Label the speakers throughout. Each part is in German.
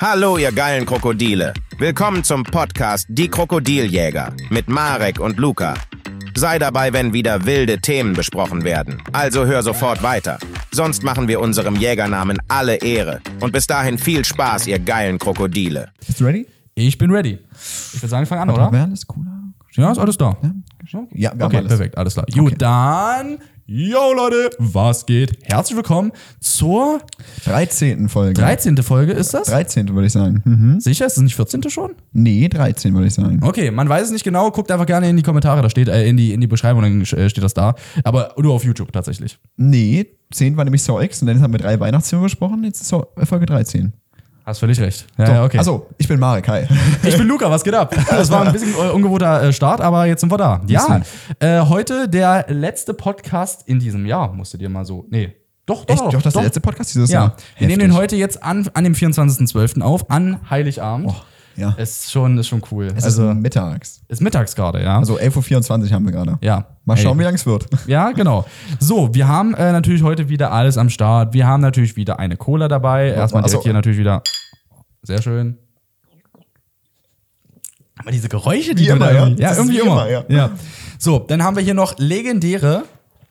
Speaker 1: Hallo, ihr geilen Krokodile. Willkommen zum Podcast Die Krokodiljäger mit Marek und Luca. Sei dabei, wenn wieder wilde Themen besprochen werden. Also hör sofort weiter. Sonst machen wir unserem Jägernamen alle Ehre. Und bis dahin viel Spaß, ihr geilen Krokodile.
Speaker 2: Bist du ready?
Speaker 3: Ich bin ready. Ich würde sagen, ich fange an,
Speaker 2: Haben
Speaker 3: oder?
Speaker 2: wir alles cooler?
Speaker 3: Ja, ist alles da.
Speaker 2: Ja, wir haben
Speaker 3: okay,
Speaker 2: alles.
Speaker 3: perfekt, alles klar. Gut, dann. Yo, Leute, was geht? Herzlich willkommen zur
Speaker 2: 13. Folge.
Speaker 3: 13. Folge, ist das?
Speaker 2: 13. würde ich sagen. Mhm.
Speaker 3: Sicher? Ist es nicht 14. schon?
Speaker 2: Nee, 13 würde ich sagen.
Speaker 3: Okay, man weiß es nicht genau. Guckt einfach gerne in die Kommentare, da steht, äh, in die, in die Beschreibung, dann äh, steht das da. Aber nur auf YouTube tatsächlich.
Speaker 2: Nee, 10 war nämlich Saw X und dann haben wir drei Weihnachtsfilme besprochen. Jetzt ist Saw Folge 13.
Speaker 3: Hast völlig recht. Ja, ja okay. Oh,
Speaker 2: Also, ich bin Marek, hi.
Speaker 3: Ich bin Luca, was geht ab? Das war ein bisschen äh, ungewohnter äh, Start, aber jetzt sind wir da. Ja, äh, heute der letzte Podcast in diesem Jahr, musst du dir mal so. Nee. Doch, doch,
Speaker 2: Echt? Doch, das ist der letzte Podcast dieses
Speaker 3: Ja,
Speaker 2: Jahr.
Speaker 3: wir nehmen den
Speaker 2: Heftig.
Speaker 3: heute jetzt an, an dem 24.12. auf, an Heiligabend.
Speaker 2: Ja.
Speaker 3: Ist schon, ist schon cool.
Speaker 2: Oh. Es
Speaker 3: also,
Speaker 2: ist mittags.
Speaker 3: ist mittags gerade, ja.
Speaker 2: Also 11.24 Uhr haben wir gerade.
Speaker 3: ja.
Speaker 2: Mal schauen,
Speaker 3: Ey.
Speaker 2: wie lang es wird.
Speaker 3: Ja, genau. So, wir haben äh, natürlich heute wieder alles am Start. Wir haben natürlich wieder eine Cola dabei. Erstmal direkt
Speaker 2: Also-
Speaker 3: hier natürlich wieder. Sehr schön. Aber diese Geräusche, die
Speaker 2: Wie immer,
Speaker 3: du da
Speaker 2: ja.
Speaker 3: irgendwie, ja,
Speaker 2: Das ist
Speaker 3: irgendwie
Speaker 2: wie
Speaker 3: immer.
Speaker 2: immer, ja.
Speaker 3: So, dann haben wir hier noch legendäre.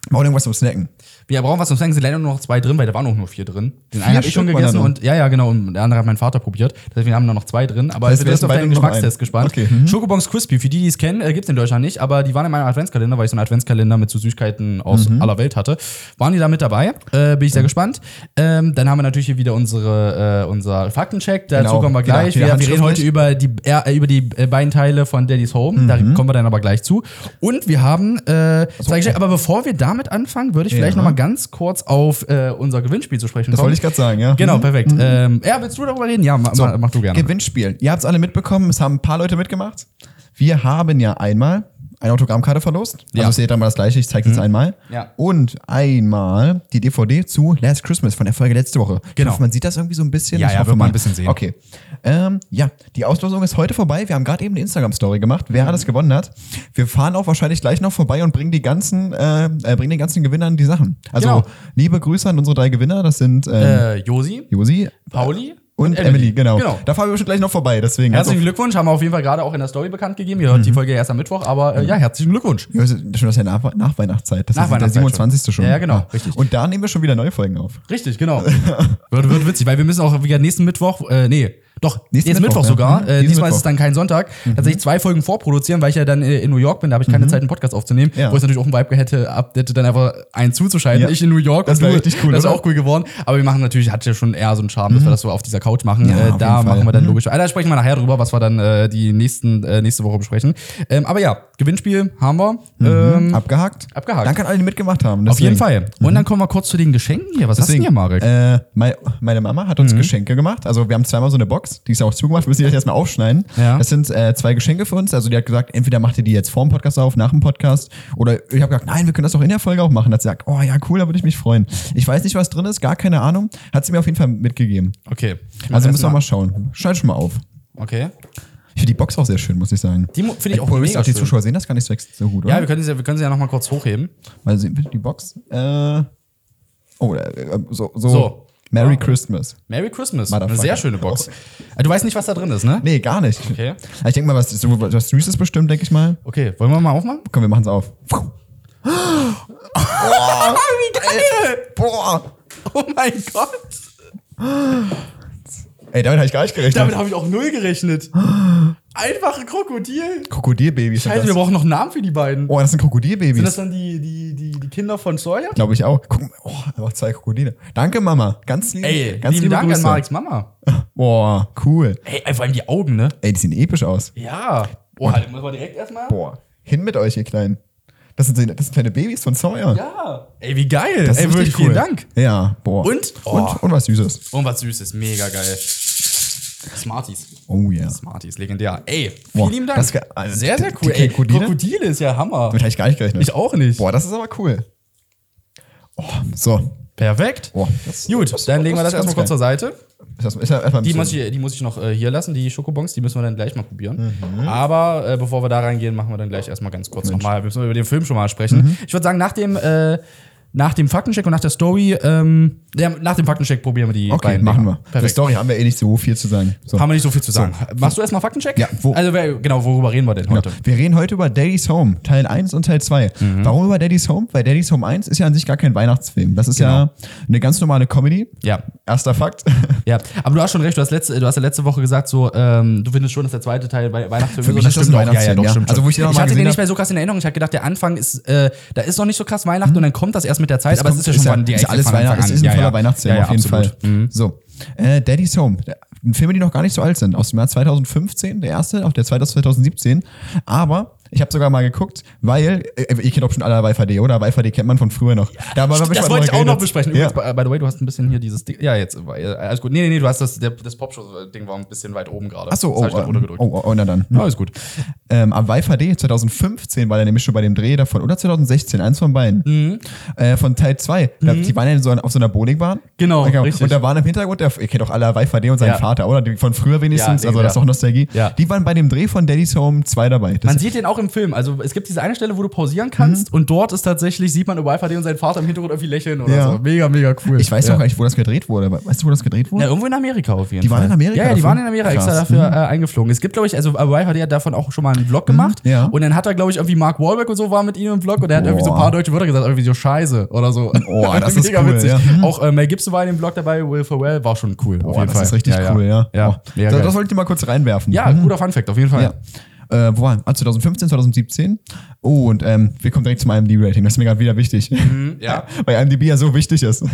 Speaker 2: Mal irgendwas zum Snacken.
Speaker 3: Wir brauchen was zum Snacken. Sind leider nur noch zwei drin, weil da waren auch nur vier drin. Den einen habe ich
Speaker 2: Stück
Speaker 3: schon
Speaker 2: waren da
Speaker 3: gegessen
Speaker 2: noch.
Speaker 3: und ja, ja, genau. Und der andere hat mein Vater probiert. Deswegen haben da noch zwei drin. Aber
Speaker 2: Das heißt,
Speaker 3: wir
Speaker 2: wir
Speaker 3: sind auf
Speaker 2: essen
Speaker 3: deinen
Speaker 2: beide nur noch
Speaker 3: Geschmackstest
Speaker 2: einen.
Speaker 3: gespannt.
Speaker 2: Okay, mhm.
Speaker 3: Schokobons Crispy, für die, die es kennen, äh, gibt es in Deutschland nicht, aber die waren in meinem Adventskalender, weil ich so einen Adventskalender mit so Süßigkeiten aus
Speaker 2: Mhm.
Speaker 3: aller Welt hatte. Waren die da mit dabei? Äh, bin ich sehr gespannt. Ähm, dann haben wir natürlich hier wieder unsere, äh, unser Faktencheck. Dazu
Speaker 2: Genau,
Speaker 3: kommen wir
Speaker 2: wieder-
Speaker 3: gleich.
Speaker 2: wieder
Speaker 3: wir, wir reden heute
Speaker 2: handschriftlich.
Speaker 3: über die, äh, über die äh, beiden Teile von Daddy's Home. Da
Speaker 2: Mhm.
Speaker 3: kommen wir dann aber gleich zu. Und wir haben, äh, sag ich, aber bevor wir damit anfangen, würde ich vielleicht
Speaker 2: Ja.
Speaker 3: noch mal ganz kurz auf äh, unser Gewinnspiel zu sprechen
Speaker 2: Das wollte ich gerade sagen, ja.
Speaker 3: Genau,
Speaker 2: Mhm.
Speaker 3: perfekt. Ähm, ja, willst du darüber reden? Ja, ma, ma, mach du gerne.
Speaker 2: Gewinnspiel. Ihr habt es alle mitbekommen, es haben ein paar Leute mitgemacht. Wir haben ja einmal eine Autogrammkarte verlost.
Speaker 3: Ja. Mhm.
Speaker 2: Also seht dann mal das gleiche, ich zeige es jetzt einmal.
Speaker 3: Ja.
Speaker 2: Und einmal die DVD zu Last Christmas von der Folge letzte Woche. Ich
Speaker 3: Genau.
Speaker 2: hoffe, man sieht das irgendwie so ein bisschen.
Speaker 3: Ja,
Speaker 2: ich
Speaker 3: ja,
Speaker 2: hoffe
Speaker 3: wird man ein bisschen sehen.
Speaker 2: Okay. Ähm, ja, die Auslosung ist heute vorbei. Wir haben gerade eben eine Instagram-Story gemacht, wer
Speaker 3: Mhm.
Speaker 2: alles gewonnen hat. Wir fahren auch wahrscheinlich gleich noch vorbei und bringen die ganzen, äh, äh, bringen den ganzen Gewinnern die Sachen. Also
Speaker 3: Genau.
Speaker 2: liebe Grüße an unsere drei Gewinner. Das sind ähm,
Speaker 3: Äh, Josi,
Speaker 2: Josi,
Speaker 3: Pauli
Speaker 2: und, Emily, genau.
Speaker 3: genau.
Speaker 2: Da fahren wir bestimmt gleich noch vorbei, deswegen. Also,
Speaker 3: Herzlichen Glückwunsch, haben wir auf jeden Fall gerade auch in der Story bekannt gegeben. Ihr hört
Speaker 2: Mhm.
Speaker 3: die Folge ja erst am Mittwoch, aber äh, ja, herzlichen Glückwunsch.
Speaker 2: Ja, das ist schon das ist ja nach, nach Weihnachtszeit. Das
Speaker 3: Nach
Speaker 2: ist
Speaker 3: Weihnachtszeit
Speaker 2: der 27. schon. Ah.
Speaker 3: schon. Ja, genau, richtig.
Speaker 2: Und da nehmen wir schon wieder neue Folgen auf.
Speaker 3: Richtig, genau. wird, wird witzig, weil wir müssen auch wieder nächsten Mittwoch, äh, nee, doch,
Speaker 2: Nächsten
Speaker 3: nächsten jetzt Mittwoch,
Speaker 2: Mittwoch, ja.
Speaker 3: sogar.
Speaker 2: Mhm.
Speaker 3: Äh,
Speaker 2: Diesen
Speaker 3: diesmal ist
Speaker 2: Mittwoch. Mhm.
Speaker 3: es dann kein Sonntag. Tatsächlich zwei Folgen vorproduzieren, weil ich ja dann äh, in New York bin, da habe ich keine Zeit, einen Podcast aufzunehmen,
Speaker 2: Ja.
Speaker 3: wo ich natürlich auch einen Vibe hätte, ab, hätte dann einfach einen zuzuschalten.
Speaker 2: Ja.
Speaker 3: Ich in New York.
Speaker 2: Das
Speaker 3: und
Speaker 2: wär
Speaker 3: du-
Speaker 2: richtig cool,
Speaker 3: Das wäre
Speaker 2: oder? Mhm.
Speaker 3: auch cool geworden. Aber wir machen natürlich, hat ja schon eher so einen Charme, dass wir das so auf dieser Couch machen.
Speaker 2: Ja, auf
Speaker 3: äh,
Speaker 2: jeden
Speaker 3: da
Speaker 2: Fall. Mhm.
Speaker 3: machen wir dann logisch. Ah, da sprechen wir nachher drüber, was wir dann äh, die nächsten, äh, nächste Woche besprechen. Ähm, aber ja, Gewinnspiel haben wir. Ähm,
Speaker 2: Abgehakt?
Speaker 3: abgehakt.
Speaker 2: Danke an alle, die mitgemacht haben.
Speaker 3: auf jeden
Speaker 2: Mhm. deswegen. Mhm.
Speaker 3: Fall. Und dann kommen wir kurz zu den Geschenken hier. Was
Speaker 2: Deswegen,
Speaker 3: hast du denn hier, Marek? Mhm.
Speaker 2: Äh, mei- meine Mama hat uns Geschenke gemacht. Also wir haben zweimal so eine Box, die ist auch zugemacht, wir müssen die jetzt erstmal aufschneiden.
Speaker 3: Ja.
Speaker 2: Das sind äh, zwei Geschenke für uns. Also die hat gesagt, entweder macht ihr die jetzt vor dem Podcast auf, nach dem Podcast. Oder ich habe gesagt, nein, wir können das auch in der Folge auch machen. Hat sie gesagt, oh ja, cool, da würde ich mich freuen. Ich weiß nicht, was drin ist, gar keine Ahnung. Hat sie mir auf jeden Fall mitgegeben.
Speaker 3: okay.
Speaker 2: Also müssen wir mal schauen. Schneid schon mal auf.
Speaker 3: Okay.
Speaker 2: Ich finde die Box auch sehr schön, muss ich sagen.
Speaker 3: Die mu- finde ich auch
Speaker 2: Obwohl,
Speaker 3: mega
Speaker 2: auch die
Speaker 3: schön.
Speaker 2: Zuschauer sehen das gar nicht so, ex- so gut, oder?
Speaker 3: Ja, wir können sie, wir können sie ja nochmal kurz hochheben.
Speaker 2: Mal sehen, bitte die Box. Äh, oh, äh, so, so.
Speaker 3: So.
Speaker 2: Merry Christmas.
Speaker 3: Merry Christmas. Eine
Speaker 2: Motherfucker.
Speaker 3: sehr schöne Box. Äh, Du weißt nicht, was da drin ist, ne?
Speaker 2: Nee, gar nicht.
Speaker 3: Okay.
Speaker 2: Ich denke mal, was, so, was Süßes bestimmt, denke ich mal.
Speaker 3: Okay, wollen wir mal aufmachen?
Speaker 2: Komm, wir machen es auf. Boah,
Speaker 3: Wie geil!
Speaker 2: boah.
Speaker 3: Oh mein Gott!
Speaker 2: Ey, damit habe ich gar nicht gerechnet.
Speaker 3: Damit habe ich auch null gerechnet. Einfache Krokodil.
Speaker 2: Krokodilbabys. sind
Speaker 3: Scheiße,
Speaker 2: das.
Speaker 3: wir brauchen noch einen Namen für die beiden.
Speaker 2: Oh, das sind
Speaker 3: Sind das
Speaker 2: Krokodilbabys.
Speaker 3: dann die, die, die, die Kinder von Sawyer?
Speaker 2: Glaube ich auch. Guck mal, oh, einfach zwei Krokodile. Danke, Mama. Ganz lieb.
Speaker 3: Ey,
Speaker 2: ganz
Speaker 3: lieben
Speaker 2: liebe
Speaker 3: Dank
Speaker 2: Grüße.
Speaker 3: an Mareks Mama.
Speaker 2: Boah, cool.
Speaker 3: Ey, vor allem die Augen, ne?
Speaker 2: Ey, die sehen episch aus.
Speaker 3: Ja. Oh, Boah, den müssen wir direkt erstmal.
Speaker 2: Boah, hin mit euch, ihr Kleinen. Das sind, das sind kleine Babys von Sawyer.
Speaker 3: Ja. Ey, wie geil.
Speaker 2: Das ist
Speaker 3: Ey,
Speaker 2: richtig
Speaker 3: wirklich
Speaker 2: cool.
Speaker 3: vielen Dank.
Speaker 2: Ja, boah.
Speaker 3: Und? Oh.
Speaker 2: Und, und was Süßes.
Speaker 3: Und was Süßes, mega geil. Smarties.
Speaker 2: Oh ja.
Speaker 3: Smarties, legendär. Ey, vielen
Speaker 2: Boah,
Speaker 3: lieben
Speaker 2: das
Speaker 3: Dank.
Speaker 2: ge- also
Speaker 3: sehr,
Speaker 2: die-
Speaker 3: sehr
Speaker 2: die
Speaker 3: cool. Ey,
Speaker 2: Krokodile?
Speaker 3: Krokodile? ist ja Hammer.
Speaker 2: Damit habe ich gar nicht gerechnet.
Speaker 3: Ich auch nicht.
Speaker 2: Boah, das ist aber cool. Oh, so.
Speaker 3: Perfekt.
Speaker 2: Boah, das-
Speaker 3: Gut,
Speaker 2: das-
Speaker 3: dann legen wir
Speaker 2: das
Speaker 3: das
Speaker 2: ist ganz
Speaker 3: erstmal
Speaker 2: geil.
Speaker 3: kurz zur Seite.
Speaker 2: Ist das, ist ja erstmal ein
Speaker 3: Die
Speaker 2: bisschen-
Speaker 3: muss, ich, die muss ich noch äh, hier lassen, die Schokobons, die müssen wir dann gleich mal probieren.
Speaker 2: Mhm.
Speaker 3: Aber äh,
Speaker 2: Mhm.
Speaker 3: bevor wir da reingehen, machen wir dann gleich erstmal ganz kurz nochmal, wir müssen über den Film schon mal sprechen. Ich würde sagen, nach dem, äh, nach dem Faktencheck und nach der Story, ähm, ja, nach dem Faktencheck probieren wir die
Speaker 2: Okay,
Speaker 3: beiden
Speaker 2: machen
Speaker 3: Dinger.
Speaker 2: wir. Für
Speaker 3: Perfekt.
Speaker 2: Story haben wir eh nicht so viel zu sagen. So.
Speaker 3: Haben wir nicht so viel zu sagen. Machst du erstmal Faktencheck?
Speaker 2: Ja, wo-
Speaker 3: also, wer, genau, worüber reden wir denn heute? Mhm.
Speaker 2: Genau. Wir reden heute über Daddy's Home, Teil 1 und Teil 2. Warum über Daddy's Home? Weil Daddy's Home 1 ist ja an sich gar kein Weihnachtsfilm. Das ist ja eine ganz normale Comedy.
Speaker 3: Genau. Ja.
Speaker 2: Erster Fakt.
Speaker 3: Ja, aber du hast schon recht, du hast letzte, du hast ja letzte Woche gesagt, so, ähm, du findest schon, dass der zweite Teil bei Weihnachtsfilm
Speaker 2: Für mich ist das ein
Speaker 3: stimmt auch.
Speaker 2: Weihnachtsfilm, ja.
Speaker 3: stimmt
Speaker 2: Also,
Speaker 3: schon.
Speaker 2: wo ich den noch
Speaker 3: ich
Speaker 2: mal
Speaker 3: hatte den
Speaker 2: gesehen
Speaker 3: nicht
Speaker 2: hab-
Speaker 3: mehr so krass in Erinnerung. Ich hatte gedacht, der Anfang ist, äh, da ist noch nicht so krass Weihnachten und dann kommt das erst mit der Zeit, aber es ist ja schon
Speaker 2: ja,
Speaker 3: mal direkt
Speaker 2: Hm. ist alles
Speaker 3: von Anfang
Speaker 2: Weihnachten. Es
Speaker 3: an.
Speaker 2: ist ein
Speaker 3: Ja,
Speaker 2: voller
Speaker 3: ja.
Speaker 2: Weihnachtsfilm
Speaker 3: Ja, ja,
Speaker 2: auf jeden
Speaker 3: absolut. Mhm.
Speaker 2: Fall. So. Äh, Daddy's Home. Der- Filme, die noch gar nicht so alt sind. Aus dem Jahr 2015, der erste, auch der zweite aus 2017. Aber. Ich habe sogar mal geguckt, weil, äh, ihr kennt doch schon alle WiFi.de, oder? WiFi.de kennt man von früher noch. Da haben wir schon mal
Speaker 3: Das
Speaker 2: drüber
Speaker 3: wollte ich auch noch
Speaker 2: geredet.
Speaker 3: besprechen.
Speaker 2: Ja.
Speaker 3: Übrigens, by- by the way, du hast ein bisschen hier dieses Ding. Ja, jetzt, äh, alles gut. Nee, nee, nee, du hast das, der, das Popshow-Ding war ein bisschen weit oben gerade.
Speaker 2: Achso,
Speaker 3: Das
Speaker 2: oh,
Speaker 3: hab ich da
Speaker 2: ähm,
Speaker 3: runtergedrückt.
Speaker 2: oh, oh, oh, na dann.
Speaker 3: Ja, Alles gut.
Speaker 2: Ähm, am WiFi-D 2015 war der nämlich schon bei dem Dreh davon. Oder 2016, eins von beiden.
Speaker 3: Mhm.
Speaker 2: Äh, von Teil 2. Die waren ja so an- auf so einer Bowlingbahn.
Speaker 3: Genau,
Speaker 2: Und,
Speaker 3: richtig.
Speaker 2: und da waren im Hintergrund, der, ihr kennt doch alle WiFi-D und seinen
Speaker 3: Ja.
Speaker 2: Vater, oder? Die von früher wenigstens.
Speaker 3: Ja,
Speaker 2: also das ist
Speaker 3: legendär.
Speaker 2: auch Nostalgie.
Speaker 3: Ja.
Speaker 2: Die waren bei dem Dreh von Daddy's Home 2 dabei. Das
Speaker 3: Man sieht den auch im Film. Also es gibt diese eine Stelle, wo du pausieren kannst
Speaker 2: Mhm.
Speaker 3: und dort ist tatsächlich, sieht man über Alpha D und seinen Vater im Hintergrund irgendwie lächeln oder
Speaker 2: Ja.
Speaker 3: so. Mega, mega cool.
Speaker 2: ich weiß
Speaker 3: ja.
Speaker 2: auch gar nicht, wo das gedreht wurde. Weißt du, wo das gedreht wurde?
Speaker 3: Ja, irgendwo in Amerika auf jeden
Speaker 2: Die
Speaker 3: Fall.
Speaker 2: waren in Amerika
Speaker 3: Ja, ja die
Speaker 2: dafür?
Speaker 3: waren in Amerika extra
Speaker 2: Krass. Mhm.
Speaker 3: dafür äh, eingeflogen. Es gibt, glaube ich, also Wife hat ja davon auch schon mal einen Vlog gemacht.
Speaker 2: ja.
Speaker 3: Und dann hat er, glaube ich, irgendwie Mark Wahlberg und so war mit ihm im Vlog und er hat irgendwie so ein
Speaker 2: Boah.
Speaker 3: paar deutsche Wörter gesagt, irgendwie so Scheiße oder so.
Speaker 2: Oh, das ist
Speaker 3: Mega
Speaker 2: cool, ja. Hm.
Speaker 3: Auch äh, Mel Gibson war in dem Vlog dabei, Will Ferrell war schon cool. auf
Speaker 2: Boah,
Speaker 3: jeden
Speaker 2: das
Speaker 3: Fall.
Speaker 2: ist richtig cool, ja.
Speaker 3: Ja,
Speaker 2: Boah.
Speaker 3: Mega
Speaker 2: das,
Speaker 3: geil.
Speaker 2: das wollte ich dir mal kurz reinwerfen.
Speaker 3: ja guter Funfact, auf jeden Fall.
Speaker 2: Ja. Äh, wo waren? Ah, 2015, 2017. Oh, und ähm, wir kommen direkt zum IMDb-Rating. Das ist mir gerade wieder wichtig.
Speaker 3: ja.
Speaker 2: Weil IMDb ja so wichtig ist.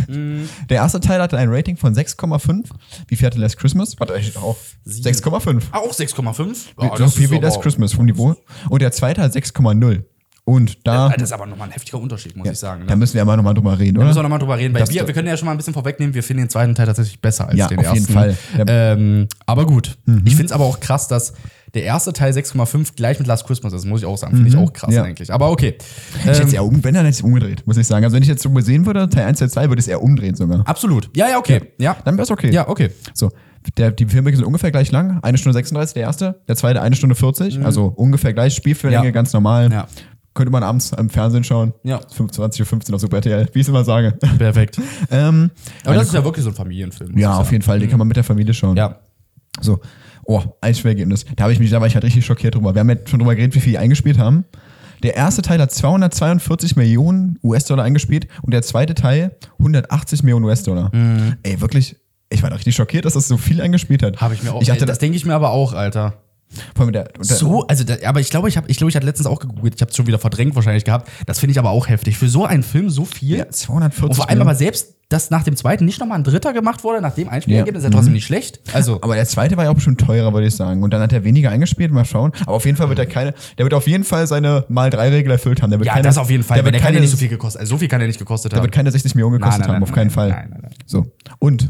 Speaker 2: Der erste Teil hatte ein Rating von 6,5. Wie viel hatte Last Christmas? Warte, ich auf. 6,5.
Speaker 3: Ah, Auch 6,5.
Speaker 2: Wie-
Speaker 3: Oh,
Speaker 2: so viel wie
Speaker 3: aber-
Speaker 2: Last Christmas vom Niveau. Und der zweite hat 6,0. Und da,
Speaker 3: Das ist aber nochmal ein heftiger Unterschied, muss ich sagen. Ne?
Speaker 2: da müssen wir ja mal nochmal drüber reden,
Speaker 3: Da müssen wir
Speaker 2: oder?
Speaker 3: nochmal drüber reden, weil
Speaker 2: Das-
Speaker 3: wir, wir können ja schon mal ein bisschen vorwegnehmen, wir finden den zweiten Teil tatsächlich besser als
Speaker 2: Ja,
Speaker 3: den
Speaker 2: auf jeden
Speaker 3: ersten.
Speaker 2: Fall. Mhm. Ja.
Speaker 3: Ähm, aber gut. Ich finde es aber auch krass, dass der erste Teil 6,5 gleich mit Last Christmas ist, muss ich auch sagen. Finde ich auch krass
Speaker 2: Mhm. Ja.
Speaker 3: eigentlich. Aber okay.
Speaker 2: Ich hätte
Speaker 3: Ähm,
Speaker 2: es eher um, wenn dann hätte ich es umgedreht, muss ich sagen. Also wenn ich jetzt so sehen würde, Teil 1, Teil 2, würde ich es eher umdrehen sogar.
Speaker 3: absolut. Ja, ja, okay. Ja,
Speaker 2: Dann wäre es okay.
Speaker 3: Ah. ja okay.
Speaker 2: So, der, die Filme sind ungefähr gleich lang. Eine Stunde 36, der erste, der zweite eine Stunde 40. Also ungefähr gleich Spielfilmlänge,
Speaker 3: Mhm. Ja.
Speaker 2: ganz normal.
Speaker 3: Ja.
Speaker 2: Könnte man abends im Fernsehen schauen.
Speaker 3: Ja.
Speaker 2: 25.15 Uhr auf Super RTL, wie ich es immer sage.
Speaker 3: Perfekt.
Speaker 2: ähm,
Speaker 3: Aber das ist ja wirklich so ein Familienfilm. muss
Speaker 2: ja,
Speaker 3: ich
Speaker 2: auf jeden Fall, den kann man mit der Familie schauen.
Speaker 3: sagen. Mhm. Ja.
Speaker 2: So. Oh, Einspielergebnis. Da habe ich mich, da war ich halt richtig schockiert drüber. Wir haben jetzt schon drüber geredet, wie viel die eingespielt haben. Der erste Teil hat 242 Millionen US-Dollar eingespielt und der zweite Teil 180 Millionen US-Dollar.
Speaker 3: Mhm.
Speaker 2: Ey, wirklich, ich war doch richtig schockiert, dass das so viel eingespielt hat.
Speaker 3: Habe ich mir auch. äh,
Speaker 2: Ich Äh, hatte
Speaker 3: das
Speaker 2: das,
Speaker 3: denke ich mir aber auch, Alter.
Speaker 2: vor allem der, und der,
Speaker 3: So, also, da, aber ich glaube, ich habe, ich glaube, ich hatte letztens auch gegoogelt. Ich habe es schon wieder verdrängt wahrscheinlich gehabt. Das finde ich aber auch heftig. Für so einen Film so viel.
Speaker 2: ja, 240
Speaker 3: Und vor allem aber selbst, dass nach dem zweiten nicht nochmal ein dritter gemacht wurde, nach dem Einspielergebnis,
Speaker 2: Ja. Mhm.
Speaker 3: ist ja trotzdem nicht schlecht. Also,
Speaker 2: Aber der zweite war ja auch bestimmt teurer, würde ich sagen. Und dann hat er weniger eingespielt, mal schauen. Aber auf jeden Fall wird er keine, der wird auf jeden Fall seine Mal-3-Regel erfüllt haben. Der wird
Speaker 3: ja,
Speaker 2: keine,
Speaker 3: das auf jeden Fall.
Speaker 2: Der
Speaker 3: weil
Speaker 2: wird,
Speaker 3: Der,
Speaker 2: keine,
Speaker 3: kann ja nicht so viel gekostet. Also, so viel kann er nicht gekostet
Speaker 2: der
Speaker 3: haben.
Speaker 2: wird keine 60 Millionen gekostet
Speaker 3: Nein, nein,
Speaker 2: haben,
Speaker 3: nein,
Speaker 2: auf keinen
Speaker 3: nein,
Speaker 2: Fall.
Speaker 3: nein, nein, nein.
Speaker 2: So. Und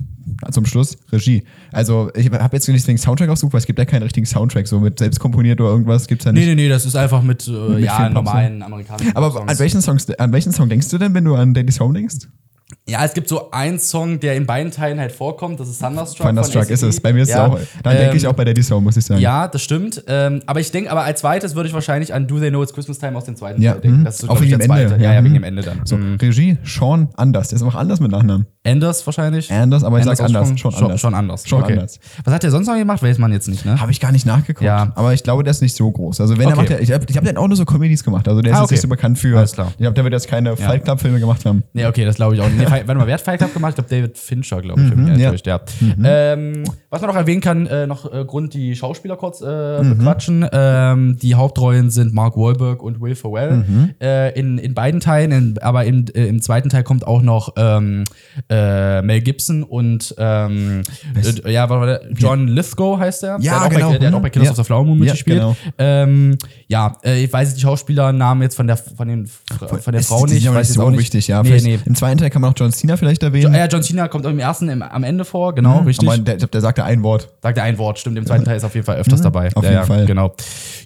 Speaker 2: zum Schluss Regie. Also, ich habe jetzt nicht den Soundtrack ausgesucht, weil es gibt ja keinen richtigen Soundtrack, so mit selbst komponiert oder irgendwas gibt's ja nicht.
Speaker 3: nee, nee, nee, das ist einfach mit, äh, ja,
Speaker 2: vielen
Speaker 3: normalen amerikanischen
Speaker 2: Aber
Speaker 3: Songs.
Speaker 2: an welchen, Songs, an welchen Song denkst du denn, wenn du an Daddy's Home denkst?
Speaker 3: Ja, es gibt so einen Song, der in beiden Teilen halt vorkommt. Das ist Thunderstruck. von
Speaker 2: Thunderstruck ist
Speaker 3: AC/DC.
Speaker 2: es. Bei mir ist
Speaker 3: Ja,
Speaker 2: es auch. Dann denke ich
Speaker 3: ähm,
Speaker 2: auch bei Daddy's Home, muss ich sagen.
Speaker 3: Ja, das stimmt. Ähm, aber ich denke, aber als zweites würde ich wahrscheinlich an Do They Know It's Christmas Time aus dem zweiten
Speaker 2: Ja,
Speaker 3: Teil denken.
Speaker 2: mhm.
Speaker 3: Das ist so,
Speaker 2: Auch
Speaker 3: glaub ich,
Speaker 2: wegen
Speaker 3: der
Speaker 2: dem Ende,
Speaker 3: zweite. Ja,
Speaker 2: ja,
Speaker 3: ja, wegen
Speaker 2: mhm.
Speaker 3: dem Ende dann.
Speaker 2: So, Regie Sean Anders. Der ist auch anders mit Nachnamen.
Speaker 3: Anders wahrscheinlich.
Speaker 2: Anders, aber ich
Speaker 3: Anders
Speaker 2: sag anders.
Speaker 3: ausgesprochen?
Speaker 2: Schon anders.
Speaker 3: Schon, schon anders.
Speaker 2: Schon
Speaker 3: okay.
Speaker 2: anders.
Speaker 3: Was hat der sonst noch gemacht? Weiß man jetzt nicht, ne?
Speaker 2: Habe ich gar nicht nachgeguckt.
Speaker 3: Ja.
Speaker 2: Aber ich glaube, der ist nicht so groß. Also wenn er
Speaker 3: Okay.
Speaker 2: macht, der, ich habe ich hab dann auch nur so Comedies gemacht. Also der ist
Speaker 3: Ah,
Speaker 2: jetzt
Speaker 3: okay.
Speaker 2: nicht so bekannt für.
Speaker 3: Alles klar.
Speaker 2: Ich glaube, der wird jetzt keine Fight Club Filme gemacht haben.
Speaker 3: Nee, okay, das glaube ich auch nicht. Nee, Fight- warte mal, wer hat Fight Club gemacht? Ich glaube, David Fincher, glaube ich, mhm,
Speaker 2: ja.
Speaker 3: ja. ja. Ähm, was man noch erwähnen kann, äh, noch äh, Grund, die Schauspieler kurz äh,
Speaker 2: Mhm.
Speaker 3: bequatschen. Ähm, die Hauptrollen sind Mark Wahlberg und Will Ferrell
Speaker 2: Mhm.
Speaker 3: äh, in, in beiden Teilen. In, aber im, äh, im zweiten Teil kommt auch noch ähm, äh, Mel Gibson und ähm, äh, ja, warte, warte, John Lithgow heißt
Speaker 2: Ja,
Speaker 3: er. der hat auch
Speaker 2: genau.
Speaker 3: Bei, der hat auch bei Killers
Speaker 2: Ja.
Speaker 3: of the Flower Moon
Speaker 2: Ja,
Speaker 3: mitgespielt.
Speaker 2: genau.
Speaker 3: ähm, ja äh, ich weiß jetzt die Schauspielernamen jetzt von der von, den, von der
Speaker 2: Ist-
Speaker 3: Frau
Speaker 2: die
Speaker 3: nicht.
Speaker 2: sind aber
Speaker 3: weiß
Speaker 2: nicht
Speaker 3: jetzt
Speaker 2: so
Speaker 3: auch nicht.
Speaker 2: wichtig, ja.
Speaker 3: Nee,
Speaker 2: Vielleicht
Speaker 3: nee.
Speaker 2: Im zweiten Teil kann man auch John Cena vielleicht erwähnen.
Speaker 3: Ah Ja, John Cena kommt im ersten im, am Ende vor, genau, richtig.
Speaker 2: Mhm, Aber der, ich glaub, der sagt da ein Wort.
Speaker 3: Sagt er ein Wort, stimmt. Im zweiten Teil ist auf jeden Fall öfters dabei.
Speaker 2: auf
Speaker 3: ja,
Speaker 2: jeden
Speaker 3: ja,
Speaker 2: Fall. Mhm.
Speaker 3: Genau.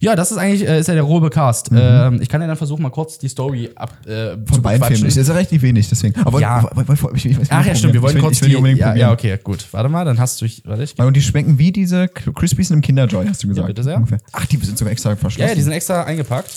Speaker 3: Ja, das ist eigentlich äh, ist ja der robe Cast. Ähm, ich kann ja dann versuchen, mal kurz die Story ab, äh, zu
Speaker 2: Von beiden
Speaker 3: bequatschen.
Speaker 2: Filmen. Das ist ja relativ wenig, deswegen. Aber
Speaker 3: Ja.
Speaker 2: aber- aber- aber- ich- ich weiß nicht,
Speaker 3: Ach ja,
Speaker 2: ich
Speaker 3: stimmt. Wir wollen
Speaker 2: will-
Speaker 3: kurz
Speaker 2: ich will die unbedingt
Speaker 3: ja,
Speaker 2: probieren.
Speaker 3: ja, okay, gut. Warte mal, dann hast du dich. Warte, ich.
Speaker 2: Und die schmecken wie diese Crispies im Kinderjoy, hast du gesagt.
Speaker 3: bitte sehr.
Speaker 2: Ungefähr. Ach, die sind sogar extra verschlossen.
Speaker 3: Ja, ja, die sind extra eingepackt.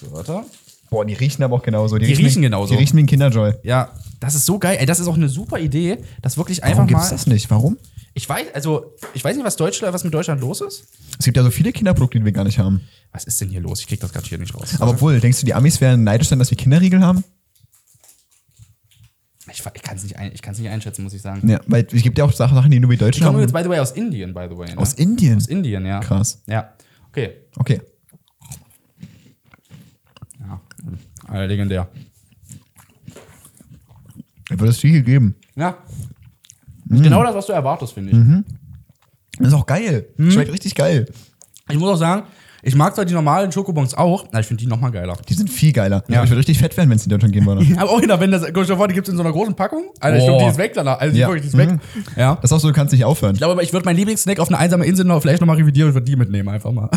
Speaker 3: So, warte.
Speaker 2: Boah, die riechen aber auch genauso.
Speaker 3: Die
Speaker 2: wie-
Speaker 3: riechen genauso.
Speaker 2: Die riechen wie ein Kinderjoy.
Speaker 3: Ja, das ist so geil. Ey, das ist auch eine super Idee, das wirklich einfach
Speaker 2: Warum gibt's
Speaker 3: mal.
Speaker 2: das nicht? Warum?
Speaker 3: Ich weiß, also, ich weiß nicht, was Deutschland, was mit Deutschland los ist.
Speaker 2: Es gibt ja so viele Kinderprodukte, die wir gar nicht haben.
Speaker 3: Was ist denn hier los? Ich krieg das gerade hier nicht raus.
Speaker 2: Aber obwohl, denkst du, die Amis wären neidisch sein, dass wir Kinderriegel haben?
Speaker 3: ich, ich kann es nicht, ein, ich kann's nicht einschätzen, muss ich sagen.
Speaker 2: Ja, weil es gibt ja auch Sachen, die nur wir
Speaker 3: Die
Speaker 2: Deutschen
Speaker 3: kommen
Speaker 2: haben.
Speaker 3: übrigens, by the way, aus Indien, by the way. Ne?
Speaker 2: Aus Indien?
Speaker 3: Aus Indien, ja.
Speaker 2: Krass.
Speaker 3: Ja. Okay.
Speaker 2: Okay.
Speaker 3: Ja. Alter, legendär.
Speaker 2: Ich würde es viel geben.
Speaker 3: Ja.
Speaker 2: Mhm.
Speaker 3: Ist Genau das, was du erwartest, finde ich.
Speaker 2: Das ist auch geil. Schmeckt richtig geil.
Speaker 3: Ich muss auch sagen, ich mag zwar die normalen Schokobons auch, aber ich finde die nochmal geiler.
Speaker 2: Die sind viel geiler.
Speaker 3: Ja.
Speaker 2: Ich würde richtig fett werden, wenn es in Deutschland gehen würde.
Speaker 3: Aber auch wieder, wenn das, guck dir vor, die gibt es in so einer großen Packung. Alter, ich
Speaker 2: Oh.
Speaker 3: glaube, die ist weg danach. Also, die
Speaker 2: Ja.
Speaker 3: wirklich, die ist weg.
Speaker 2: Mhm.
Speaker 3: Ja.
Speaker 2: Das ist auch so, du kannst nicht aufhören.
Speaker 3: Ich glaube aber, ich würde meinen Lieblingssnack auf eine einsame Insel noch vielleicht nochmal revidieren und würde die mitnehmen, einfach mal.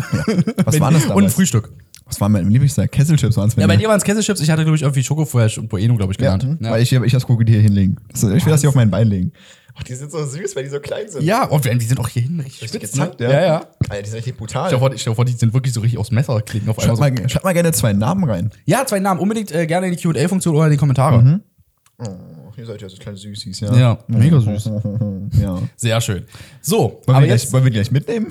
Speaker 2: Was waren das
Speaker 3: Und ein
Speaker 2: damals?
Speaker 3: Frühstück.
Speaker 2: Was war mein Lieblingssack? Kesselchips waren es.
Speaker 3: Ja, bei dir waren es Kesselchips. Ich hatte, glaube ich, irgendwie Schokofresh und Bueno, glaube ich,
Speaker 2: Ja, Mhm.
Speaker 3: genannt. Ja,
Speaker 2: Weil ich, ich das Krokodil hier hinlegen. Also ich will das hier auf mein Bein legen. Ach, die sind so süß, weil die so klein sind.
Speaker 3: ja und wir- die sind auch hier hinten richtig
Speaker 2: Richtig
Speaker 3: spitz, ne?
Speaker 2: gezackt, ja.
Speaker 3: Ja, ja.
Speaker 2: Alter, die sind richtig
Speaker 3: Ich
Speaker 2: brutal.
Speaker 3: vor, ich vor, die sind wirklich so richtig aufs Messer klingen auf einmal.
Speaker 2: Schreibt
Speaker 3: So.
Speaker 2: mal, schreibt mal gerne zwei Namen rein.
Speaker 3: Ja, zwei Namen. Unbedingt äh, gerne in die QA-Funktion oder in die Kommentare.
Speaker 2: Mhm. Oh, ihr seid ja so kleine Süßis, ja. Mhm.
Speaker 3: Ja, mega süß.
Speaker 2: ja. Wollen,
Speaker 3: Sehr schön. So,
Speaker 2: wir gleich, wollen wir die gleich mitnehmen?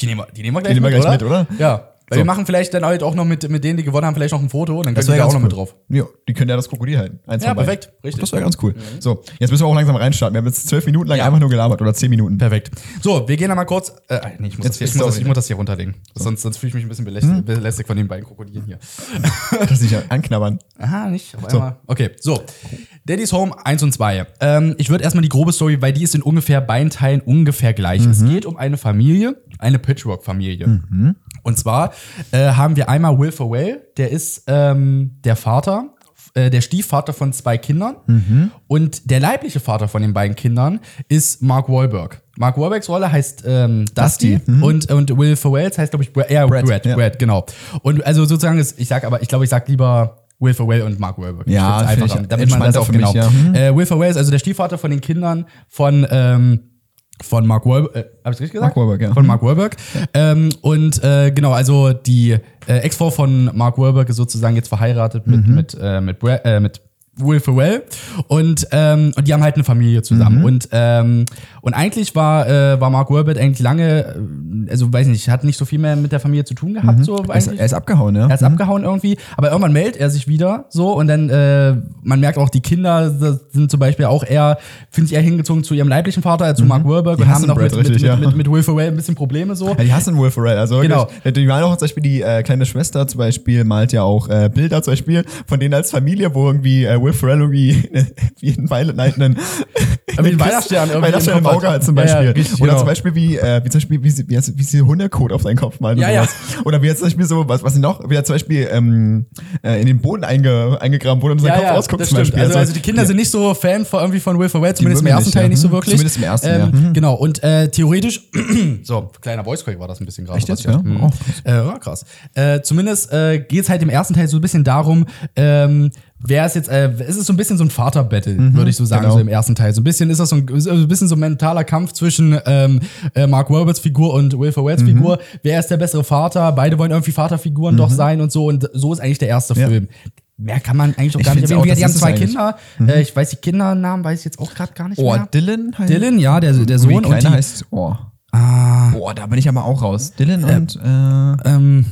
Speaker 3: die nehmen wir, die nehmen wir gleich,
Speaker 2: nehmen wir
Speaker 3: mit,
Speaker 2: gleich
Speaker 3: oder?
Speaker 2: mit, oder?
Speaker 3: Ja. Weil
Speaker 2: So.
Speaker 3: wir machen vielleicht dann heute auch noch mit, mit denen, die gewonnen haben, vielleicht noch ein Foto und dann können wir
Speaker 2: wär
Speaker 3: da auch
Speaker 2: ganz
Speaker 3: noch mit
Speaker 2: cool.
Speaker 3: drauf.
Speaker 2: Ja, die können ja das Krokodil halten. Eins
Speaker 3: Ja,
Speaker 2: von beiden.
Speaker 3: perfekt. Richtig. Mhm.
Speaker 2: Das wäre ganz cool. So, jetzt müssen wir auch langsam reinstarten. Wir haben jetzt zwölf Minuten lang einfach nur gelabert oder zehn Minuten.
Speaker 3: Perfekt. So, wir gehen einmal kurz. Äh, nee, ich muss,
Speaker 2: Jetzt
Speaker 3: das hier, ich,
Speaker 2: ist
Speaker 3: muss das,
Speaker 2: sorry.
Speaker 3: ich muss das hier runterlegen. Sonst, sonst fühle ich mich ein bisschen belästigt, belästigt von den beiden Krokodilen hier.
Speaker 2: Das nicht anknabbern.
Speaker 3: Aha, nicht. Auf einmal. Okay, so. Daddy's Home 1 und 2. Ähm, ich würde erstmal die grobe Story, weil die ist in ungefähr beiden Teilen ungefähr gleich. Es geht um eine Familie, eine Patchwork-Familie. Und zwar äh, haben wir einmal Will Ferrell, der ist ähm, der Vater, äh, der Stiefvater von zwei Kindern.
Speaker 2: Mhm.
Speaker 3: Und der leibliche Vater von den beiden Kindern ist Mark Wahlberg. Mark Wahlbergs Rolle heißt ähm, Dusty, und, und Will Ferrells heißt, glaube ich, Brad, eher Brad, Brad,
Speaker 2: mhm. ja.
Speaker 3: genau. Und also sozusagen ist, ich sag aber, ich glaube, ich sag lieber Will Ferrell und Mark Wahlberg.
Speaker 2: Ja,
Speaker 3: Ich find's
Speaker 2: finde
Speaker 3: einfacher,
Speaker 2: ich
Speaker 3: damit man das
Speaker 2: entspannter
Speaker 3: auch
Speaker 2: für mich,
Speaker 3: genau.
Speaker 2: ja. Hm.
Speaker 3: Äh, Will Ferrell ist also der Stiefvater von den Kindern von ähm, von Mark Wahlberg, äh, hab ich's richtig
Speaker 2: Mark
Speaker 3: gesagt?
Speaker 2: Wahlberg, ja.
Speaker 3: Von Mark Wahlberg. Ähm, und äh, genau, also die äh, Ex-Frau von Mark Wahlberg ist sozusagen jetzt verheiratet mit,
Speaker 2: Mhm.
Speaker 3: mit, äh, mit, Bra äh, mit Will Ferrell. Und, ähm, und die haben halt eine Familie
Speaker 2: Mhm.
Speaker 3: zusammen. Und, ähm, und eigentlich war, äh, war Mark Wahlberg eigentlich lange, äh, also weiß nicht, hat nicht so viel mehr mit der Familie zu tun gehabt. So
Speaker 2: Er ist,
Speaker 3: eigentlich.
Speaker 2: er ist abgehauen, ja?
Speaker 3: Er ist abgehauen irgendwie, aber irgendwann meldet er sich wieder so und dann, äh, man merkt auch, die Kinder das sind zum Beispiel auch eher, finde ich, eher hingezogen zu ihrem leiblichen Vater, äh, zu Mark
Speaker 2: Mhm.
Speaker 3: Wahlberg
Speaker 2: Die
Speaker 3: und haben
Speaker 2: hassen
Speaker 3: noch mit,
Speaker 2: Brad
Speaker 3: mit, mit,
Speaker 2: richtig, ja.
Speaker 3: mit, mit Will Ferrell ein bisschen Probleme so.
Speaker 2: Ja, die hassen Will Ferrell. Also
Speaker 3: Genau.
Speaker 2: wirklich, Die waren auch zum Beispiel die äh, kleine Schwester zum Beispiel malt ja auch äh, Bilder zum Beispiel von denen als Familie, wo irgendwie äh, Will Ferrell irgendwie wie ein Violet Night einen
Speaker 3: Wie ein Weihnachtsstern irgendwie
Speaker 2: Weihnachtsstern
Speaker 3: im
Speaker 2: im
Speaker 3: Kopf
Speaker 2: Auge
Speaker 3: hat.
Speaker 2: hat zum
Speaker 3: Ja, ja,
Speaker 2: Beispiel.
Speaker 3: richtig,
Speaker 2: Oder
Speaker 3: genau.
Speaker 2: zum Beispiel wie, äh, wie zum Beispiel wie sie, wie sie, wie sie Hundekot auf seinen Kopf malen.
Speaker 3: Ja,
Speaker 2: und
Speaker 3: ja.
Speaker 2: sowas. Oder wie jetzt zum Beispiel so, was, was sie noch, wie er zum Beispiel ähm, äh, in den Boden einge, eingegraben wurde und sein Kopf rausguckt
Speaker 3: das
Speaker 2: zum
Speaker 3: stimmt.
Speaker 2: Beispiel.
Speaker 3: Also, also die Kinder sind nicht so Fan von, irgendwie von Will Ferrell, zumindest im
Speaker 2: mögen
Speaker 3: ersten
Speaker 2: nicht,
Speaker 3: Teil
Speaker 2: ja.
Speaker 3: nicht so
Speaker 2: Hm.
Speaker 3: wirklich.
Speaker 2: Zumindest im ersten,
Speaker 3: ähm,
Speaker 2: ja. Mhm.
Speaker 3: Genau, und äh, theoretisch, so, kleiner Voice Crack war das ein bisschen gerade.
Speaker 2: Echt
Speaker 3: was
Speaker 2: jetzt,
Speaker 3: ich hatte.
Speaker 2: ja?
Speaker 3: Hm.
Speaker 2: Oh,
Speaker 3: Äh, ja, krass. Äh, zumindest äh, geht es halt im ersten Teil so ein bisschen darum, ähm, wer ist jetzt, äh, es ist so ein bisschen so ein Vater-Battle, würde ich so sagen,
Speaker 2: genau.
Speaker 3: so im ersten Teil. So ein bisschen ist das so ein, so ein bisschen so ein mentaler Kampf zwischen ähm, äh, Mark Roberts Figur und Will Ferrells
Speaker 2: Mhm.
Speaker 3: Figur. Wer ist der bessere Vater? Beide wollen irgendwie Vaterfiguren doch sein und so. Und so ist eigentlich der erste
Speaker 2: Mhm. Ja.
Speaker 3: Film. Mehr kann man eigentlich auch
Speaker 2: Ich
Speaker 3: gar nicht
Speaker 2: find's
Speaker 3: erwähnen.
Speaker 2: auch,
Speaker 3: Wie gesagt,
Speaker 2: das
Speaker 3: die haben
Speaker 2: ist es
Speaker 3: zwei
Speaker 2: eigentlich. Mhm.
Speaker 3: Kinder. Äh, ich weiß die Kindernamen, weiß ich jetzt auch gerade gar nicht
Speaker 2: oh,
Speaker 3: mehr.
Speaker 2: Dylan heißt
Speaker 3: Dylan, ja, der, der Sohn.
Speaker 2: und
Speaker 3: die, Ah.
Speaker 2: heißt oh. Boah, da bin ich aber auch raus. Dylan und äh,
Speaker 3: ähm,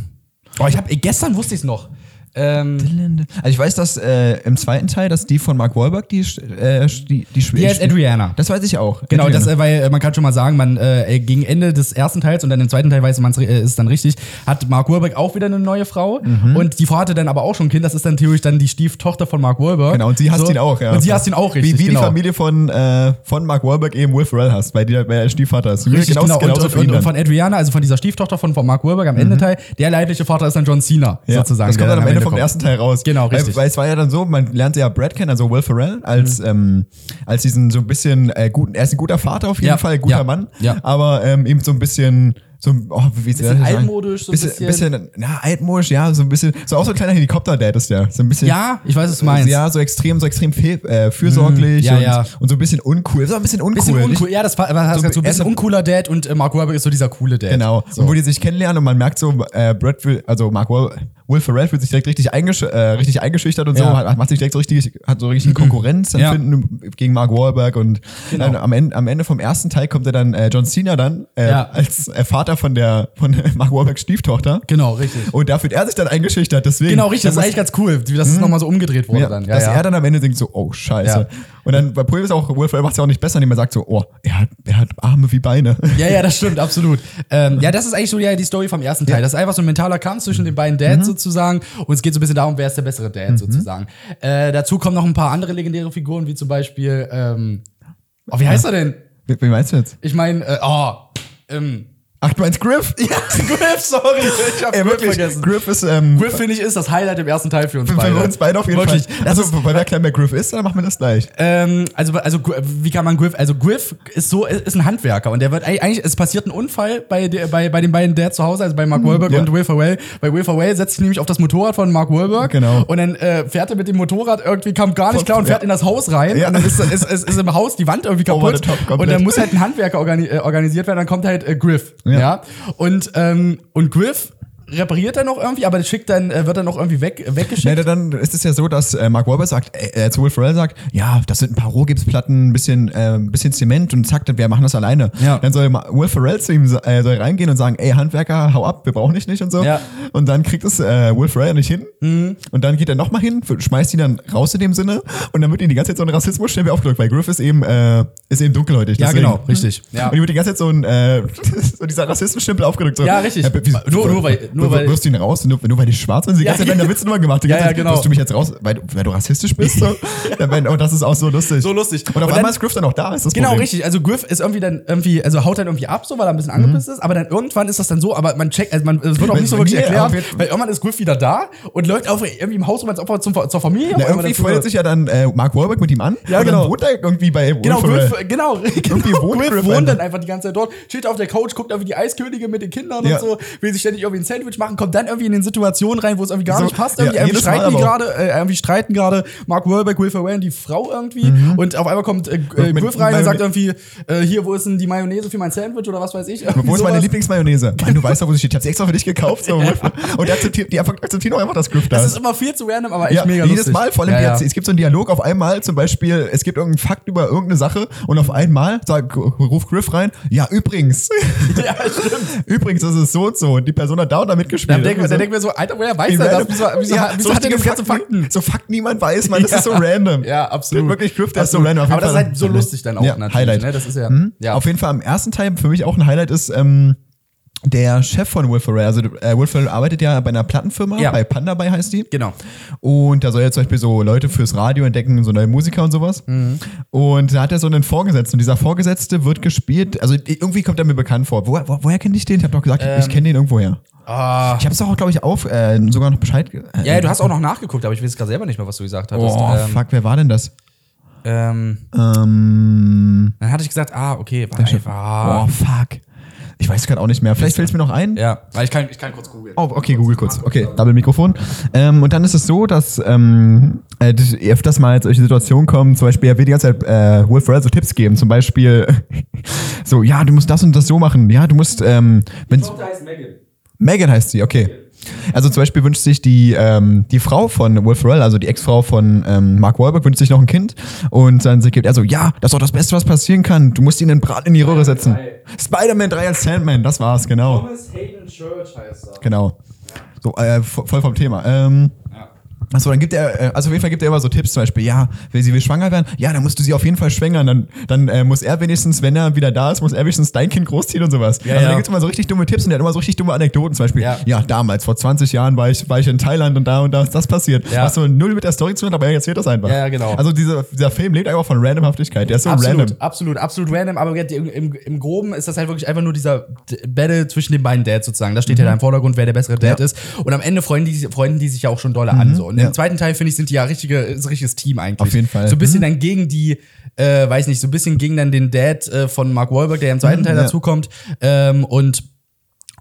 Speaker 3: oh, ich hab, gestern wusste ich es noch. Ähm,
Speaker 2: Dylan. Also ich weiß, dass äh, im zweiten Teil, dass die von Mark Wahlberg die Sch- äh, die, die Schwester.
Speaker 3: die heißt Adriana.
Speaker 2: Das weiß ich auch.
Speaker 3: Genau,
Speaker 2: Adriana.
Speaker 3: das, äh, weil äh, man kann schon mal sagen, man äh, gegen Ende des ersten Teils und dann im zweiten Teil weiß man äh, ist dann richtig, hat Mark Wahlberg auch wieder eine neue Frau
Speaker 2: Mhm.
Speaker 3: und die Frau hatte dann aber auch schon ein Kind, das ist dann theoretisch dann die Stieftochter von Mark Wahlberg.
Speaker 2: Genau, und sie hasst
Speaker 3: So.
Speaker 2: ihn auch, ja.
Speaker 3: Und sie hasst ihn auch richtig.
Speaker 2: Wie, wie
Speaker 3: genau.
Speaker 2: die Familie von, äh, von Mark Wahlberg eben Will Ferrell hasst, weil, die, weil er Stiefvater ist.
Speaker 3: Richtig, genau.
Speaker 2: genauso
Speaker 3: und,
Speaker 2: für
Speaker 3: und,
Speaker 2: ihn dann.
Speaker 3: und,
Speaker 2: Mhm.
Speaker 3: und von Adriana, also von dieser Stieftochter von, von Mark Wahlberg am Endeteil, der leibliche Vater ist dann John Cena
Speaker 2: Ja,
Speaker 3: sozusagen.
Speaker 2: Das kommt
Speaker 3: der
Speaker 2: dann am Ende vom
Speaker 3: kommt.
Speaker 2: ersten Teil raus.
Speaker 3: Genau,
Speaker 2: Weil-
Speaker 3: richtig. Mhm.
Speaker 2: Weil es war ja dann so, man lernte ja Brad kennen, also Will Ferrell, als, ähm, als diesen so ein bisschen äh, guten, er ist ein guter Vater auf jeden
Speaker 3: Ja,
Speaker 2: Fall, guter
Speaker 3: ja,
Speaker 2: Mann,
Speaker 3: ja.
Speaker 2: aber ähm, eben so ein bisschen. So, ein- oh, wie soll ich das sagen?
Speaker 3: altmodisch, so ein
Speaker 2: bisschen,
Speaker 3: bisschen-
Speaker 2: bisschen. Na, altmodisch, ja, so ein bisschen. So auch so ein kleiner Helikopter-Dad ist der. So ein bisschen.
Speaker 3: Ja, ich weiß, was du meinst.
Speaker 2: Ja, so extrem, so extrem fe- äh, fürsorglich
Speaker 3: Mhm, ja,
Speaker 2: und,
Speaker 3: ja.
Speaker 2: und so ein bisschen uncool. So ein bisschen uncool.
Speaker 3: Bisschen
Speaker 2: nicht?
Speaker 3: uncool, ja, das war, war so,
Speaker 2: So
Speaker 3: so ein
Speaker 2: erst-
Speaker 3: bisschen uncooler Dad und äh, Mark Wahlberg ist so dieser coole Dad.
Speaker 2: Genau.
Speaker 3: So.
Speaker 2: Und wo die sich kennenlernen und man merkt so, äh, Brad will, also Mark Wahl Will Ferrell fühlt sich direkt richtig, eingesch äh, richtig eingeschüchtert und so,
Speaker 3: Ja. Mhm.
Speaker 2: hat, macht sich direkt so richtig, hat so richtig Konkurrenzempfinden gegen Mark Wahlberg und
Speaker 3: Genau.
Speaker 2: dann am, Ende, am Ende vom ersten Teil kommt er dann äh, John Cena dann äh,
Speaker 3: Ja.
Speaker 2: als äh, Vater von der von Mark Wahlbergs Stieftochter
Speaker 3: Genau, richtig.
Speaker 2: und da fühlt er sich dann eingeschüchtert, deswegen.
Speaker 3: Genau, richtig. Das ist eigentlich ganz cool, wie das nochmal so umgedreht wurde
Speaker 2: Hm? ja,
Speaker 3: dann.
Speaker 2: dass er dann am Ende denkt so, oh Scheiße. Und dann bei Pool ist auch, Will Ferrell macht es ja auch nicht besser, indem er sagt so, oh, er hat, er hat Arme wie Beine.
Speaker 3: Ja, ja, das stimmt, absolut. Ähm, ja, das ist eigentlich so ja, die Story vom ersten Teil. Das ist einfach so ein mentaler Kampf zwischen den beiden
Speaker 2: Mhm.
Speaker 3: Dads sozusagen. Und es geht so ein bisschen darum, wer ist der bessere Dad sozusagen. Äh, dazu kommen noch ein paar andere legendäre Figuren, wie zum Beispiel, ähm, oh, wie heißt er denn?
Speaker 2: Wie, wie meinst du jetzt?
Speaker 3: Ich meine, äh, oh, ähm,
Speaker 2: Ach, du meinst Griff?
Speaker 3: ja, Griff, sorry, ich hab
Speaker 2: Ey,
Speaker 3: Griff
Speaker 2: wirklich.
Speaker 3: vergessen.
Speaker 2: Griff ist, ähm,
Speaker 3: Griff, finde ich, ist das Highlight im ersten Teil für uns
Speaker 2: für
Speaker 3: beide.
Speaker 2: uns beide auf jeden
Speaker 3: wirklich.
Speaker 2: Fall. Also, weil wir erklären, wer Griff ist, dann machen wir das gleich.
Speaker 3: Ähm, also, also Gr- wie kann man Griff? Also Griff ist so ist ein Handwerker und der wird eigentlich eigentlich- es passiert ein Unfall bei der, bei, bei den beiden Dads zu Hause, also bei Mark Wahlberg
Speaker 2: Mhm, ja.
Speaker 3: und Will Ferrell. Bei Will Ferrell setzt sich nämlich auf das Motorrad von Mark Wahlberg
Speaker 2: Genau.
Speaker 3: und dann äh, fährt er mit dem Motorrad irgendwie kam gar
Speaker 2: Von-
Speaker 3: nicht klar und fährt
Speaker 2: ja.
Speaker 3: in das Haus rein
Speaker 2: Ja.
Speaker 3: und dann ist, ist, ist, ist im Haus die Wand irgendwie
Speaker 2: Over
Speaker 3: kaputt
Speaker 2: the top,
Speaker 3: und
Speaker 2: komplett.
Speaker 3: dann muss halt ein Handwerker organi äh, organisiert werden. Dann kommt halt äh, Griff, ja.
Speaker 2: Ja.
Speaker 3: und ähm, und Griff repariert dann noch irgendwie, aber das schickt dann äh, wird dann noch irgendwie weg weggeschickt.
Speaker 2: Nee, dann ist es ja so, dass äh, Mark Wahlberg sagt, äh, äh, zu Will Ferrell sagt, ja, das sind ein paar Rohgipsplatten, ein bisschen, äh, ein bisschen Zement und zack, dann- wir machen das alleine.
Speaker 3: Ja.
Speaker 2: Dann soll Ma- Will Ferrell zu ihm sa- äh, soll reingehen und sagen, ey Handwerker, hau ab, wir brauchen dich nicht und so.
Speaker 3: Ja. Mhm.
Speaker 2: Und dann kriegt es äh, Will Ferrell nicht hin. Und dann geht er nochmal hin, f- schmeißt ihn dann raus in dem Sinne und dann wird ihm die ganze Zeit so ein Rassismus schnell wieder aufgedrückt, weil Griff ist eben, äh, ist eben dunkelhäutig.
Speaker 3: Ja,
Speaker 2: deswegen. Mhm.
Speaker 3: genau, richtig. Ja.
Speaker 2: Und ihm wird die ganze Zeit so ein äh, so dieser Rassistenstempel aufgedrückt. So.
Speaker 3: Ja, richtig.
Speaker 2: wieso-
Speaker 3: Nur- nur weil- nur weil-
Speaker 2: wirfst du ihn raus, nur, nur weil die schwarz sind. Die
Speaker 3: Ja,
Speaker 2: ganze Zeit werden da Witze drüber gemacht. Die
Speaker 3: Ja,
Speaker 2: ganze
Speaker 3: ja,
Speaker 2: Zeit,
Speaker 3: genau.
Speaker 2: wirst du mich jetzt raus, weil, du- weil du rassistisch bist. So. Dann werden- Und das ist auch so lustig.
Speaker 3: So lustig.
Speaker 2: Und auf
Speaker 3: Und dann-
Speaker 2: einmal ist Griff dann auch da. Ist das
Speaker 3: Genau,
Speaker 2: Problem.
Speaker 3: richtig. Also Griff ist irgendwie dann irgendwie, also haut dann irgendwie ab, so weil er ein bisschen angepisst ist, aber dann irgendwann ist das dann so, aber man checkt, also man es wird auch
Speaker 2: Mhm. Weil-
Speaker 3: nicht so wirklich
Speaker 2: nee,
Speaker 3: erklärt,
Speaker 2: aber wir-
Speaker 3: weil irgendwann ist Griff wieder da und läuft auf irgendwie im Haus rum als Opfer zum, zur Familie.
Speaker 2: Na,
Speaker 3: auf einmal
Speaker 2: irgendwie
Speaker 3: dazu.
Speaker 2: freut sich ja dann äh, Mark Wahlberg mit ihm an.
Speaker 3: Ja,
Speaker 2: und
Speaker 3: genau.
Speaker 2: Dann wohnt er irgendwie bei Will
Speaker 3: Genau,
Speaker 2: Ferrell.
Speaker 3: Griff, genau,
Speaker 2: Irgendwie
Speaker 3: genau.
Speaker 2: wohnt
Speaker 3: Griff
Speaker 2: Griff
Speaker 3: wohnt dann
Speaker 2: einfach.
Speaker 3: einfach die ganze Zeit dort, steht auf der Couch, guckt irgendwie die Eiskönige mit den Kindern
Speaker 2: Ja.
Speaker 3: und so, will sich ständig irgendwie ein Sandwich machen, kommt dann irgendwie in den Situationen rein, wo es irgendwie gar
Speaker 2: So,
Speaker 3: nicht passt,
Speaker 2: ja,
Speaker 3: irgendwie, irgendwie
Speaker 2: jedes Mal
Speaker 3: streiten die
Speaker 2: aber auch.
Speaker 3: gerade, äh, irgendwie streiten gerade Mark Wahlberg, Will Ferrell und die Frau irgendwie und auf einmal kommt äh, äh,
Speaker 2: Mhm. Mit-
Speaker 3: Griff rein
Speaker 2: Mayonnaise.
Speaker 3: und sagt irgendwie, äh, hier, wo ist denn die Mayonnaise für mein Sandwich oder was weiß ich.
Speaker 2: Wo ist meine
Speaker 3: Sowas.
Speaker 2: Lieblingsmayonnaise? Mann, du weißt doch, wo sie steht. Ich hab sie extra für dich gekauft. So. Und die akzeptieren, die einfach- akzeptieren auch einfach, dass Griff da
Speaker 3: Das
Speaker 2: ist.
Speaker 3: ist immer viel zu random, aber echt
Speaker 2: Ja,
Speaker 3: mega
Speaker 2: jedes
Speaker 3: lustig.
Speaker 2: Mal, vor allem,
Speaker 3: ja,
Speaker 2: die
Speaker 3: ja.
Speaker 2: erzäh- es gibt so einen Dialog auf einmal, zum Beispiel, es gibt irgendeinen Fakt über irgendeine Sache und auf einmal sagt, ruft Griff rein, ja, übrigens,
Speaker 3: ja, stimmt.
Speaker 2: übrigens ist es so und so und die Person hat da und da mitgespielt.
Speaker 3: Dann denken
Speaker 2: Irgendwie
Speaker 3: wir,
Speaker 2: so.
Speaker 3: dann denken wir so, Alter, woher weiß
Speaker 2: Wie
Speaker 3: er das?
Speaker 2: random.
Speaker 3: Wieso, wieso,
Speaker 2: Ja,
Speaker 3: wieso hat er
Speaker 2: richtige
Speaker 3: das ganze Fakten?
Speaker 2: So Fakt niemand weiß, man, das ist so
Speaker 3: Ja.
Speaker 2: random.
Speaker 3: Ja, absolut.
Speaker 2: Wirklich Griff, der ist so
Speaker 3: Absolut.
Speaker 2: random. auf
Speaker 3: Aber das
Speaker 2: jeden
Speaker 3: ist
Speaker 2: Fall.
Speaker 3: halt so lustig dann auch
Speaker 2: Ja,
Speaker 3: natürlich.
Speaker 2: Highlight.
Speaker 3: Ne? Das ist ja,
Speaker 2: Mhm.
Speaker 3: ja.
Speaker 2: Auf jeden Fall am ersten Teil für mich auch ein Highlight ist, ähm, der Chef von Will Ferrell, also äh, Will Ferrell arbeitet ja bei einer Plattenfirma,
Speaker 3: Ja.
Speaker 2: bei Panda Bay heißt die.
Speaker 3: Genau.
Speaker 2: Und da soll er zum Beispiel so Leute fürs Radio entdecken, so neue Musiker und sowas.
Speaker 3: Mhm.
Speaker 2: Und da hat er so einen Vorgesetzten. Und dieser Vorgesetzte wird gespielt, also irgendwie kommt er mir bekannt vor. Woher, wo, woher kenne ich den? Ich habe doch gesagt,
Speaker 3: Ähm.
Speaker 2: ich kenne den irgendwoher.
Speaker 3: Ah.
Speaker 2: Ich habe es auch, glaube ich, auf, äh, sogar noch Bescheid. ge- Äh,
Speaker 3: Ja, ja, du hast auch noch nachgeguckt, aber ich weiß gerade selber nicht mehr, was du gesagt hattest.
Speaker 2: Oh,
Speaker 3: ähm,
Speaker 2: fuck, wer war denn das?
Speaker 3: ähm,
Speaker 2: Ähm,
Speaker 3: dann hatte ich gesagt, ah, okay, war einfach.
Speaker 2: oh, fuck. Ich weiß gerade auch nicht mehr. Vielleicht fällt es mir noch ein.
Speaker 3: Ja, weil ich kann, ich kann kurz googeln.
Speaker 2: Oh, okay, Google kurz. Okay, Double Mikrofon. Ähm, und dann ist es so, dass ähm, äh, dass öfters mal solche Situationen kommen, zum Beispiel, er will die ganze Zeit äh, Will Ferrell so Tipps geben, zum Beispiel so, ja, du musst das und das so machen, ja, du musst, ähm, wenn
Speaker 3: Da heißt Megan.
Speaker 2: Megan heißt sie, okay. Also zum Beispiel wünscht sich die, ähm, die Frau von Will Ferrell, also die Ex-Frau von ähm, Mark Wahlberg, wünscht sich noch ein Kind. Und dann gibt er so, ja, das ist doch das Beste, was passieren kann. Du musst ihn in den Brat in die Röhre setzen. Spider-Man 3 als Sandman, das war's, genau.
Speaker 3: Thomas Hayden Church heißt er.
Speaker 2: Genau. So, äh, vo- voll vom Thema. Ähm, Achso, dann gibt er, äh, also auf jeden Fall gibt er immer so Tipps, zum Beispiel, ja, will sie will schwanger werden, ja, dann musst du sie auf jeden Fall schwängern, dann, dann äh, muss er wenigstens, wenn er wieder da ist, muss er wenigstens dein Kind großziehen und sowas.
Speaker 3: Ja,
Speaker 2: also
Speaker 3: ja.
Speaker 2: da gibt's immer so richtig dumme Tipps und er hat immer so richtig dumme Anekdoten, zum Beispiel,
Speaker 3: Ja.
Speaker 2: ja, damals, vor 20 Jahren war ich, war ich in Thailand und da und da ist das passiert.
Speaker 3: Ja.
Speaker 2: Was so null mit der Story zu tun hat, aber er erzählt das einfach.
Speaker 3: Ja, ja, genau.
Speaker 2: Also dieser, dieser Film lebt einfach von Randomhaftigkeit, der ist so
Speaker 3: absolut,
Speaker 2: random.
Speaker 3: Absolut, absolut random, aber im, im, im Groben ist das halt wirklich einfach nur dieser D- Battle zwischen den beiden Dads sozusagen. Da steht ja da im Vordergrund, wer der bessere Dad
Speaker 2: Mhm. Ja. Mhm.
Speaker 3: ist. Und am Ende freuen die, freunden die sich ja auch schon doller an. So. Und
Speaker 2: ja.
Speaker 3: im zweiten Teil, finde ich, sind die ja richtige, ist ein richtiges Team eigentlich.
Speaker 2: Auf jeden Fall. Mhm.
Speaker 3: So ein bisschen dann gegen die, äh, weiß nicht, so ein
Speaker 2: Mhm.
Speaker 3: bisschen gegen dann den Dad äh, von Mark Wahlberg, der im zweiten Teil
Speaker 2: ja.
Speaker 3: dazukommt. Ähm, und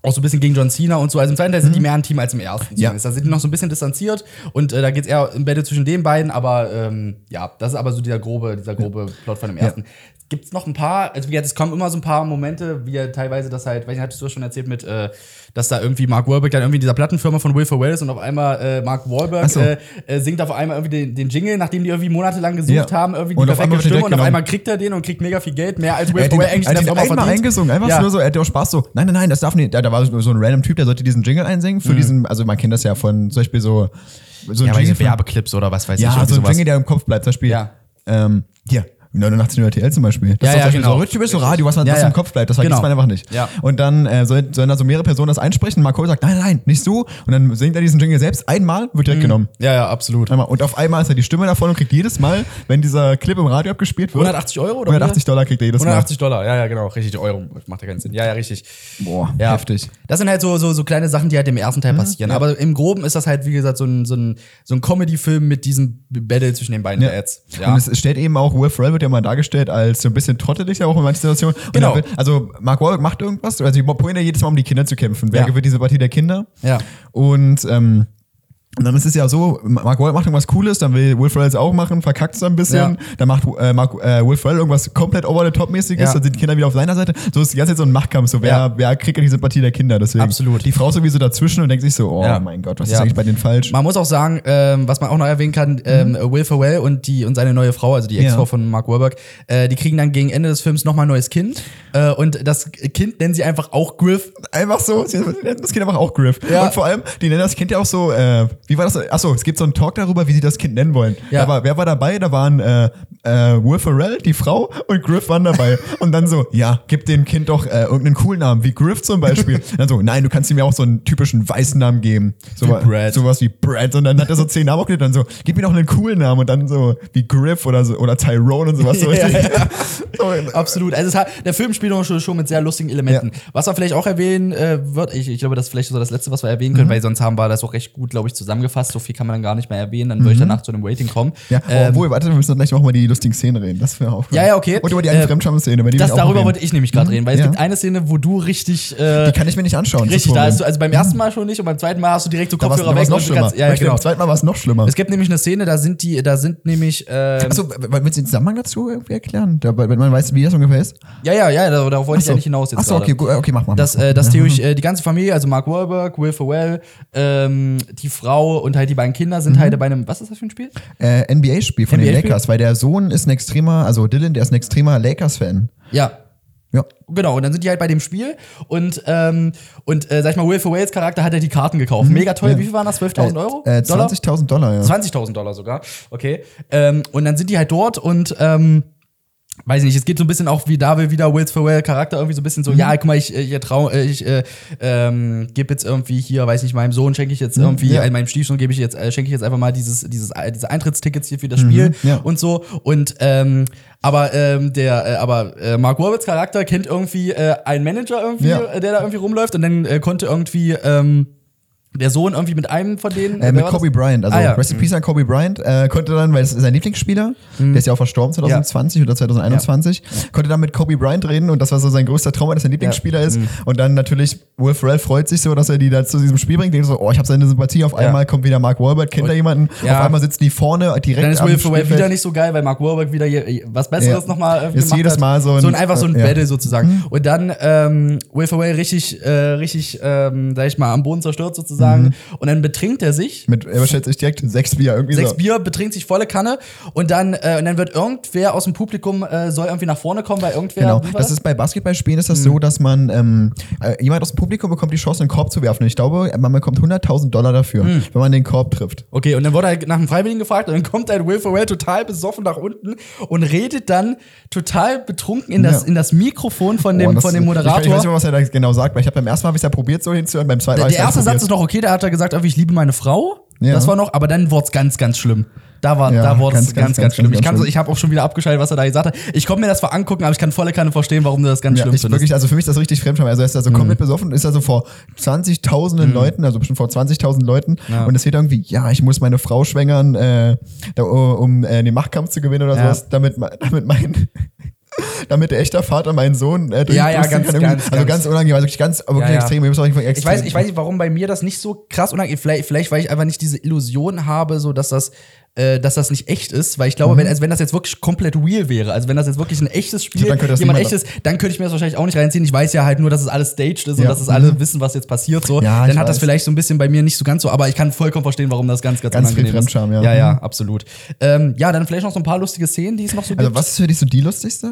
Speaker 3: auch so ein bisschen gegen John Cena und so. Also im zweiten Teil sind die mehr ein Team als im ersten.
Speaker 2: Mhm. Ja.
Speaker 3: zumindest. Da sind die noch so ein bisschen distanziert und äh, da geht es eher im Battle zwischen den beiden, aber ähm, ja, das ist aber so dieser grobe, dieser grobe Plot von dem ersten. Gibt es noch ein paar, also wie gesagt, es kommen immer so ein paar Momente, wie er teilweise das halt, weiß ich, hattest du das schon erzählt mit, äh, dass da irgendwie Mark Wahlberg dann irgendwie in dieser Plattenfirma von Will Ferrell ist und auf einmal äh, Mark Wahlberg
Speaker 2: Ach so.
Speaker 3: äh, äh, singt auf einmal irgendwie den, den Jingle, nachdem die irgendwie monatelang gesucht
Speaker 2: Ja.
Speaker 3: haben, irgendwie
Speaker 2: Und
Speaker 3: die
Speaker 2: auf einmal wird er
Speaker 3: perfekte Stimme und auf
Speaker 2: weggenommen.
Speaker 3: einmal kriegt er den und kriegt mega viel Geld, mehr als Will
Speaker 2: Er hat ihn,
Speaker 3: Ferrell
Speaker 2: er
Speaker 3: eigentlich
Speaker 2: hat ihn einmal eingesungen, einfach
Speaker 3: Ja.
Speaker 2: nur so, er hat auch Spaß so, nein, nein, nein, das darf nicht, da, da war so so ein random Typ, der sollte diesen Jingle einsingen
Speaker 3: Mhm.
Speaker 2: für diesen, also man kennt das ja von zum Beispiel so, so ein
Speaker 4: Ja, weil
Speaker 2: Jingle
Speaker 4: diese
Speaker 2: von,
Speaker 4: Werbeclips oder was weiß ich.
Speaker 2: ja,
Speaker 4: irgendwie
Speaker 2: so ein
Speaker 4: sowas.
Speaker 2: Jingle, der im Kopf bleibt, zum Beispiel,
Speaker 3: Ja.
Speaker 2: ähm, hier, 89 Uhr RTL zum Beispiel.
Speaker 3: Ja,
Speaker 2: ist
Speaker 3: ja,
Speaker 2: zum Beispiel
Speaker 3: genau.
Speaker 2: so richtig typisch so Radio, was man
Speaker 3: Ja,
Speaker 2: was
Speaker 3: ja.
Speaker 2: im Kopf bleibt, das vergisst
Speaker 3: Genau.
Speaker 2: man einfach nicht.
Speaker 3: Ja.
Speaker 2: Und dann äh, sollen, sollen da so mehrere Personen das einsprechen, Marco sagt, nein, nein, nicht so, und dann singt er diesen Jingle selbst, einmal wird
Speaker 3: Mhm.
Speaker 2: direkt genommen.
Speaker 3: ja, ja, absolut.
Speaker 2: Einmal. Und auf einmal ist er die Stimme davon und kriegt jedes Mal, wenn dieser Clip im Radio abgespielt wird,
Speaker 3: 180 Euro oder
Speaker 2: 180 Dollar kriegt er jedes Mal.
Speaker 3: 180 Dollar, ja, ja, genau, richtig, Euro, macht ja keinen Sinn. Ja, ja, richtig.
Speaker 2: Boah,
Speaker 3: Ja.
Speaker 2: heftig.
Speaker 3: Das sind halt so, so, so kleine Sachen, die halt im ersten
Speaker 2: Mhm.
Speaker 3: Teil passieren. Aber im Groben ist das halt, wie gesagt, so ein, so ein, so ein Comedy-Film mit diesem Battle zwischen den beiden
Speaker 2: Ja.
Speaker 3: Ads.
Speaker 2: Und es stellt eben auch, Will Ferrell wird ja mal dargestellt als so ein bisschen trottelig ja auch in manchen Situationen. Und
Speaker 3: Genau.
Speaker 2: er will- Also Mark Wahlberg macht irgendwas, also die Pointe jedes Mal um die Kinder zu kämpfen. Wer
Speaker 3: Ja.
Speaker 2: gewinnt diese Partie der Kinder?
Speaker 3: Ja.
Speaker 2: Und ähm, und dann ist es ja so, Mark Wahlberg macht irgendwas Cooles, dann will Will Ferrell es auch machen, verkackt es ein bisschen,
Speaker 3: Ja.
Speaker 2: dann macht äh, Mark, äh, Will Ferrell irgendwas komplett over the top mäßiges,
Speaker 3: Ja.
Speaker 2: dann sind die Kinder wieder auf seiner Seite. So ist die ganze Zeit so ein Machtkampf, so wer,
Speaker 3: Ja.
Speaker 2: wer kriegt denn diese Partie der Kinder? Deswegen.
Speaker 3: Absolut.
Speaker 2: Die Frau ist sowieso dazwischen und denkt sich so, oh
Speaker 3: Ja.
Speaker 2: mein Gott, was
Speaker 3: Ja.
Speaker 2: ist eigentlich bei denen falsch?
Speaker 3: Man muss auch sagen, ähm, was man auch noch erwähnen kann, ähm, Will Ferrell und, die, und seine neue Frau, also die Ex-Frau
Speaker 2: Mhm. Ja.
Speaker 3: von Mark Wahlberg, äh, die kriegen dann gegen Ende des Films nochmal ein neues Kind. Äh, und das Kind nennen sie einfach auch Griff.
Speaker 2: Einfach so, sie nennen das Kind einfach auch Griff.
Speaker 3: Ja.
Speaker 2: Und vor allem, die nennen das Kind ja auch so, äh, wie war das? Achso, es gibt so einen Talk darüber, wie sie das Kind nennen wollen.
Speaker 3: Ja.
Speaker 2: Ja. Aber wer war dabei? Da waren äh, äh, Will Ferrell, die Frau, und Griff waren dabei. und dann so, ja, gib dem Kind doch äh, irgendeinen coolen Namen, wie Griff zum Beispiel. Und dann so, nein, du kannst ihm ja auch so einen typischen weißen Namen geben. So,
Speaker 3: Wie
Speaker 2: wa-
Speaker 3: Brad.
Speaker 2: Sowas wie Brad. Und dann hat er so zehn Namen auch genannt. Dann so, gib mir doch einen coolen Namen. Und dann so, wie Griff oder so, oder Tyrone und sowas. So
Speaker 3: Ja,
Speaker 2: richtig.
Speaker 3: ja.
Speaker 2: so,
Speaker 3: Absolut. Also es hat, der Film spielt auch schon, schon mit sehr lustigen Elementen. Was man vielleicht auch erwähnen äh, wird, ich, ich glaube, das ist vielleicht so das Letzte, was wir erwähnen
Speaker 2: Mhm.
Speaker 3: können, weil sonst haben wir das auch recht gut, glaube ich, zusammengefasst. So viel kann man dann gar nicht mehr erwähnen. Dann würde ich danach zu einem Rating kommen.
Speaker 2: Mhm. Ja, Oh,
Speaker 3: Ähm,
Speaker 2: obwohl, warte, wir müssen gleich noch mal über die lustigen Szenen reden. Das wäre auch
Speaker 3: Ja, ja, okay.
Speaker 2: Und über die
Speaker 3: Äh,
Speaker 2: eine Fremdscham-Szene, über die
Speaker 3: das,
Speaker 2: wir auch
Speaker 3: darüber
Speaker 2: reden.
Speaker 3: wollte ich nämlich gerade reden, weil es
Speaker 2: ja.
Speaker 3: gibt eine Szene, wo du richtig. Äh,
Speaker 2: Die kann ich mir nicht anschauen. das
Speaker 3: richtig, da
Speaker 2: Problem.
Speaker 3: hast du, also beim ersten Mal schon nicht und beim zweiten Mal hast du direkt so
Speaker 2: da war's-
Speaker 3: Kopfhörer
Speaker 2: da war's
Speaker 3: weg
Speaker 2: noch
Speaker 3: und du
Speaker 2: schlimmer.
Speaker 3: kannst, ja,
Speaker 2: Ich glaub,
Speaker 3: genau.
Speaker 2: Beim zweiten Mal war es noch schlimmer.
Speaker 3: Es gibt nämlich eine Szene, da sind die, da sind nämlich. Ähm,
Speaker 2: Achso, w- w- willst du den Zusammenhang dazu irgendwie erklären? Da, wenn man weiß, wie das ungefähr ist?
Speaker 3: ja, ja, ja, darauf wollte ich
Speaker 2: Achso.
Speaker 3: ja nicht hinaus jetzt.
Speaker 2: Achso,
Speaker 3: gerade.
Speaker 2: okay, gut, okay, mach Mhm. mal.
Speaker 3: dass, äh, dass theoretisch äh, die ganze Familie, also Mark Wahlberg, Will Ferrell, ähm, die Frau und halt die beiden Kinder
Speaker 2: Mhm.
Speaker 3: sind halt bei einem, was ist das für ein Spiel?
Speaker 2: äh, NBA-Spiel von den
Speaker 3: NBA-Spiel?
Speaker 2: Lakers, weil der Sohn ist ein extremer, also Dylan, der ist ein extremer Lakers-Fan.
Speaker 3: Ja.
Speaker 2: Ja.
Speaker 3: Genau, und dann sind die halt bei dem Spiel und, ähm, und äh, sag ich mal, Will Ferrells Charakter hat ja die Karten gekauft. Mega toll, wie viel waren das? 12.000 Euro?
Speaker 2: Mhm. Äh,
Speaker 3: Dollar?
Speaker 2: 20.000 Dollar, ja.
Speaker 3: 20.000 Dollar sogar. Okay. Ähm, und dann sind die halt dort und ähm, weiß ich nicht, es geht so ein bisschen auch wie da will wieder Wills Ferrell Charakter irgendwie so ein
Speaker 2: Mhm.
Speaker 3: bisschen so, ja, guck mal, ich, äh, ich trau, äh, ich äh, ähm, gebe jetzt irgendwie hier, weiß nicht, meinem Sohn schenke ich jetzt irgendwie,
Speaker 2: Mhm. ja.
Speaker 3: äh, meinem Stiefsohn gebe ich jetzt, äh, schenke ich jetzt einfach mal dieses, dieses, äh, diese Eintrittstickets hier für das Spiel
Speaker 2: Mhm. ja.
Speaker 3: und so. Und ähm, aber ähm, der, äh, aber äh, Mark Warwitz Charakter kennt irgendwie äh, einen Manager irgendwie,
Speaker 2: Ja.
Speaker 3: äh, der da irgendwie rumläuft und dann äh, konnte irgendwie ähm, der Sohn irgendwie mit einem von denen.
Speaker 2: Äh,
Speaker 3: wer
Speaker 2: mit
Speaker 3: war das?
Speaker 2: Kobe Bryant, also
Speaker 3: Ah, ja.
Speaker 2: Rest in Peace an Kobe Bryant, äh, konnte dann, weil das ist sein Lieblingsspieler,
Speaker 3: Mhm.
Speaker 2: der ist ja auch verstorben 2020 oder 2021, konnte dann mit Kobe Bryant reden und das war so sein größter Traum, weil das sein Lieblingsspieler ist.
Speaker 3: Mhm.
Speaker 2: Und dann natürlich, Will Ferrell freut sich so, dass er die da zu diesem Spiel bringt, denkt so, oh, ich habe seine Sympathie, auf einmal kommt wieder Mark Wahlberg, kennt er jemanden,
Speaker 3: Ja.
Speaker 2: auf einmal sitzen die vorne direkt
Speaker 3: Dann ist
Speaker 2: am
Speaker 3: Will Ferrell
Speaker 2: Spielfeld.
Speaker 3: wieder nicht so geil, weil Mark Warburg wieder je- was Besseres
Speaker 2: Ja.
Speaker 3: nochmal irgendwie
Speaker 2: Ist jedes Mal so ein-
Speaker 3: so ein einfach so ein
Speaker 2: äh, ja.
Speaker 3: Battle sozusagen. Und dann ähm, Will Ferrell richtig, äh, richtig, ähm, sag ich mal, am Boden zerstört sozusagen. Und dann betrinkt er sich.
Speaker 2: Mhm. Mit, er bestellt sich direkt sechs Bier irgendwie
Speaker 3: Sechs
Speaker 2: so.
Speaker 3: Bier, betrinkt sich volle Kanne und dann, äh, und dann wird irgendwer aus dem Publikum äh, soll irgendwie nach vorne kommen, weil irgendwer.
Speaker 2: Genau.
Speaker 3: wie war
Speaker 2: Das ist bei Basketballspielen ist das
Speaker 3: Mhm.
Speaker 2: so, dass man ähm, äh, jemand aus dem Publikum bekommt die Chance, einen Korb zu werfen. Und ich glaube, man bekommt 100.000 Dollar dafür,
Speaker 3: Mhm.
Speaker 2: wenn man den Korb trifft.
Speaker 3: Okay, und dann wurde er nach dem Freiwilligen gefragt und dann kommt ein Will Ferrell total besoffen nach unten und redet dann total betrunken in das,
Speaker 2: Ja.
Speaker 3: in das Mikrofon von
Speaker 2: Boah,
Speaker 3: dem,
Speaker 2: Oh, das-
Speaker 3: von dem Moderator.
Speaker 2: Ich, ich weiß nicht mehr, was er da genau sagt, weil ich habe beim ersten Mal habe ich ja probiert, so hinzuhören, beim zweiten Mal. hab
Speaker 3: Der, der
Speaker 2: ich's
Speaker 3: erste
Speaker 2: dann
Speaker 3: Satz ist
Speaker 2: probiert.
Speaker 3: noch okay, da hat er gesagt, irgendwie, ich liebe meine Frau.
Speaker 2: Ja.
Speaker 3: Das war noch, aber dann wurde es ganz, ganz schlimm. Da war,
Speaker 2: Ja,
Speaker 3: da wurde
Speaker 2: ganz,
Speaker 3: es ganz, ganz,
Speaker 2: ganz, ganz
Speaker 3: schlimm. Ich,
Speaker 2: ganz
Speaker 3: kann so,
Speaker 2: schlimm.
Speaker 3: ich habe auch schon wieder abgeschaltet, was er da gesagt hat. Ich konnte mir das zwar angucken, aber ich kann volle Kanne verstehen, warum du Mhm. das ganz schlimm
Speaker 2: ja, ich
Speaker 3: findest.
Speaker 2: wirklich, also für mich ist das richtig fremd. Also er ist also komplett besoffen, ist also vor 20.000 Leuten, also bestimmt vor 20.000 Leuten
Speaker 3: Mhm. Ja.
Speaker 2: und es steht irgendwie, ja, ich muss meine Frau oh, schwängern, äh, da, um äh, den Machtkampf zu gewinnen oder
Speaker 3: Ja.
Speaker 2: sowas, damit, ma- damit mein damit der echter Vater meinen Sohn äh,
Speaker 3: Ja, ja,
Speaker 2: durchpusten
Speaker 3: ganz,
Speaker 2: kann. Irgendwie-
Speaker 3: ganz,
Speaker 2: Also
Speaker 3: ganz.
Speaker 2: ganz unangenehm, also wirklich ganz, aber wirklich
Speaker 3: Ja, ja.
Speaker 2: extrem. Ihr müsst auch nicht von
Speaker 3: Ich
Speaker 2: extrem-
Speaker 3: weiß, ich weiß nicht, warum bei mir das nicht so krass unangenehm vielleicht, vielleicht, weil ich einfach nicht diese Illusion habe, so dass das, äh, dass das nicht echt ist. Weil ich glaube,
Speaker 2: Mhm.
Speaker 3: wenn, also wenn das jetzt wirklich komplett real wäre, also wenn das jetzt wirklich ein echtes Spiel,
Speaker 2: Ja, dann könnte das
Speaker 3: jemand
Speaker 2: niemand-
Speaker 3: echtes, dann könnte ich mir das wahrscheinlich auch nicht reinziehen. Ich weiß ja halt nur, dass es alles staged ist und
Speaker 2: Ja. Mhm.
Speaker 3: dass es alle wissen, was jetzt passiert. So.
Speaker 2: Ja, ich
Speaker 3: dann hat das
Speaker 2: weiß.
Speaker 3: vielleicht so ein bisschen bei mir nicht so ganz so, aber ich kann vollkommen verstehen, warum das ganz, ganz,
Speaker 2: Ganz viel
Speaker 3: unangenehm ist.
Speaker 2: Fremdscham, ja. Mhm.
Speaker 3: ja, ja, absolut. Ähm, ja, dann vielleicht noch so ein paar lustige Szenen, die es noch so
Speaker 2: Also
Speaker 3: gibt.
Speaker 2: was ist für dich so die lustigste?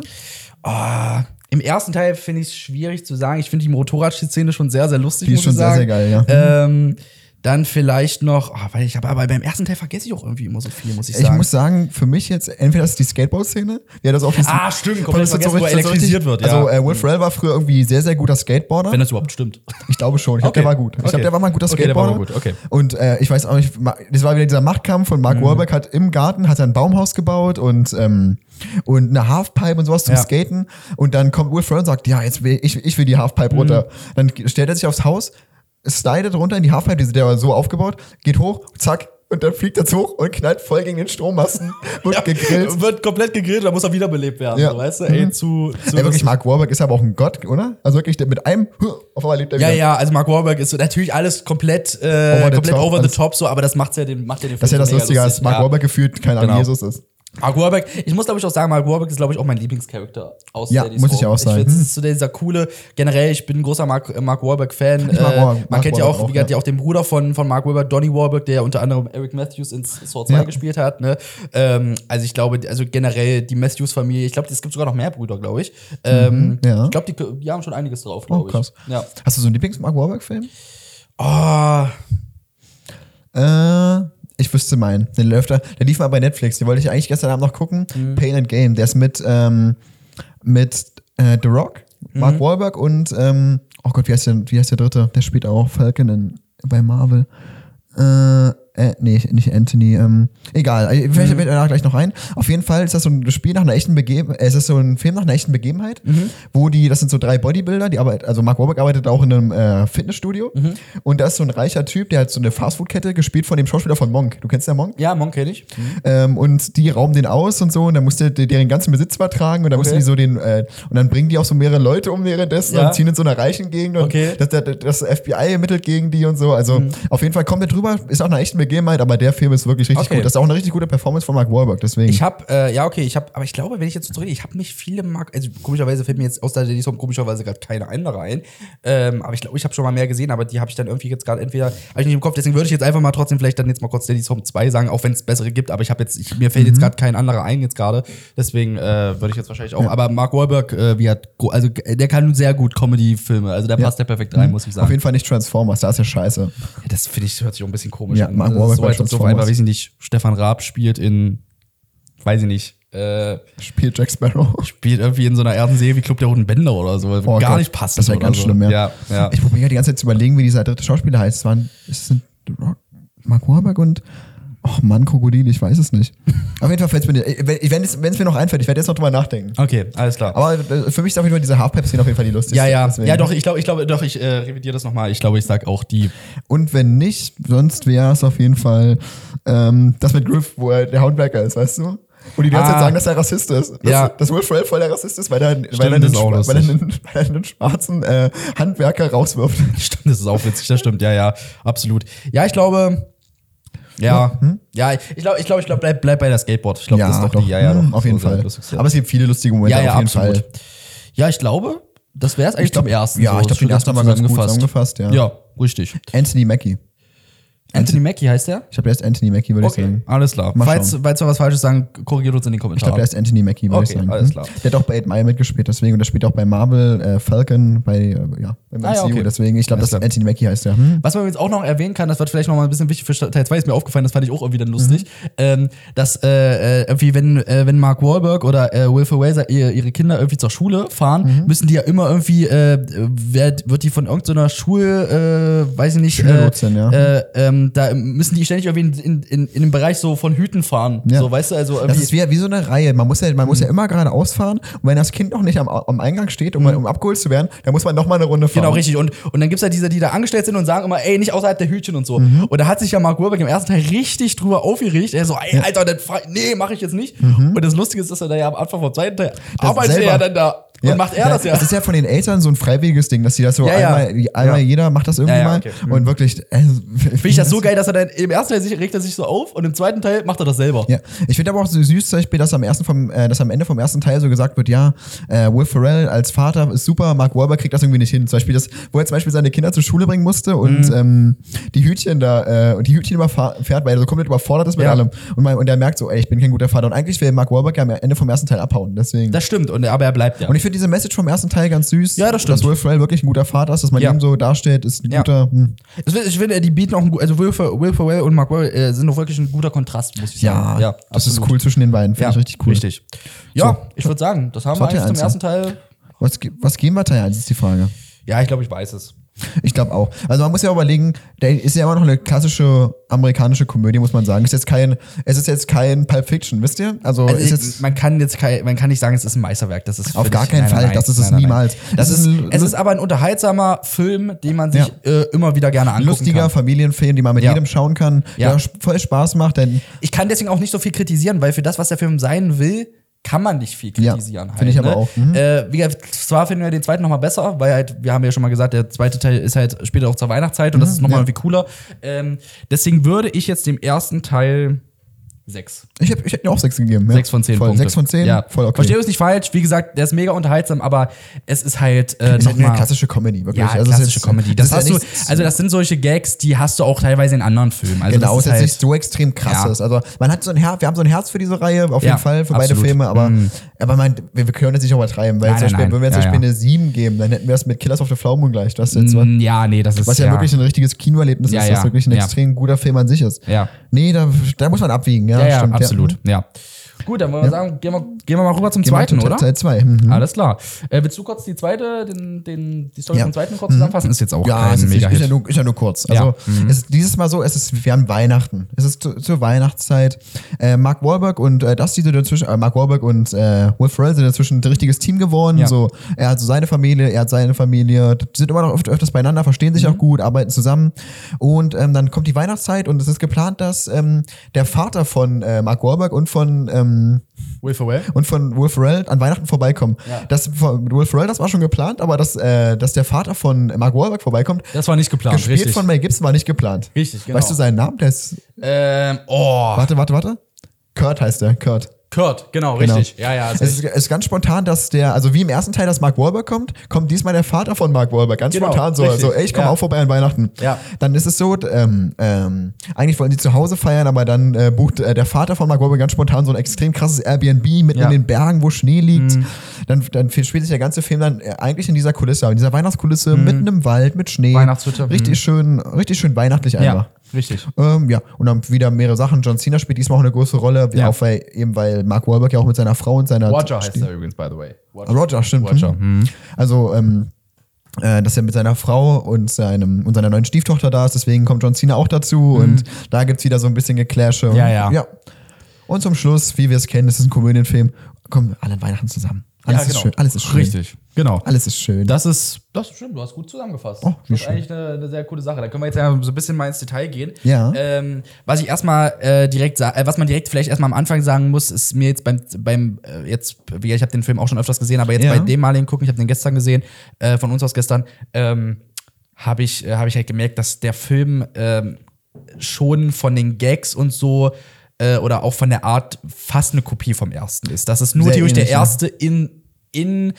Speaker 3: Ah, Im ersten Teil finde ich es schwierig zu sagen. Ich finde die Motorradszene schon sehr, sehr lustig.
Speaker 2: Die ist
Speaker 3: muss
Speaker 2: schon
Speaker 3: ich
Speaker 2: sehr,
Speaker 3: sagen.
Speaker 2: sehr geil, ja.
Speaker 3: Ähm, dann vielleicht noch, ah, weil ich habe aber beim ersten Teil vergesse ich auch irgendwie immer so viel, muss ich
Speaker 2: Ich
Speaker 3: sagen.
Speaker 2: muss sagen, für mich jetzt, entweder ist es die Skateboard-Szene, ja, das auch
Speaker 3: Ah, stimmt, komplett
Speaker 2: das ist
Speaker 3: vergessen, wo er
Speaker 2: das ist
Speaker 3: elektrisiert wird, ja.
Speaker 2: Also, äh, Will Ferrell war früher irgendwie sehr, sehr guter Skateboarder.
Speaker 3: Wenn das überhaupt stimmt.
Speaker 2: Ich glaube schon. Ich glaube,
Speaker 3: Okay.
Speaker 2: der war gut. Ich
Speaker 3: Okay.
Speaker 2: glaube, der war mal ein guter
Speaker 3: Okay, der war
Speaker 2: Skateboarder.
Speaker 3: mal gut, okay. Mhm.
Speaker 2: Und äh, ich weiß auch nicht, Ma- das war wieder dieser Machtkampf von Mark Wahlberg hat im Garten hat er ein Baumhaus gebaut und, ähm, und eine Halfpipe und sowas zum
Speaker 3: Ja.
Speaker 2: Skaten. Und dann kommt Will Ferrell und sagt, ja, jetzt will ich, ich will die Halfpipe runter.
Speaker 3: Mhm.
Speaker 2: Dann stellt er sich aufs Haus, slidet runter in die Halfpipe, die der war so aufgebaut, geht hoch, zack. Und dann fliegt er zu hoch und knallt voll gegen den Strommasten, wird gegrillt.
Speaker 3: Wird komplett gegrillt, da muss er wiederbelebt werden,
Speaker 2: Ja. Mhm.
Speaker 3: so, weißt du? Ey, zu, zu
Speaker 2: Ey, wirklich, Mark Wahlberg ist aber auch ein Gott, oder? Also wirklich, der mit einem, huh, auf einmal lebt er
Speaker 3: ja,
Speaker 2: wieder.
Speaker 3: ja, also Mark Wahlberg ist so natürlich alles komplett äh,
Speaker 2: Over the
Speaker 3: komplett
Speaker 2: top,
Speaker 3: over the
Speaker 2: alles.
Speaker 3: top so, aber das macht's ja den macht ja den
Speaker 2: Das ist ja
Speaker 3: Film
Speaker 2: das
Speaker 3: so mega
Speaker 2: Lustige, dass
Speaker 3: lustig,
Speaker 2: Mark
Speaker 3: ja.
Speaker 2: Wahlberg gefühlt, keine Ahnung,
Speaker 3: Genau.
Speaker 2: Jesus ist.
Speaker 3: Mark Wahlberg, ich muss glaube ich auch sagen, Mark Wahlberg ist glaube ich auch mein Lieblingscharakter aus
Speaker 2: Ja,
Speaker 3: Daddy's
Speaker 2: muss ich
Speaker 3: Home.
Speaker 2: auch sagen.
Speaker 3: Ich finde so dieser coole, generell, ich bin ein großer Mark, äh, Mark Wahlberg-Fan. Äh,
Speaker 2: Ich mag Wahlberg-
Speaker 3: man
Speaker 2: Mark
Speaker 3: kennt ja auch,
Speaker 2: Wahlberg
Speaker 3: wie
Speaker 2: auch,
Speaker 3: gesagt,
Speaker 2: ja.
Speaker 3: ja auch den Bruder von, von Mark Wahlberg, Donny Wahlberg, der unter anderem Eric Matthews in Saw 2
Speaker 2: Ja.
Speaker 3: gespielt hat. Ne? Ähm, also ich glaube, also generell die Matthews-Familie, ich glaube, es gibt sogar noch mehr Brüder, glaube ich. Ähm,
Speaker 2: Mhm, ja. Oh,
Speaker 3: Ich glaube, die, die haben schon einiges drauf, glaube ich.
Speaker 2: krass.
Speaker 3: Ja.
Speaker 2: Hast du so einen Lieblings-Mark Wahlberg-Film?
Speaker 3: Oh,
Speaker 2: Äh, ich wüsste meinen. Den läuft da, der lief mal bei Netflix. Den wollte ich eigentlich gestern Abend noch gucken.
Speaker 3: Mhm.
Speaker 2: Pain and Game. Der ist mit, ähm, mit äh, The Rock, Mark Wahlberg und, ähm, oh Gott, wie heißt, der, wie heißt der dritte? Der spielt auch Falcon in, bei Marvel. Äh, äh, nee, nicht Anthony. Ähm, egal, Äh, vielleicht fällt mir danach gleich noch ein. Auf jeden Fall ist das so ein Spiel nach einer echten Begebenheit, äh, es ist so ein Film nach einer echten Begebenheit, wo die, das sind so drei Bodybuilder, die arbeiten, also Mark Wahlberg arbeitet auch in einem äh, Fitnessstudio und da ist so ein reicher Typ, der hat so eine Fastfood-Kette gespielt von dem Schauspieler von Monk. Du kennst ja Monk?
Speaker 3: ja, Monk kenne ich.
Speaker 2: Ähm, und die rauben den aus und so und dann musste der deren ganzen Besitz übertragen und dann mussten die so den äh, und dann bringen die auch so mehrere Leute um währenddessen
Speaker 3: Ja.
Speaker 2: und ziehen in so einer reichen Gegend und
Speaker 3: Okay. Mhm.
Speaker 2: das, das, das FBI ermittelt gegen die und so. Also auf jeden Fall kommt er drüber, ist auch eine echte Begebenheit, aber der Film ist wirklich richtig
Speaker 3: Okay.
Speaker 2: gut. Das ist auch eine richtig gute Performance von Mark Wahlberg, deswegen.
Speaker 3: Ich habe, äh, ja, okay, ich habe, aber ich glaube, wenn ich jetzt so rede, ich habe mich viele Mark, also komischerweise fällt mir jetzt aus der Daddy's Home komischerweise gerade keine andere ein. Ähm, aber ich glaube, ich habe schon mal mehr gesehen, aber die habe ich dann irgendwie jetzt gerade entweder, habe ich nicht im Kopf, deswegen würde ich jetzt einfach mal trotzdem vielleicht dann jetzt mal kurz Daddy's Home 2 sagen, auch wenn es bessere gibt, aber ich habe jetzt, ich, mir fällt jetzt
Speaker 2: Mhm.
Speaker 3: gerade kein anderer ein jetzt gerade. Deswegen äh, würde ich jetzt wahrscheinlich auch, aber Mark Wahlberg, äh, wie hat, gro- also äh, der kann sehr gut Comedy-Filme, also da passt der perfekt rein, muss ich
Speaker 2: Mhm. Auf
Speaker 3: sagen.
Speaker 2: jeden Fall nicht Transformers, da ist ja scheiße.
Speaker 3: Ja, das finde ich, hört sich auch ein bisschen komisch
Speaker 2: Ja,
Speaker 3: an.
Speaker 2: Mark
Speaker 3: Also,
Speaker 2: Wahlberg
Speaker 3: so
Speaker 2: bei
Speaker 3: als ob so auf
Speaker 2: Transformers.
Speaker 3: einmal, weiß ich nicht, Stefan Raab spielt in, weiß ich nicht, äh,
Speaker 2: Spielt Jack Sparrow.
Speaker 3: spielt irgendwie in so einer ersten Serie wie Club der Roten Bänder oder so.
Speaker 2: Oh
Speaker 3: gar
Speaker 2: Gott,
Speaker 3: nicht passend.
Speaker 2: Das wäre
Speaker 3: oder
Speaker 2: ganz
Speaker 3: so.
Speaker 2: schlimm, ja.
Speaker 3: ja, ja.
Speaker 2: Ich probiere ja die ganze Zeit zu überlegen, wie dieser dritte Schauspieler heißt. Es waren, ist es ein The Rock, Mark Wahlberg und, ach Mann, Krokodil, ich weiß es nicht. Auf jeden Fall fällt es mir, nicht- wenn wenn es wenn es mir noch einfällt, ich werde jetzt noch drüber nachdenken.
Speaker 3: Okay, alles klar.
Speaker 2: Aber äh, für mich ist auf jeden Fall diese Halfpipe-Szene auf jeden Fall die lustigste.
Speaker 3: ja, ja.
Speaker 2: deswegen.
Speaker 3: Ja, doch, ich glaube, ich glaube, doch, ich äh, revidiere das nochmal. Ich glaube, ich sag auch die.
Speaker 2: Und wenn nicht, sonst wäre es auf jeden Fall ähm, das mit Griff, wo er der Houndbreaker ist, weißt du? Wo die die ganze
Speaker 3: Ah.
Speaker 2: Zeit sagen, dass er Rassist ist. Dass,
Speaker 3: Ja.
Speaker 2: Dass Will Ferrell voll der Rassist ist, weil er, weil er,
Speaker 3: das
Speaker 2: einen,
Speaker 3: ist auch
Speaker 2: Schwa-
Speaker 3: lustig.
Speaker 2: weil er, einen, weil er einen schwarzen äh, Handwerker rauswirft.
Speaker 3: Stimmt, das ist auch witzig, das stimmt. Ja, ja, absolut. Ja, ich glaube. Ja,
Speaker 2: hm?
Speaker 3: ja, ich glaube, ich glaube, ich glaube, bleib, bleib bei der Skateboard. Ich glaube, das ist doch, die. Ja, ja,
Speaker 2: Hm,
Speaker 3: doch.
Speaker 2: auf jeden
Speaker 3: So sehr
Speaker 2: Fall.
Speaker 3: lustig, ja.
Speaker 2: Aber es gibt viele lustige Momente
Speaker 3: ja, ja,
Speaker 2: auf jeden
Speaker 3: absolut.
Speaker 2: Fall.
Speaker 3: Ja, ich glaube, das wäre es eigentlich
Speaker 2: glaub-
Speaker 3: zum ersten.
Speaker 2: ja, ich glaub,
Speaker 3: Das ist
Speaker 2: den ersten
Speaker 3: schon
Speaker 2: haben wir ganz gut
Speaker 3: zusammengefasst.
Speaker 2: zusammengefasst, ja.
Speaker 3: ja, richtig.
Speaker 2: Anthony Mackie.
Speaker 3: Anthony Mackie heißt der?
Speaker 2: Ich habe erst Anthony Mackie, würde ich sagen.
Speaker 3: alles klar.
Speaker 2: Mal
Speaker 3: Falls,
Speaker 2: schauen.
Speaker 3: falls wir was Falsches sagen, korrigiert uns in den
Speaker 2: Ich glaube,
Speaker 3: Kommentaren.
Speaker 2: der ist Anthony Mackie, würde
Speaker 3: Okay,
Speaker 2: ich sagen.
Speaker 3: alles
Speaker 2: Hm?
Speaker 3: klar.
Speaker 2: Der hat auch bei 8 Mile mitgespielt, deswegen, und der spielt auch bei Marvel, äh, Falcon, bei, äh, ja, im
Speaker 3: Ah, ja,
Speaker 2: MCU,
Speaker 3: okay.
Speaker 2: deswegen, ich glaube,
Speaker 3: Alles
Speaker 2: das
Speaker 3: klar.
Speaker 2: Anthony Mackie heißt der. Hm?
Speaker 3: Was man übrigens auch noch erwähnen kann, das wird vielleicht noch mal ein bisschen wichtig für Sta- Teil 2, ist mir aufgefallen, das fand ich auch irgendwie dann lustig,
Speaker 2: Mhm.
Speaker 3: ähm, dass äh, äh, irgendwie, wenn, äh, wenn Mark Wahlberg oder äh, Will Ferrell sa- ihr, ihre Kinder irgendwie zur Schule
Speaker 2: Mhm.
Speaker 3: fahren, müssen die ja immer irgendwie, äh, wird, wird die von irgendeiner Schule, äh, weiß ich nicht, äh,
Speaker 2: Schülerlotsin, ja.
Speaker 3: äh, ähm, ähm, da müssen die ständig irgendwie in, in, in, in den Bereich so von Hüten fahren.
Speaker 2: Ja.
Speaker 3: So, weißt du, also
Speaker 2: Das
Speaker 3: irgendwie.
Speaker 2: ist wie, wie so eine Reihe. Man muss ja, man muss
Speaker 3: Hm.
Speaker 2: ja immer geradeaus fahren und wenn das Kind noch nicht am, am Eingang steht, um, um abgeholt zu werden, dann muss man nochmal eine Runde fahren.
Speaker 3: Hm. Genau, richtig. Und, und dann gibt's ja diese, die da angestellt sind und sagen immer, ey, nicht außerhalb der Hütchen und so.
Speaker 2: Mhm.
Speaker 3: Und da hat sich ja Mark Wahlberg im ersten Teil richtig drüber aufgeregt. Er so, ey, Alter, das, fahr- nee, mache ich jetzt nicht. Und das Lustige ist, dass er da ja am Anfang vom zweiten Teil arbeitet er
Speaker 2: Mhm. selber.
Speaker 3: ja dann da. Und macht er
Speaker 2: na,
Speaker 3: das ja.
Speaker 2: Das ist ja von den Eltern so ein freiwilliges Ding, dass die das so
Speaker 3: Ja, ja.
Speaker 2: einmal, einmal
Speaker 3: Ja.
Speaker 2: jeder macht das irgendwie
Speaker 3: Ja, ja,
Speaker 2: mal.
Speaker 3: okay. Mhm.
Speaker 2: Und wirklich. äh,
Speaker 3: Finde ich das so geil, dass er dann im ersten Teil sich, regt er sich so auf und im zweiten Teil macht er das selber.
Speaker 2: Ja, ich finde aber auch so süß, zum Beispiel, dass am, ersten vom, äh, dass am Ende vom ersten Teil so gesagt wird, ja, äh, Will Ferrell als Vater ist super, Mark Wahlberg kriegt das irgendwie nicht hin. Zum Beispiel, das, wo er zum Beispiel seine Kinder zur Schule bringen musste und
Speaker 3: Mhm.
Speaker 2: ähm, die Hütchen da, äh, und die Hütchen überfährt, weil er so komplett überfordert ist mit
Speaker 3: Ja.
Speaker 2: allem. Und, man, und er merkt so, ey, ich bin kein guter Vater. Und eigentlich will Mark Wahlberg ja am Ende vom ersten Teil abhauen. Deswegen.
Speaker 3: Das stimmt, und, aber er bleibt ja.
Speaker 2: und ich finde diese Message vom ersten Teil ganz süß.
Speaker 3: Ja, das
Speaker 2: Dass
Speaker 3: stimmt.
Speaker 2: Will Ferrell wirklich ein guter Vater ist, dass man
Speaker 3: Ja.
Speaker 2: ihm so dasteht, ist ein
Speaker 3: Ja.
Speaker 2: guter. Hm.
Speaker 3: Ich finde, ich finde, die bieten auch, einen, gu- also Will, Fer- Will Ferrell und Mark Wahlberg äh, sind doch wirklich ein guter Kontrast, muss ich
Speaker 2: Ja,
Speaker 3: sagen.
Speaker 2: das
Speaker 3: absolut.
Speaker 2: ist cool zwischen den beiden. Finde
Speaker 3: Ja,
Speaker 2: ich richtig cool.
Speaker 3: Richtig. Ja, ich würde sagen, das haben wir
Speaker 2: war
Speaker 3: eigentlich
Speaker 2: Teil
Speaker 3: zum
Speaker 2: eins,
Speaker 3: ersten Teil.
Speaker 2: Was, ge- was geben wir Teil 1, ist die Frage.
Speaker 3: Ja, ich glaube, ich weiß es.
Speaker 2: Ich glaube auch. Also man muss ja überlegen, da ist ja immer noch eine klassische amerikanische Komödie, muss man sagen. Ist jetzt kein, es ist jetzt kein Pulp Fiction, wisst ihr? Also,
Speaker 3: Also
Speaker 2: ist
Speaker 3: ich-
Speaker 2: jetzt
Speaker 3: man kann jetzt kein, man kann nicht sagen, es ist ein Meisterwerk. Das ist
Speaker 2: Auf
Speaker 3: völlig-
Speaker 2: gar keinen Fall, das ist es niemals.
Speaker 3: Das
Speaker 2: Es
Speaker 3: ist,
Speaker 2: ist ein
Speaker 3: es
Speaker 2: lu-
Speaker 3: ist aber ein unterhaltsamer Film, den man sich äh, immer wieder gerne
Speaker 2: ein
Speaker 3: angucken
Speaker 2: lustiger
Speaker 3: kann.
Speaker 2: Familienfilm, den man mit
Speaker 3: Ja.
Speaker 2: jedem schauen kann,
Speaker 3: Ja.
Speaker 2: der sp- voll Spaß macht, denn
Speaker 3: Ich kann deswegen auch nicht so viel kritisieren, weil für das, was der Film sein will, kann man nicht viel
Speaker 2: Ja,
Speaker 3: kritisieren. halt,
Speaker 2: finde ich aber
Speaker 3: ne?
Speaker 2: auch. Mhm.
Speaker 3: Äh, wie gesagt, zwar finden wir den zweiten nochmal besser, weil halt, wir haben ja schon mal gesagt, der zweite Teil ist halt später auch zur Weihnachtszeit und das ist nochmal
Speaker 2: Mhm, ja.
Speaker 3: irgendwie cooler. Ähm, deswegen würde ich jetzt dem ersten Teil sechs.
Speaker 2: ich hätte ich hätt mir auch sechs gegeben. Ja.
Speaker 3: Sechs von zehn
Speaker 2: voll,
Speaker 3: Punkte.
Speaker 2: Sechs von zehn,
Speaker 3: Ja.
Speaker 2: voll okay.
Speaker 3: Verstehe uns nicht falsch. Wie gesagt, der ist mega unterhaltsam, aber es ist halt äh,
Speaker 2: ist halt eine
Speaker 3: nochmal-
Speaker 2: klassische Comedy, wirklich. Also
Speaker 3: ja,
Speaker 2: es ist
Speaker 3: klassische
Speaker 2: jetzt-
Speaker 3: Comedy. Das
Speaker 2: ist
Speaker 3: hast
Speaker 2: ja
Speaker 3: du,
Speaker 2: nichts-
Speaker 3: also das sind solche Gags, die hast du auch teilweise in anderen Filmen. Also
Speaker 2: genau,
Speaker 3: das
Speaker 2: ist
Speaker 3: ist
Speaker 2: jetzt nicht
Speaker 3: halt,
Speaker 2: so extrem krasses. Also man hat so ein Herz, wir haben so ein Herz für diese Reihe, auf
Speaker 3: Ja,
Speaker 2: jeden Fall, für
Speaker 3: absolut.
Speaker 2: beide Filme, aber,
Speaker 3: Mhm.
Speaker 2: aber man, wir, wir können jetzt nicht übertreiben, weil
Speaker 3: Nein,
Speaker 2: zum Beispiel,
Speaker 3: nein, nein.
Speaker 2: wenn wir jetzt
Speaker 3: Ja,
Speaker 2: zum Beispiel
Speaker 3: ja.
Speaker 2: eine 7 geben, dann hätten wir es mit Killers of the Flower Moon gleich. Das ist jetzt
Speaker 3: Mm, ja, nee, das ist
Speaker 2: Was ja, wirklich ein richtiges Kinoerlebnis
Speaker 3: Ja,
Speaker 2: ist,
Speaker 3: ja,
Speaker 2: was wirklich ein
Speaker 3: ja.
Speaker 2: extrem guter Film an sich ist.
Speaker 3: Ja.
Speaker 2: Nee, da, da muss man abwiegen, ja,
Speaker 3: ja, ja,
Speaker 2: stimmt.
Speaker 3: absolut. Ja. Gut, dann wollen wir sagen, gehen wir, gehen wir mal rüber zum
Speaker 2: Gehen wir
Speaker 3: zweiten,
Speaker 2: zu
Speaker 3: oder?
Speaker 2: Teil 2. Mhm.
Speaker 3: Alles klar. Äh, willst du kurz die zweite, den, den, die Story
Speaker 2: Ja. Mhm.
Speaker 3: vom zweiten kurz zusammenfassen? Ist jetzt auch
Speaker 2: Ja,
Speaker 3: kein
Speaker 2: es ist,
Speaker 3: Mega-Hit. mhm.
Speaker 2: ist, ja nur, ist ja nur kurz. Also es ist dieses Mal so, es ist, wir haben Weihnachten. Es ist zu, zur Weihnachtszeit. Äh, Mark Wahlberg und äh, Dusty sind inzwischen, äh, Mark Wahlberg und äh, Will Ferrell sind inzwischen ein richtiges Team geworden.
Speaker 3: Ja.
Speaker 2: So, er hat so seine Familie, er hat seine Familie. Die sind immer noch öft, öfters beieinander, verstehen
Speaker 3: Mhm.
Speaker 2: sich auch gut, arbeiten zusammen. Und ähm, dann kommt die Weihnachtszeit und es ist geplant, dass ähm, der Vater von äh, Mark Wahlberg und von ähm,
Speaker 3: Will Ferrell?
Speaker 2: und von Will Ferrell an Weihnachten vorbeikommen.
Speaker 3: Ja.
Speaker 2: Das von Will Ferrell, das war schon geplant, aber dass, äh, dass der Vater von Mark Wahlberg vorbeikommt,
Speaker 3: Das war nicht geplant,
Speaker 2: gespielt
Speaker 3: richtig.
Speaker 2: von Mel Gibson, war nicht geplant.
Speaker 3: Richtig, genau.
Speaker 2: Weißt du seinen Namen? Der ist,
Speaker 3: ähm, oh,
Speaker 2: warte, warte, warte. Kurt heißt der, Kurt.
Speaker 3: Kurt, genau,
Speaker 2: Genau.
Speaker 3: richtig. Ja, ja,
Speaker 2: Es
Speaker 3: ist
Speaker 2: ist, es ist ganz spontan, dass der, also wie im ersten Teil, dass Mark Wahlberg kommt, kommt diesmal der Vater von Mark Wahlberg. Ganz
Speaker 3: Genau,
Speaker 2: spontan so.
Speaker 3: richtig.
Speaker 2: Also, ey, ich komme
Speaker 3: Ja.
Speaker 2: auch vorbei an Weihnachten.
Speaker 3: Ja.
Speaker 2: Dann ist es so, ähm, ähm, eigentlich wollten sie zu Hause feiern, aber dann äh, bucht äh, der Vater von Mark Wahlberg ganz spontan so ein extrem krasses Airbnb mitten
Speaker 3: Ja. Mhm.
Speaker 2: in den Bergen, wo Schnee liegt. Dann, dann spielt sich der ganze Film dann äh, eigentlich in dieser Kulisse, in dieser Weihnachtskulisse,
Speaker 3: Mhm.
Speaker 2: mitten im Wald mit Schnee.
Speaker 3: Weihnachtshütte,
Speaker 2: Richtig schön, richtig schön weihnachtlich einfach.
Speaker 3: mhm. ja, richtig.
Speaker 2: Ähm, ja, und dann wieder mehrere Sachen. John Cena spielt diesmal auch eine große Rolle,
Speaker 3: Ja.
Speaker 2: auch weil, eben weil Mark Wahlberg ja auch mit seiner Frau und seiner
Speaker 3: Roger heißt er übrigens, by the way.
Speaker 2: Ah, Roger, stimmt.
Speaker 3: Roger,
Speaker 2: Mhm. Also, ähm, äh, dass er mit seiner Frau und, seinem, und seiner neuen Stieftochter da ist, deswegen kommt John Cena auch dazu und da gibt es wieder so ein bisschen Geklärsche. Und,
Speaker 3: Mhm. Ja, ja.
Speaker 2: Und zum Schluss, wie wir es kennen, das ist ein Komödienfilm, kommen alle an Weihnachten zusammen. Alles
Speaker 3: Ja,
Speaker 2: ist
Speaker 3: genau.
Speaker 2: schön, alles ist schön.
Speaker 3: Richtig, genau.
Speaker 2: Alles ist schön.
Speaker 3: Das ist, das ist schön, du hast gut zusammengefasst.
Speaker 2: Oh, wie
Speaker 3: das ist
Speaker 2: schön.
Speaker 3: eigentlich eine, eine sehr coole Sache. Da können wir jetzt ja so ein bisschen mal ins Detail gehen.
Speaker 2: Ja.
Speaker 3: Ähm, was ich erstmal äh, direkt, sa- äh, was man direkt vielleicht erstmal am Anfang sagen muss, ist mir jetzt beim, beim äh, jetzt, wie gesagt, ich habe den Film auch schon öfters gesehen, aber jetzt
Speaker 2: Ja.
Speaker 3: bei dem Mal hingucken, ich habe den gestern gesehen, äh, von uns aus gestern, ähm, habe ich, äh, hab ich halt gemerkt, dass der Film ähm, schon von den Gags und so äh, oder auch von der Art fast eine Kopie vom ersten ist. Das ist nur
Speaker 2: Sehr
Speaker 3: theoretisch der
Speaker 2: ähnlich, ja.
Speaker 3: erste in, in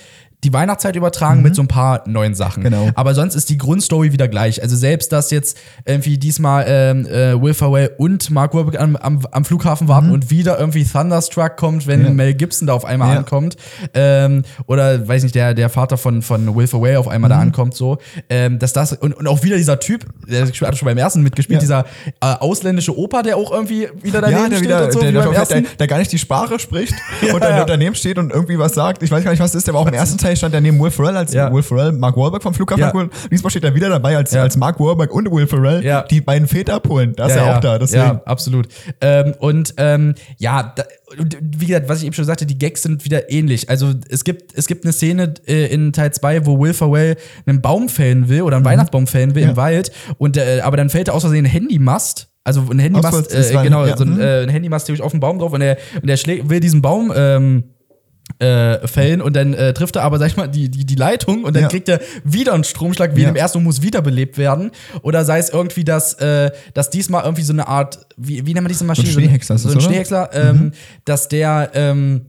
Speaker 3: die Weihnachtszeit übertragen mit so ein paar neuen
Speaker 2: Mhm.
Speaker 3: Sachen.
Speaker 2: Genau.
Speaker 3: Aber sonst ist die Grundstory wieder gleich. Also selbst, dass jetzt irgendwie diesmal ähm, äh, Will Ferrell und Mark Wahlberg am, am, am Flughafen warten
Speaker 2: Mhm.
Speaker 3: und wieder irgendwie Thunderstruck kommt, wenn Mel Gibson da auf einmal
Speaker 2: Ja.
Speaker 3: ankommt. Ähm, oder, weiß nicht, der, der Vater von, von Will Ferrell auf einmal da
Speaker 2: Mhm.
Speaker 3: ankommt so. Ähm, dass das, und, und auch wieder dieser Typ, der hat schon beim ersten mitgespielt,
Speaker 2: Ja.
Speaker 3: dieser äh, ausländische Opa, der auch irgendwie wieder daneben
Speaker 2: der
Speaker 3: steht
Speaker 2: wieder,
Speaker 3: und so,
Speaker 2: der,
Speaker 3: wie
Speaker 2: der,
Speaker 3: beim
Speaker 2: der,
Speaker 3: ersten.
Speaker 2: der, gar nicht die Sprache spricht und dann
Speaker 3: ja.
Speaker 2: daneben steht und irgendwie was sagt. Ich weiß gar nicht, was es ist, der war auch im ersten Teil Disney stand daneben Will Ferrell als
Speaker 4: Ja.
Speaker 2: Will Ferrell, Mark Wahlberg vom Flughafen
Speaker 4: Ja.
Speaker 2: abholen. Diesmal steht er wieder dabei als, als Mark Wahlberg und Will Ferrell,
Speaker 4: Ja.
Speaker 2: die beiden Väter abholen. Da ist er auch da. Deswegen.
Speaker 3: Ja, absolut. Ähm, und ähm, ja, da, und wie gesagt, was ich eben schon sagte, die Gags sind wieder ähnlich. Also es gibt, es gibt eine Szene äh, in Teil 2, wo Will Ferrell einen Baum fällen will
Speaker 2: Mhm.
Speaker 3: oder einen Weihnachtsbaum fällen will im Wald, und, äh, aber dann fällt er aus Versehen ein Handymast. Also ein
Speaker 2: Aus
Speaker 3: Handymast,
Speaker 2: Versehen, es
Speaker 3: äh,
Speaker 2: war ein-
Speaker 3: genau,
Speaker 2: ja,
Speaker 3: so ein,
Speaker 2: mhm.
Speaker 3: äh, ein Handymast theoretisch auf den Baum drauf und er, und er schlägt, will diesen Baum ähm, äh, Fällen und dann äh, trifft er aber, sag ich mal, die, die, die Leitung und dann
Speaker 2: Ja.
Speaker 3: kriegt er wieder einen Stromschlag wie
Speaker 2: Ja.
Speaker 3: in dem ersten und muss wiederbelebt werden. Oder sei es irgendwie, dass, äh, dass diesmal irgendwie so eine Art, wie, wie nennt man diese Maschine?
Speaker 2: Schneehäcksler ist
Speaker 3: so
Speaker 2: das,
Speaker 3: ein
Speaker 2: oder? Mhm.
Speaker 3: Schneehäcksler, ähm, dass der, ähm,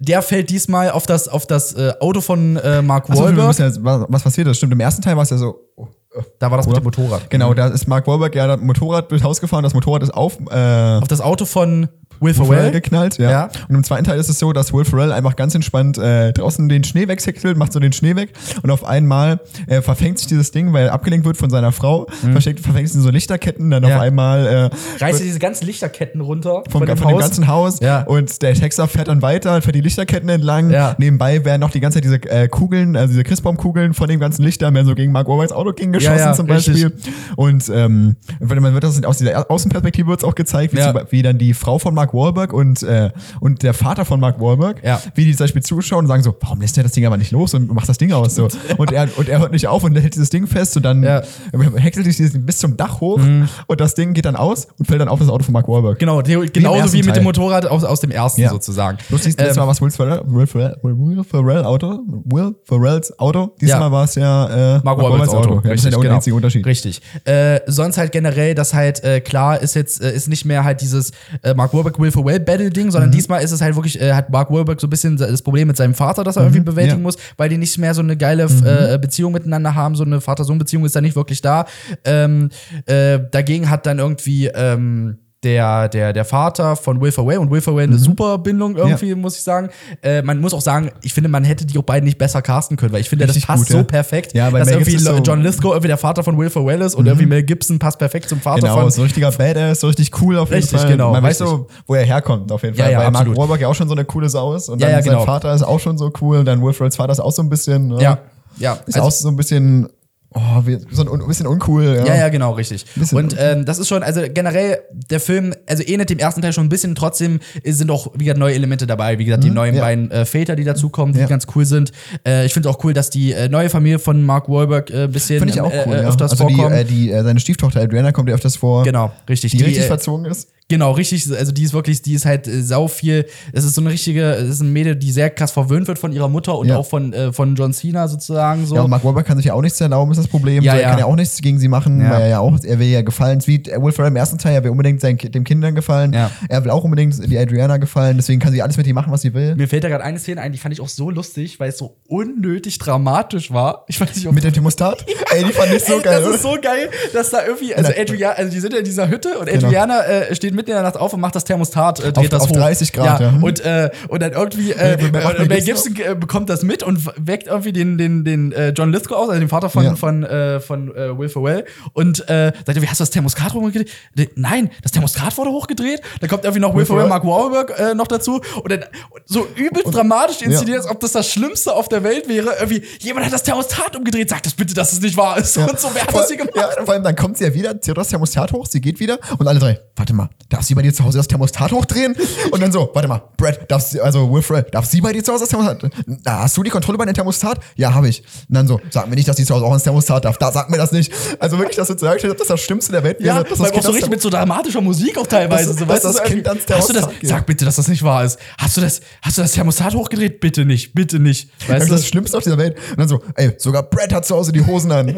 Speaker 3: der fällt diesmal auf das, auf das äh, Auto von äh, Mark
Speaker 2: Achso, wir
Speaker 3: Wahlberg.
Speaker 2: müssen jetzt- was, was passiert ist. Stimmt, im ersten Teil war es ja so. oh, oh.
Speaker 3: da war das
Speaker 2: Oder?
Speaker 3: mit dem Motorrad.
Speaker 2: Genau, da ist Mark Wahlberg ja mit dem Motorrad durchs Haus gefahren, das Motorrad ist auf, äh,
Speaker 3: Auf das Auto von Will
Speaker 2: Will Ferrell
Speaker 3: Ferrell.
Speaker 2: geknallt, ja.
Speaker 3: Ja.
Speaker 2: Und im zweiten Teil ist es so, dass Will Ferrell einfach ganz entspannt äh, draußen den Schnee wegsäckelt, macht so den Schnee weg und auf einmal äh, verfängt sich dieses Ding, weil er abgelenkt wird von seiner Frau, versteckt, verfängt sich in so Lichterketten, dann
Speaker 3: Ja.
Speaker 2: auf einmal äh,
Speaker 3: Reißt er diese ganzen Lichterketten runter
Speaker 2: vom, von dem ganzen Haus
Speaker 3: Ja.
Speaker 2: und der Texer fährt dann weiter, fährt die Lichterketten entlang.
Speaker 3: Ja.
Speaker 2: Nebenbei werden noch die ganze Zeit diese äh, Kugeln, also diese Christbaumkugeln von dem ganzen Lichter, werden so gegen Mark Wahlbergs Auto ging geschossen
Speaker 3: Ja, ja,
Speaker 2: zum Beispiel. Und ähm, wenn man wird das aus dieser Außenperspektive wird es auch gezeigt, wie,
Speaker 3: Ja.
Speaker 2: zum Beispiel- wie dann die Frau von Mark Wahlberg und, äh, und der Vater von Mark Wahlberg,
Speaker 3: Ja.
Speaker 2: wie die zum Beispiel zuschauen und sagen so, warum lässt der das Ding aber nicht los und macht das Ding aus so. Und er, und er hört nicht auf und hält dieses Ding fest und dann
Speaker 3: Ja. Mhm.
Speaker 2: häckselt sich dieses Ding bis zum Dach hoch und das Ding geht dann aus und fällt dann auf das Auto von Mark Wahlberg.
Speaker 3: Genau, theo- genauso
Speaker 2: ersten
Speaker 3: wie, mit
Speaker 2: Teil.
Speaker 3: dem Motorrad aus, aus dem ersten
Speaker 2: Ja.
Speaker 3: sozusagen.
Speaker 2: Lustig, letztes
Speaker 3: Ähm,
Speaker 2: Mal war es Will Ferrell, Will Ferrell, Will Ferrell Auto, Will Ferrells Auto. Diesmal
Speaker 3: Ja.
Speaker 2: war es ja äh,
Speaker 3: Mark Wahlbergs Auto. genau.
Speaker 2: Ja, das ist ja der einzige Unterschied.
Speaker 3: Richtig. Äh, sonst halt generell, dass halt äh, klar ist jetzt äh, ist nicht mehr halt dieses äh, Mark Wahlberg Will for Well Battle Ding,
Speaker 2: Mhm.
Speaker 3: sondern diesmal ist es halt wirklich äh, hat Mark Wahlberg so ein bisschen das Problem mit seinem Vater, das er irgendwie
Speaker 2: Mhm. ja.
Speaker 3: bewältigen
Speaker 2: Mhm.
Speaker 3: muss, weil die nicht mehr so eine geile äh, Beziehung miteinander haben, so eine Vater-Sohn-Beziehung ist da nicht wirklich da. Ähm, äh, dagegen hat dann irgendwie ähm, der, der, der Vater von Will Ferrell und Will Ferrell
Speaker 2: Mhm.
Speaker 3: eine super Bindung irgendwie, muss ich sagen. Äh, man muss auch sagen, ich finde, man hätte die auch beide nicht besser casten können, weil ich finde,
Speaker 2: Richtig
Speaker 3: das passt
Speaker 2: gut,
Speaker 3: so
Speaker 2: ja.
Speaker 3: perfekt,
Speaker 2: Ja, bei
Speaker 3: dass
Speaker 2: Mel Gibson
Speaker 3: irgendwie
Speaker 2: ist
Speaker 3: Le-
Speaker 2: so-
Speaker 3: John Lithgow irgendwie der Vater von Will Ferrell ist und irgendwie Mel Gibson passt perfekt zum Vater
Speaker 2: Genau,
Speaker 3: von.
Speaker 2: so ein richtiger Badass, so richtig cool auf jeden
Speaker 3: Richtig,
Speaker 2: Fall.
Speaker 3: genau,
Speaker 2: Man weiß
Speaker 3: richtig.
Speaker 2: so, wo er herkommt auf jeden
Speaker 3: Ja,
Speaker 2: Fall.
Speaker 3: ja,
Speaker 2: weil Mark
Speaker 3: absolut.
Speaker 2: Wahlberg ja auch schon so eine coole Sau ist und
Speaker 3: Ja,
Speaker 2: dann
Speaker 3: ja, genau.
Speaker 2: sein Vater ist auch schon so cool und dann Will Ferrells Vater ist auch so ein bisschen, ne,
Speaker 3: ja, ja.
Speaker 2: ist
Speaker 3: Also-
Speaker 2: auch so ein bisschen, oh, wie, so ein un, bisschen uncool.
Speaker 3: Ja, ja, genau, richtig.
Speaker 2: Bisschen.
Speaker 3: Und ähm, das ist schon, also generell, der Film, also ähnelt dem ersten Teil schon ein bisschen, trotzdem sind auch wieder neue Elemente dabei. Wie gesagt, die neuen
Speaker 2: ja.
Speaker 3: beiden äh, Väter, die dazukommen, die
Speaker 2: Ja.
Speaker 3: ganz cool sind. Äh, ich finde es auch cool, dass die äh, neue Familie von Mark Wahlberg äh, ein bisschen
Speaker 2: Finde ich auch
Speaker 3: äh,
Speaker 2: cool.
Speaker 3: äh,
Speaker 2: ja.
Speaker 3: öfters
Speaker 2: also die,
Speaker 3: vorkommen.
Speaker 2: äh, die, äh, seine Stieftochter Adriana kommt ja öfters vor.
Speaker 3: genau, richtig.
Speaker 2: Die, richtig
Speaker 3: äh,
Speaker 2: verzogen ist.
Speaker 3: Genau, richtig. Also die ist wirklich, die ist halt äh, sau viel. Es ist so eine richtige, es ist ein Mädel, die sehr krass verwöhnt wird von ihrer Mutter und
Speaker 2: Ja.
Speaker 3: auch von, äh, von John Cena sozusagen so.
Speaker 2: Ja, und Mark Wahlberg kann sich ja auch nichts erlauben, ist das Problem.
Speaker 3: Ja,
Speaker 2: so, er
Speaker 3: ja.
Speaker 2: kann ja auch nichts gegen sie machen,
Speaker 3: Ja.
Speaker 2: weil er ja auch, er will ja gefallen. Es ist Wie äh, Will Ferrell im ersten Teil, er will unbedingt seinen, Ki- dem Kindern gefallen.
Speaker 3: Ja.
Speaker 2: Er will auch unbedingt die Adriana gefallen, deswegen kann sie alles mit ihm machen, was sie will.
Speaker 3: Mir fällt da gerade eine Szene ein, die fand ich auch so lustig, weil es so unnötig dramatisch war. Ich weiß nicht, ob
Speaker 2: Mit dem Thermostat? Ey, die fand ich so
Speaker 3: Ey,
Speaker 2: geil,
Speaker 3: das
Speaker 2: oder?
Speaker 3: ist so geil, dass da irgendwie, also Adriana, also die sind ja in dieser Hütte und
Speaker 2: Genau.
Speaker 3: Adriana äh, steht mitten in der Nacht auf und macht das Thermostat, äh, dreht
Speaker 2: Auf-
Speaker 3: das
Speaker 2: auf
Speaker 3: hoch.
Speaker 2: 30 Grad,
Speaker 3: ja.
Speaker 2: ja. Hm.
Speaker 3: Und, äh, und dann irgendwie, äh,
Speaker 2: Mel- Mel-
Speaker 3: äh, Mel Gibson äh, bekommt das mit und weckt irgendwie den, den, den äh, John Lithgow aus, also den Vater von,
Speaker 2: Ja.
Speaker 3: von, äh, von äh, Will Ferrell und äh, sagt, irgendwie, hast du das Thermostat hochgedreht? Nee, Nein, das Thermostat wurde hochgedreht, dann kommt irgendwie noch Will
Speaker 2: Ferrell.
Speaker 3: Ferrell, Mark Wahlberg äh, noch dazu und dann so übel dramatisch inszeniert, als ob das das Schlimmste auf der Welt wäre, irgendwie, jemand hat das Thermostat umgedreht, sagt das bitte, dass es nicht wahr ist und so, wer hat
Speaker 2: Vor-
Speaker 3: das hier gemacht?
Speaker 2: Ja, vor allem, dann kommt sie ja wieder, zieht das Thermostat hoch, sie geht wieder und alle drei, warte mal, darf sie bei dir zu Hause das Thermostat hochdrehen? Und dann so, warte mal, Brad, darf sie, also Wilfred, darf sie bei dir zu Hause das Thermostat? Na, hast du die Kontrolle bei deinem Thermostat? Ja, habe ich. Und dann so, sag mir nicht, dass sie zu Hause auch ins Thermostat darf. Da sag mir das nicht. Also wirklich, dass du zu sagen das ist das Schlimmste der Welt
Speaker 3: Ja,
Speaker 2: dass
Speaker 3: weil auch
Speaker 2: Kind
Speaker 3: so
Speaker 2: das
Speaker 3: richtig mit so dramatischer Musik auch teilweise.
Speaker 2: Das-
Speaker 3: so,
Speaker 2: das-
Speaker 3: weißt du,
Speaker 2: das
Speaker 3: so
Speaker 2: Kind
Speaker 3: irgendwie,
Speaker 2: ans Thermostat
Speaker 3: hast du das,
Speaker 2: geht.
Speaker 3: Sag bitte, dass das nicht wahr ist. Hast du das, hast du das Thermostat hochgedreht? Bitte nicht, bitte nicht.
Speaker 2: das
Speaker 3: Weißt
Speaker 2: ist
Speaker 3: du?
Speaker 2: das Schlimmste auf dieser Welt. Und dann so, ey, sogar Brad hat zu Hause die Hosen an.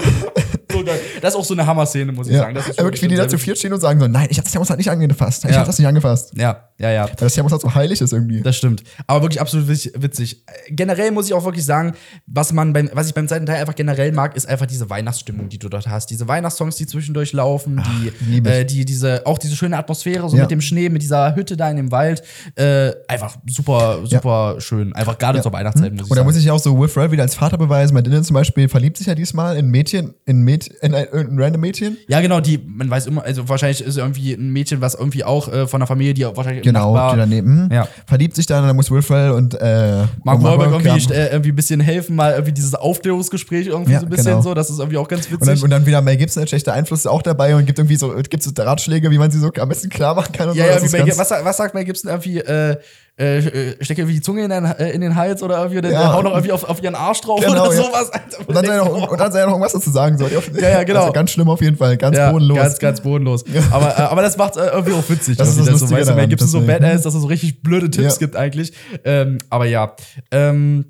Speaker 3: So geil. Das ist auch so eine Hammer-Szene, muss ich
Speaker 2: ja.
Speaker 3: sagen. Das ist
Speaker 2: Wirklich, wie die da
Speaker 3: schon
Speaker 2: zu
Speaker 3: sehr
Speaker 2: viert stehen und sagen so, nein, ich habe das Thermostat nicht angefasst. Ich
Speaker 3: Ja.
Speaker 2: habe das nicht angefasst.
Speaker 3: witzig. Ja, ja, ja.
Speaker 2: Weil das Thermostat so heilig ist irgendwie.
Speaker 3: Das stimmt. Aber wirklich absolut witzig- witzig. Äh, Generell muss ich auch wirklich sagen, was man beim, was ich beim zweiten Teil einfach generell mag, ist einfach diese Weihnachtsstimmung, die du dort hast. Diese Weihnachtssongs, die zwischendurch laufen, die,
Speaker 2: lieb ich.
Speaker 3: äh, die diese, auch diese schöne Atmosphäre, so
Speaker 2: Ja.
Speaker 3: mit dem Schnee, mit dieser Hütte da in dem Wald. Äh, einfach super, super schön. Einfach gerade zur Weihnachtszeit muss
Speaker 2: Und
Speaker 3: ich
Speaker 2: da
Speaker 3: sagen.
Speaker 2: Hm? muss ich auch so Will Ferrell wieder als Vater beweisen. Madeleine zum Beispiel verliebt sich ja diesmal in Mädchen, in, Mädchen, in ein, irgendein random Mädchen.
Speaker 3: ja, genau, die, man weiß immer, also wahrscheinlich ist irgendwie ein Mädchen, was irgendwie auch äh, von einer Familie, die auch wahrscheinlich
Speaker 2: genau,
Speaker 3: Nachbar.
Speaker 2: die daneben.
Speaker 3: Ja.
Speaker 2: Verliebt sich dann und dann muss Will Ferrell und äh,
Speaker 3: Mark
Speaker 2: und
Speaker 3: Wahlberg
Speaker 2: dann-
Speaker 3: irgendwie, äh, irgendwie ein bisschen helfen, mal irgendwie dieses Aufklärungsgespräch irgendwie
Speaker 2: Ja,
Speaker 3: so ein bisschen
Speaker 2: genau.
Speaker 3: so. Das ist irgendwie auch ganz
Speaker 2: und
Speaker 3: witzig.
Speaker 2: dann, und dann wieder Mel Gibson, der schlechte Einfluss ist auch dabei und gibt irgendwie so, gibt so Ratschläge, wie man sie so am besten klar machen kann. Und
Speaker 3: ja,
Speaker 2: so.
Speaker 3: ja,
Speaker 2: Das
Speaker 3: wie
Speaker 2: ist
Speaker 3: Mel,
Speaker 2: ganz-
Speaker 3: was, sagt- was sagt Mel Gibson irgendwie, äh, äh, äh, steckt irgendwie die Zunge in den, äh, in den Hals oder irgendwie, dann
Speaker 2: Ja.
Speaker 3: hau noch irgendwie auf, auf ihren Arsch drauf
Speaker 2: Genau,
Speaker 3: oder
Speaker 2: ja.
Speaker 3: sowas. Alter,
Speaker 2: Und dann, sei noch, und dann sei noch irgendwas dazu sagen soll.
Speaker 3: Ja, ja, genau.
Speaker 2: Also ganz schlimm auf jeden Fall, ganz bodenlos.
Speaker 3: oh, Ganz, ganz bodenlos. Aber, äh, aber das macht äh, irgendwie auch witzig.
Speaker 2: Das ist
Speaker 3: irgendwie,
Speaker 2: das
Speaker 3: dass so,
Speaker 2: Lustige
Speaker 3: weißt du, Mel
Speaker 2: daran,
Speaker 3: Gibson so
Speaker 2: deswegen.
Speaker 3: badass, dass es so richtig blöde Tipps
Speaker 2: Ja.
Speaker 3: gibt eigentlich. Ähm, aber ja. Ähm,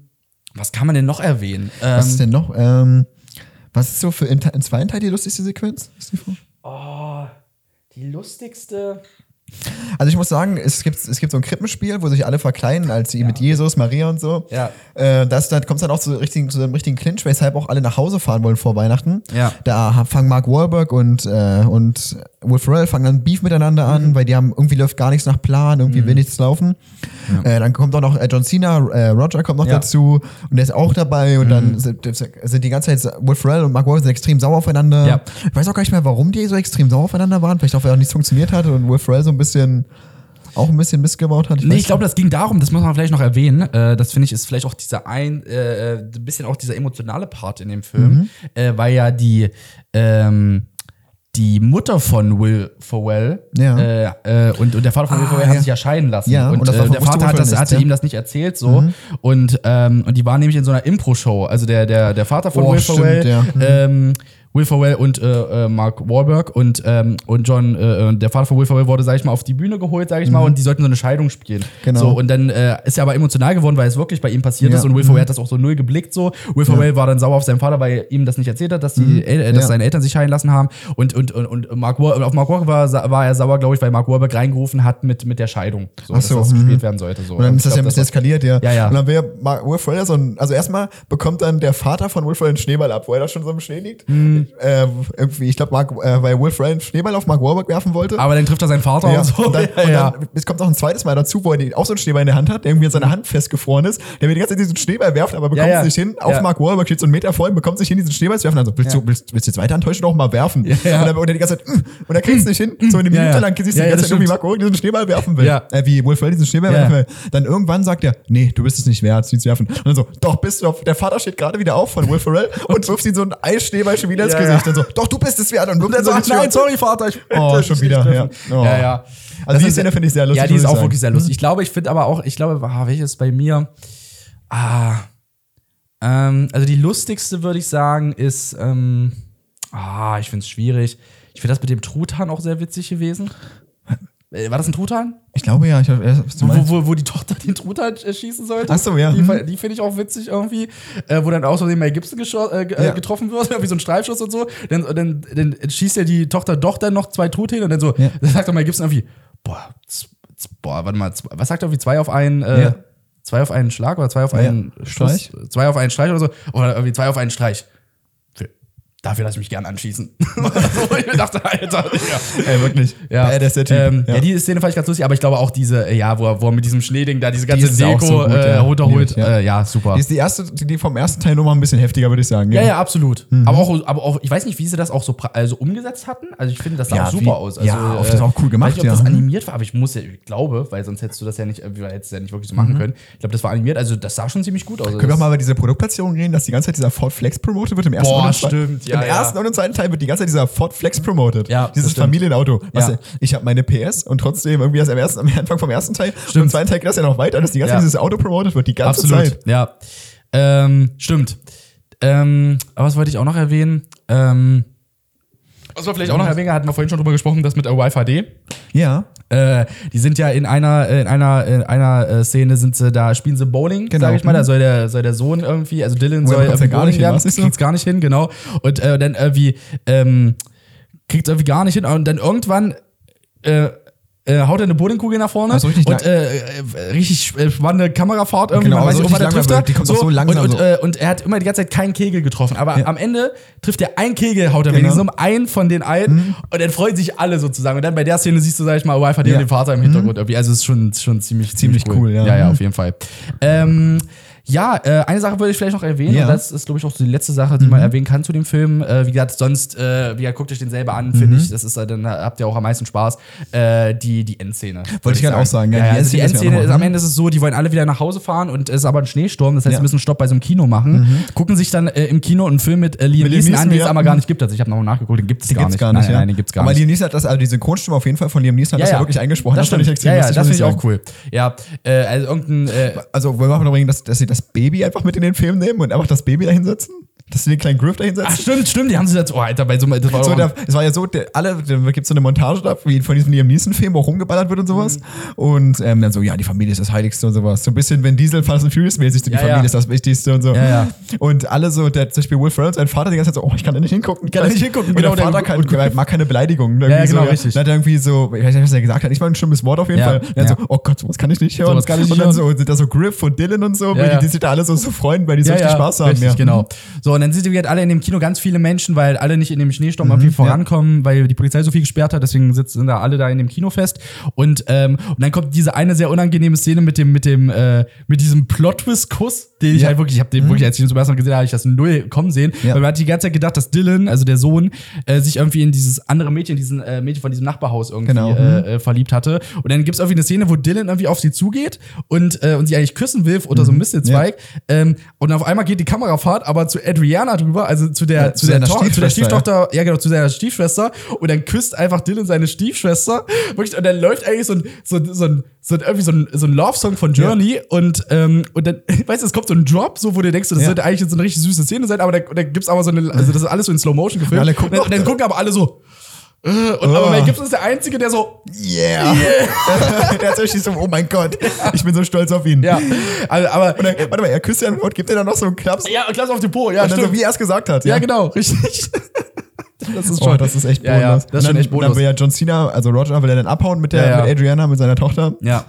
Speaker 3: was kann man denn noch erwähnen? Ähm,
Speaker 2: was ist denn noch? Ähm, was ist so für in, im zweiten Teil die lustigste Sequenz? Ist die Frage.
Speaker 3: Oh, die lustigste.
Speaker 2: Also ich muss sagen, es gibt, es gibt so ein Krippenspiel, wo sich alle verkleiden, als sie mit Jesus, Maria und so.
Speaker 3: Ja.
Speaker 2: Äh, das, da kommt es dann auch zu, richtigen, zu einem richtigen Clinch, weshalb auch alle nach Hause fahren wollen vor Weihnachten.
Speaker 3: Ja.
Speaker 2: Da fangen Mark Wahlberg und, äh, und Will Ferrell fangen dann Beef miteinander an,
Speaker 3: Mhm.
Speaker 2: weil die haben, irgendwie läuft gar nichts nach Plan, irgendwie will nichts laufen. Äh, dann kommt auch noch äh, John Cena, äh, Roger kommt noch
Speaker 3: Ja. Mhm.
Speaker 2: dazu und der ist auch dabei und dann sind, sind die ganze Zeit Will Ferrell und Mark Wahlberg sind extrem sauer aufeinander.
Speaker 3: Ja.
Speaker 2: Ich weiß auch gar nicht mehr, warum die so extrem sauer aufeinander waren. Vielleicht auch, weil auch nichts funktioniert hatte und Will Ferrell so ein bisschen auch ein bisschen missgebaut hat.
Speaker 3: Nee,
Speaker 2: weiß
Speaker 3: ich glaube, das ging darum, das muss man vielleicht noch erwähnen. Äh, das finde ich ist vielleicht auch dieser ein, äh, äh, ein bisschen auch dieser emotionale Part in dem
Speaker 2: Mhm.
Speaker 3: Film, äh, weil ja die, ähm, die Mutter von Will Ferrell
Speaker 2: Ja.
Speaker 3: äh, äh, und, und der Vater von Will
Speaker 2: Ah,
Speaker 3: Ferrell haben
Speaker 2: ja.
Speaker 3: sich ja scheiden lassen.
Speaker 2: Ja,
Speaker 3: und
Speaker 2: und das
Speaker 3: äh,
Speaker 2: war
Speaker 3: der
Speaker 2: wusste
Speaker 3: Vater hat
Speaker 2: Will
Speaker 3: das,
Speaker 2: nicht,
Speaker 3: hatte
Speaker 2: ja. Mhm.
Speaker 3: ihm das nicht erzählt so. Und, ähm, und die waren nämlich in so einer Impro-Show. Also der, der, der Vater von
Speaker 2: Oh,
Speaker 3: Will
Speaker 2: stimmt,
Speaker 3: Ferrell
Speaker 2: ja.
Speaker 3: ähm, Will Ferrell und äh, äh, Mark Wahlberg und, ähm, und John, äh, äh, der Vater von Will Ferrell wurde, sag ich mal, auf die Bühne geholt, sag ich mal, und die sollten so eine Scheidung spielen.
Speaker 2: Mhm. Genau.
Speaker 3: So, und dann äh, ist er aber emotional geworden, weil es wirklich bei ihm passiert
Speaker 2: Ja. Mhm.
Speaker 3: ist und Will Ferrell hat das auch so null geblickt so. Will Ferrell war dann sauer auf seinen Vater, weil er ihm das nicht erzählt hat, dass, die, El- äh, dass
Speaker 2: Mhm. Ja.
Speaker 3: seine Eltern sich scheiden lassen haben und, und, und, und Mark Wahlberg, auf Mark Wahlberg war, sa- war er sauer, glaube ich, weil Mark Wahlberg reingerufen hat mit, mit der Scheidung, so,
Speaker 2: Ach so,
Speaker 3: dass das
Speaker 2: mhm.
Speaker 3: gespielt werden sollte. So.
Speaker 2: Und dann ist das
Speaker 3: Ich
Speaker 2: ja
Speaker 3: glaub,
Speaker 2: ein bisschen eskaliert, ja.
Speaker 3: Ja, ja.
Speaker 2: Und dann wäre Will Ferrell so ein, also erstmal bekommt dann der Vater von Will Ferrell einen Schneeball ab, wo er da schon so im Schnee liegt.
Speaker 3: Mhm.
Speaker 2: Äh, irgendwie, ich glaube, Mark, äh, weil Will Ferrell einen Schneeball auf Mark Wahlberg werfen wollte.
Speaker 3: aber dann trifft er seinen Vater
Speaker 2: ja,
Speaker 3: und so.
Speaker 2: und dann,
Speaker 3: Ja, ja.
Speaker 2: Und dann es kommt noch ein zweites Mal dazu, wo er die- auch so einen Schneeball in der Hand hat, der irgendwie an seiner Hand festgefroren ist. Der will die ganze Zeit diesen Schneeball werfen, aber bekommt
Speaker 3: Ja, ja.
Speaker 2: es nicht hin. Auf
Speaker 3: Ja.
Speaker 2: Mark Wahlberg steht so einen Meter vor ihm, bekommt es nicht hin, diesen Schneeball zu werfen. Also, willst, du, willst, willst du jetzt weiter enttäuschen, auch mal werfen?
Speaker 3: ja.
Speaker 2: Und, dann, und er die ganze Zeit, mm, und er kriegt es nicht hin. So eine Minute
Speaker 3: ja.
Speaker 2: lang siehst du
Speaker 3: Ja,
Speaker 2: die
Speaker 3: ja,
Speaker 2: ganze
Speaker 3: das
Speaker 2: Zeit, nur, wie
Speaker 3: stimmt.
Speaker 2: Mark Wahlberg diesen Schneeball werfen will.
Speaker 3: Ja.
Speaker 2: Äh, wie Will Ferrell diesen Schneeball
Speaker 3: Ja.
Speaker 2: werfen will. Dann irgendwann sagt er, nee, du bist es nicht wert, sie zu werfen. Und dann so, doch, bist du auf. Der Vater steht gerade wieder auf von Will Ferrell und wirft ihm so einen Eisschneeball schon wieder ins
Speaker 3: Ja, ja.
Speaker 2: Gesicht. Und so, doch, du bist es wert. Und wirft
Speaker 3: dann
Speaker 2: ihm
Speaker 3: so,
Speaker 2: so
Speaker 3: ach
Speaker 2: einen
Speaker 3: nein,
Speaker 2: Schneeball-
Speaker 3: sorry, Vater, ich
Speaker 2: Oh, schon wieder,
Speaker 3: Ja,
Speaker 2: ja. Oh.
Speaker 3: ja. ja.
Speaker 2: Also die
Speaker 3: ist-
Speaker 2: Szene finde ich sehr lustig,
Speaker 3: Ja, die
Speaker 2: muss
Speaker 3: ist
Speaker 2: ich
Speaker 3: auch
Speaker 2: sagen.
Speaker 3: wirklich sehr lustig. Ich glaube, ich finde aber auch, ich glaube, ah, welches bei mir. Ah. Ähm, also die lustigste, würde ich sagen, ist. Ähm, ah, ich finde es schwierig. Ich finde das mit dem Truthahn auch sehr witzig gewesen. Äh, War das ein Truthahn?
Speaker 2: Ich glaube ja, ich hab, was du
Speaker 3: Wo,
Speaker 2: meinst.
Speaker 3: wo, wo die Tochter den Truthahn äh, schießen sollte.
Speaker 2: Ach so, ja.
Speaker 3: Die,
Speaker 2: Mhm.
Speaker 3: fe- die finde ich auch witzig irgendwie. Äh, wo dann auch so Mel Gibson gescho- äh, ge- äh,
Speaker 2: Ja.
Speaker 3: getroffen wird, wie so ein Streifschuss und so. Dann, dann, dann schießt ja die Tochter doch dann noch zwei Truthähne und dann so,
Speaker 2: Ja.
Speaker 3: dann sagt doch Mel Gibson irgendwie, boah, z- z- boah, warte mal, z- was sagt er irgendwie, zwei auf einen, äh,
Speaker 2: Ja.
Speaker 3: zwei auf einen Schlag oder zwei auf
Speaker 2: Ja.
Speaker 3: einen
Speaker 2: Streich?
Speaker 3: Schuss? Zwei auf einen Streich oder so. Oder irgendwie zwei auf einen Streich. Für- Dafür lass ich mich gern anschießen. so, ich mir dachte, Alter, Digga.
Speaker 2: Ey, wirklich.
Speaker 3: Ja,
Speaker 2: Äh, der ist der Typ.
Speaker 3: Ähm, ja.
Speaker 2: ja.
Speaker 3: die Szene fand ich ganz lustig, aber ich glaube auch diese, äh, ja, wo er, wo er mit diesem Schneeding da diese ganze
Speaker 2: ist auch
Speaker 3: Deko
Speaker 2: so gut,
Speaker 3: äh,
Speaker 2: ja.
Speaker 3: runterholt.
Speaker 2: Lieb ich,
Speaker 3: Ja.
Speaker 2: ja.
Speaker 3: Äh, ja, super.
Speaker 2: Die ist die erste, die die vom ersten Teil nochmal ein bisschen heftiger, würde ich sagen.
Speaker 3: ja, ja, absolut.
Speaker 2: Mhm.
Speaker 3: Aber, auch, aber auch, ich weiß nicht, wie sie das auch so pra- also umgesetzt hatten. Also ich finde, das sah
Speaker 2: Ja,
Speaker 3: auch super
Speaker 2: wie-
Speaker 3: aus. Also,
Speaker 2: ja, oft ist auch cool gemacht,
Speaker 3: Weiß nicht, ob das
Speaker 2: ja. Mhm.
Speaker 3: animiert war, aber ich muss ja, ich glaube, weil sonst hättest du das ja nicht, äh, hättest du ja nicht wirklich so machen können. Ich glaube, das war animiert. Also das sah schon ziemlich gut
Speaker 2: Mhm.
Speaker 3: aus. Also
Speaker 2: Können wir
Speaker 3: Das-
Speaker 2: auch mal über diese Produktplatzierung reden, dass die ganze Zeit dieser Ford Flex promotet wird im ersten
Speaker 3: Boah,
Speaker 2: und im zweiten-
Speaker 3: stimmt, ja,
Speaker 2: Im
Speaker 3: ja.
Speaker 2: ersten und im zweiten Teil wird die ganze Zeit dieser Ford Flex promotet.
Speaker 3: Ja, das
Speaker 2: Dieses
Speaker 3: stimmt.
Speaker 2: Familienauto. Was
Speaker 3: Ja.
Speaker 2: ja. Ich habe meine PS und trotzdem irgendwie das am, ersten, am Anfang vom ersten Teil. Und im zweiten Teil geht das ja noch weiter, dass die ganze
Speaker 3: Ja.
Speaker 2: Zeit dieses Auto promotet wird, die ganze
Speaker 3: Absolut,
Speaker 2: Zeit.
Speaker 3: ja. Ähm, stimmt. Ähm, aber was wollte ich auch noch erwähnen? Ähm, was wir vielleicht auch noch erwähnen, hatten wir vorhin schon drüber gesprochen, das mit äh, der Wi-Fi-D.
Speaker 2: Ja.
Speaker 3: Äh, die sind ja in einer äh, in einer in einer äh, Szene sind sie da spielen sie Bowling,
Speaker 2: Genau.
Speaker 3: sag ich mal, da soll der soll der Sohn irgendwie, also Dylan
Speaker 2: Oder
Speaker 3: soll
Speaker 2: bekommt's
Speaker 3: irgendwie
Speaker 2: ja gar nicht hin,
Speaker 3: lernen,
Speaker 2: was ist so?
Speaker 3: kriegt's gar nicht hin, genau. Und äh, dann irgendwie ähm, kriegt's irgendwie gar nicht hin und dann irgendwann äh, äh, haut er eine Bowlingkugel nach vorne
Speaker 2: Also richtig
Speaker 3: und
Speaker 2: lang-
Speaker 3: äh, äh, richtig sp- äh, spannende Kamerafahrt irgendwie,
Speaker 2: Genau,
Speaker 3: man weiß
Speaker 2: also
Speaker 3: nicht, ob er da
Speaker 2: richtig
Speaker 3: trifft.
Speaker 2: langsam,
Speaker 3: er.
Speaker 2: die kommt auch so langsam
Speaker 3: und, und,
Speaker 2: so.
Speaker 3: Äh, und er hat immer die ganze Zeit keinen Kegel getroffen, aber am Ende trifft er einen Kegel,
Speaker 2: Genau.
Speaker 3: haut er wenigstens um einen von den einen und dann freuen sich alle sozusagen. Und dann bei der Szene siehst du, sag ich mal, Wi-Fi
Speaker 2: Mhm. Ja.
Speaker 3: den Vater im Hintergrund irgendwie. Also es ist schon, schon ziemlich,
Speaker 2: Ziemlich cool, ja.
Speaker 3: Ja, ja, auf jeden Fall. Ähm, Ja, äh, eine Sache würde ich vielleicht noch erwähnen.
Speaker 2: Ja. Mhm.
Speaker 3: Und das ist, glaube ich, auch so die letzte Sache, die man erwähnen kann zu dem Film. Äh, wie gesagt, sonst, äh, wie gesagt, guckt euch den selber an,
Speaker 2: Mhm.
Speaker 3: finde ich. Das ist, äh, dann habt ihr auch am meisten Spaß. Äh, die, die Endszene.
Speaker 2: Wollte ich gerade auch sagen, ja,
Speaker 3: Ja,
Speaker 2: die
Speaker 3: ja, also
Speaker 2: Endszene ist mir
Speaker 3: die
Speaker 2: auch
Speaker 3: Endszene
Speaker 2: noch-
Speaker 3: ist am Ende ist es so, die wollen alle wieder nach Hause fahren und es ist aber ein Schneesturm. Das heißt,
Speaker 2: Ja. Mhm.
Speaker 3: sie müssen einen Stopp bei so einem Kino machen. Gucken sich dann äh, im Kino einen Film mit äh,
Speaker 2: Mit
Speaker 3: Liam
Speaker 2: Liam
Speaker 3: Neeson an,
Speaker 2: Neeson,
Speaker 3: den es
Speaker 2: ja.
Speaker 3: aber gar nicht gibt. Also ich habe nochmal nachgeguckt, den gibt es
Speaker 2: Die
Speaker 3: gar
Speaker 2: gibt's
Speaker 3: nicht.
Speaker 2: gar nicht.
Speaker 3: nein,
Speaker 2: ja.
Speaker 3: nein, den gibt's gar
Speaker 2: Aber
Speaker 3: nicht.
Speaker 2: Liam Neeson hat das, also die Synchronstimme auf jeden Fall von Liam Neeson hat das ja, wirklich eingesprochen.
Speaker 3: Das,
Speaker 2: fand
Speaker 3: stimmt.
Speaker 2: ich extrem
Speaker 3: ja, ja,
Speaker 2: lustig,
Speaker 3: das
Speaker 2: muss
Speaker 3: finde ich
Speaker 2: sagen.
Speaker 3: auch cool. Ja, äh, also irgendein äh,
Speaker 2: Also wollen wir auch übrigens, dass, dass sie das Baby einfach mit in den Film nehmen und einfach das Baby da hinsetzen? Dass sie den kleinen Griff da
Speaker 3: Ach,
Speaker 2: hinsetzen?
Speaker 3: stimmt, stimmt, die haben sie jetzt. Oh, Alter, bei so einem. Das war
Speaker 2: so,
Speaker 3: doch-
Speaker 2: der, es war ja so, der, alle, da gibt so eine Montage da, wie von diesem Liam Neeson-Film, wo rumgeballert wird und sowas. Und ähm, dann so, ja, die Familie ist das Heiligste und sowas. So ein bisschen Vin Diesel, Fast and Furious-mäßig, so, die
Speaker 3: Ja, ja.
Speaker 2: Familie ist das Wichtigste und so.
Speaker 3: Ja, ja.
Speaker 2: Und alle so, der, zum Beispiel Will Ferrell, sein Vater, die ganze Zeit so, oh, ich kann da nicht hingucken. Ich kann da nicht hingucken. Und
Speaker 3: genau,
Speaker 2: der Vater
Speaker 3: der-
Speaker 2: kann, der mag keine Beleidigung. Irgendwie
Speaker 3: ja, genau,
Speaker 2: so,
Speaker 3: richtig.
Speaker 2: Dann hat er irgendwie so, ich weiß nicht, was er gesagt hat, nicht mal ein schlimmes Wort auf jeden
Speaker 3: Ja,
Speaker 2: Fall. Dann
Speaker 3: ja.
Speaker 2: so, oh Gott, sowas kann ich nicht hören.
Speaker 3: Sowas kann ich
Speaker 2: und
Speaker 3: nicht
Speaker 2: dann so, sind da so Griff und Dylan und so,
Speaker 3: Ja,
Speaker 2: weil
Speaker 3: ja.
Speaker 2: Die, die sich da alle so, so freuen, weil die so
Speaker 3: ja,
Speaker 2: richtig
Speaker 3: ja,
Speaker 2: Spaß haben.
Speaker 3: Richtig,
Speaker 2: ja. Mhm.
Speaker 3: genau. So, und dann sind wir halt alle in dem Kino ganz viele Menschen, weil alle nicht in dem Schneesturm
Speaker 2: Mhm.
Speaker 3: irgendwie vorankommen, weil die Polizei so viel gesperrt hat, deswegen sitzen da alle da in dem Kino fest. Und, ähm, und dann kommt diese eine sehr unangenehme Szene mit dem, mit dem, äh, mit diesem Plot-Twist-Kuss, den ich
Speaker 2: Ja. Mhm.
Speaker 3: halt wirklich, ich habe den wirklich, als ich ihn zum ersten Mal gesehen habe, habe ich das null kommen sehen.
Speaker 2: Ja.
Speaker 3: Weil man hat die ganze Zeit gedacht, dass Dylan, also der Sohn, äh, sich irgendwie in dieses andere Mädchen, diesen äh, Mädchen von diesem Nachbarhaus irgendwie
Speaker 2: Genau.
Speaker 3: äh, äh, verliebt hatte. Und dann gibt es irgendwie eine Szene, wo Dylan irgendwie auf sie zugeht und, äh, und sie eigentlich küssen will oder so ein Mistelzweig. Ähm, und auf einmal geht die Kamerafahrt aber zu Adriana drüber, also zu der,
Speaker 2: Ja, zu
Speaker 3: zu der,
Speaker 2: seiner
Speaker 3: Toch- zu der
Speaker 2: Stiefschwester,
Speaker 3: Stieftochter, ja. genau, zu seiner Stiefschwester. Und dann küsst einfach Dylan seine Stiefschwester. Wirklich, und dann läuft eigentlich so ein, so, ein- so ein, so ein, irgendwie so ein, so ein Love-Song von Journey. Und, ähm, und dann, weißt du, es kommt so ein Drop, so, wo du denkst, das
Speaker 2: Ja.
Speaker 3: sollte eigentlich jetzt so eine richtig süße Szene sein, aber da, da gibt's aber so eine, also das ist alles so in Slow-Motion gefilmt.
Speaker 2: alle gucken
Speaker 3: und dann, dann gucken aber alle so. äh, Und, Aber
Speaker 2: Oh.
Speaker 3: Mel Gibson ist der Einzige, der so,
Speaker 2: Yeah. der hat so richtig so, oh mein Gott, ich bin so stolz auf ihn.
Speaker 3: Ja, also, aber.
Speaker 2: Und dann, warte mal, er küsst ja und gibt dir dann noch so einen Klaps.
Speaker 3: ja, Klaps auf den Po, ja,
Speaker 2: und dann
Speaker 3: stimmt.
Speaker 2: so, wie er es gesagt hat.
Speaker 3: ja, genau, richtig. Das ist
Speaker 2: Oh, das ist echt
Speaker 3: ja, ja,
Speaker 2: bodenlos.
Speaker 3: Das ist schon
Speaker 2: Und dann, und
Speaker 3: echt
Speaker 2: Dann
Speaker 3: bodenlos.
Speaker 2: will ja John Cena, also Roger, will er dann abhauen mit, der,
Speaker 3: Ja, ja.
Speaker 2: mit Adriana, mit seiner Tochter.
Speaker 3: Ja.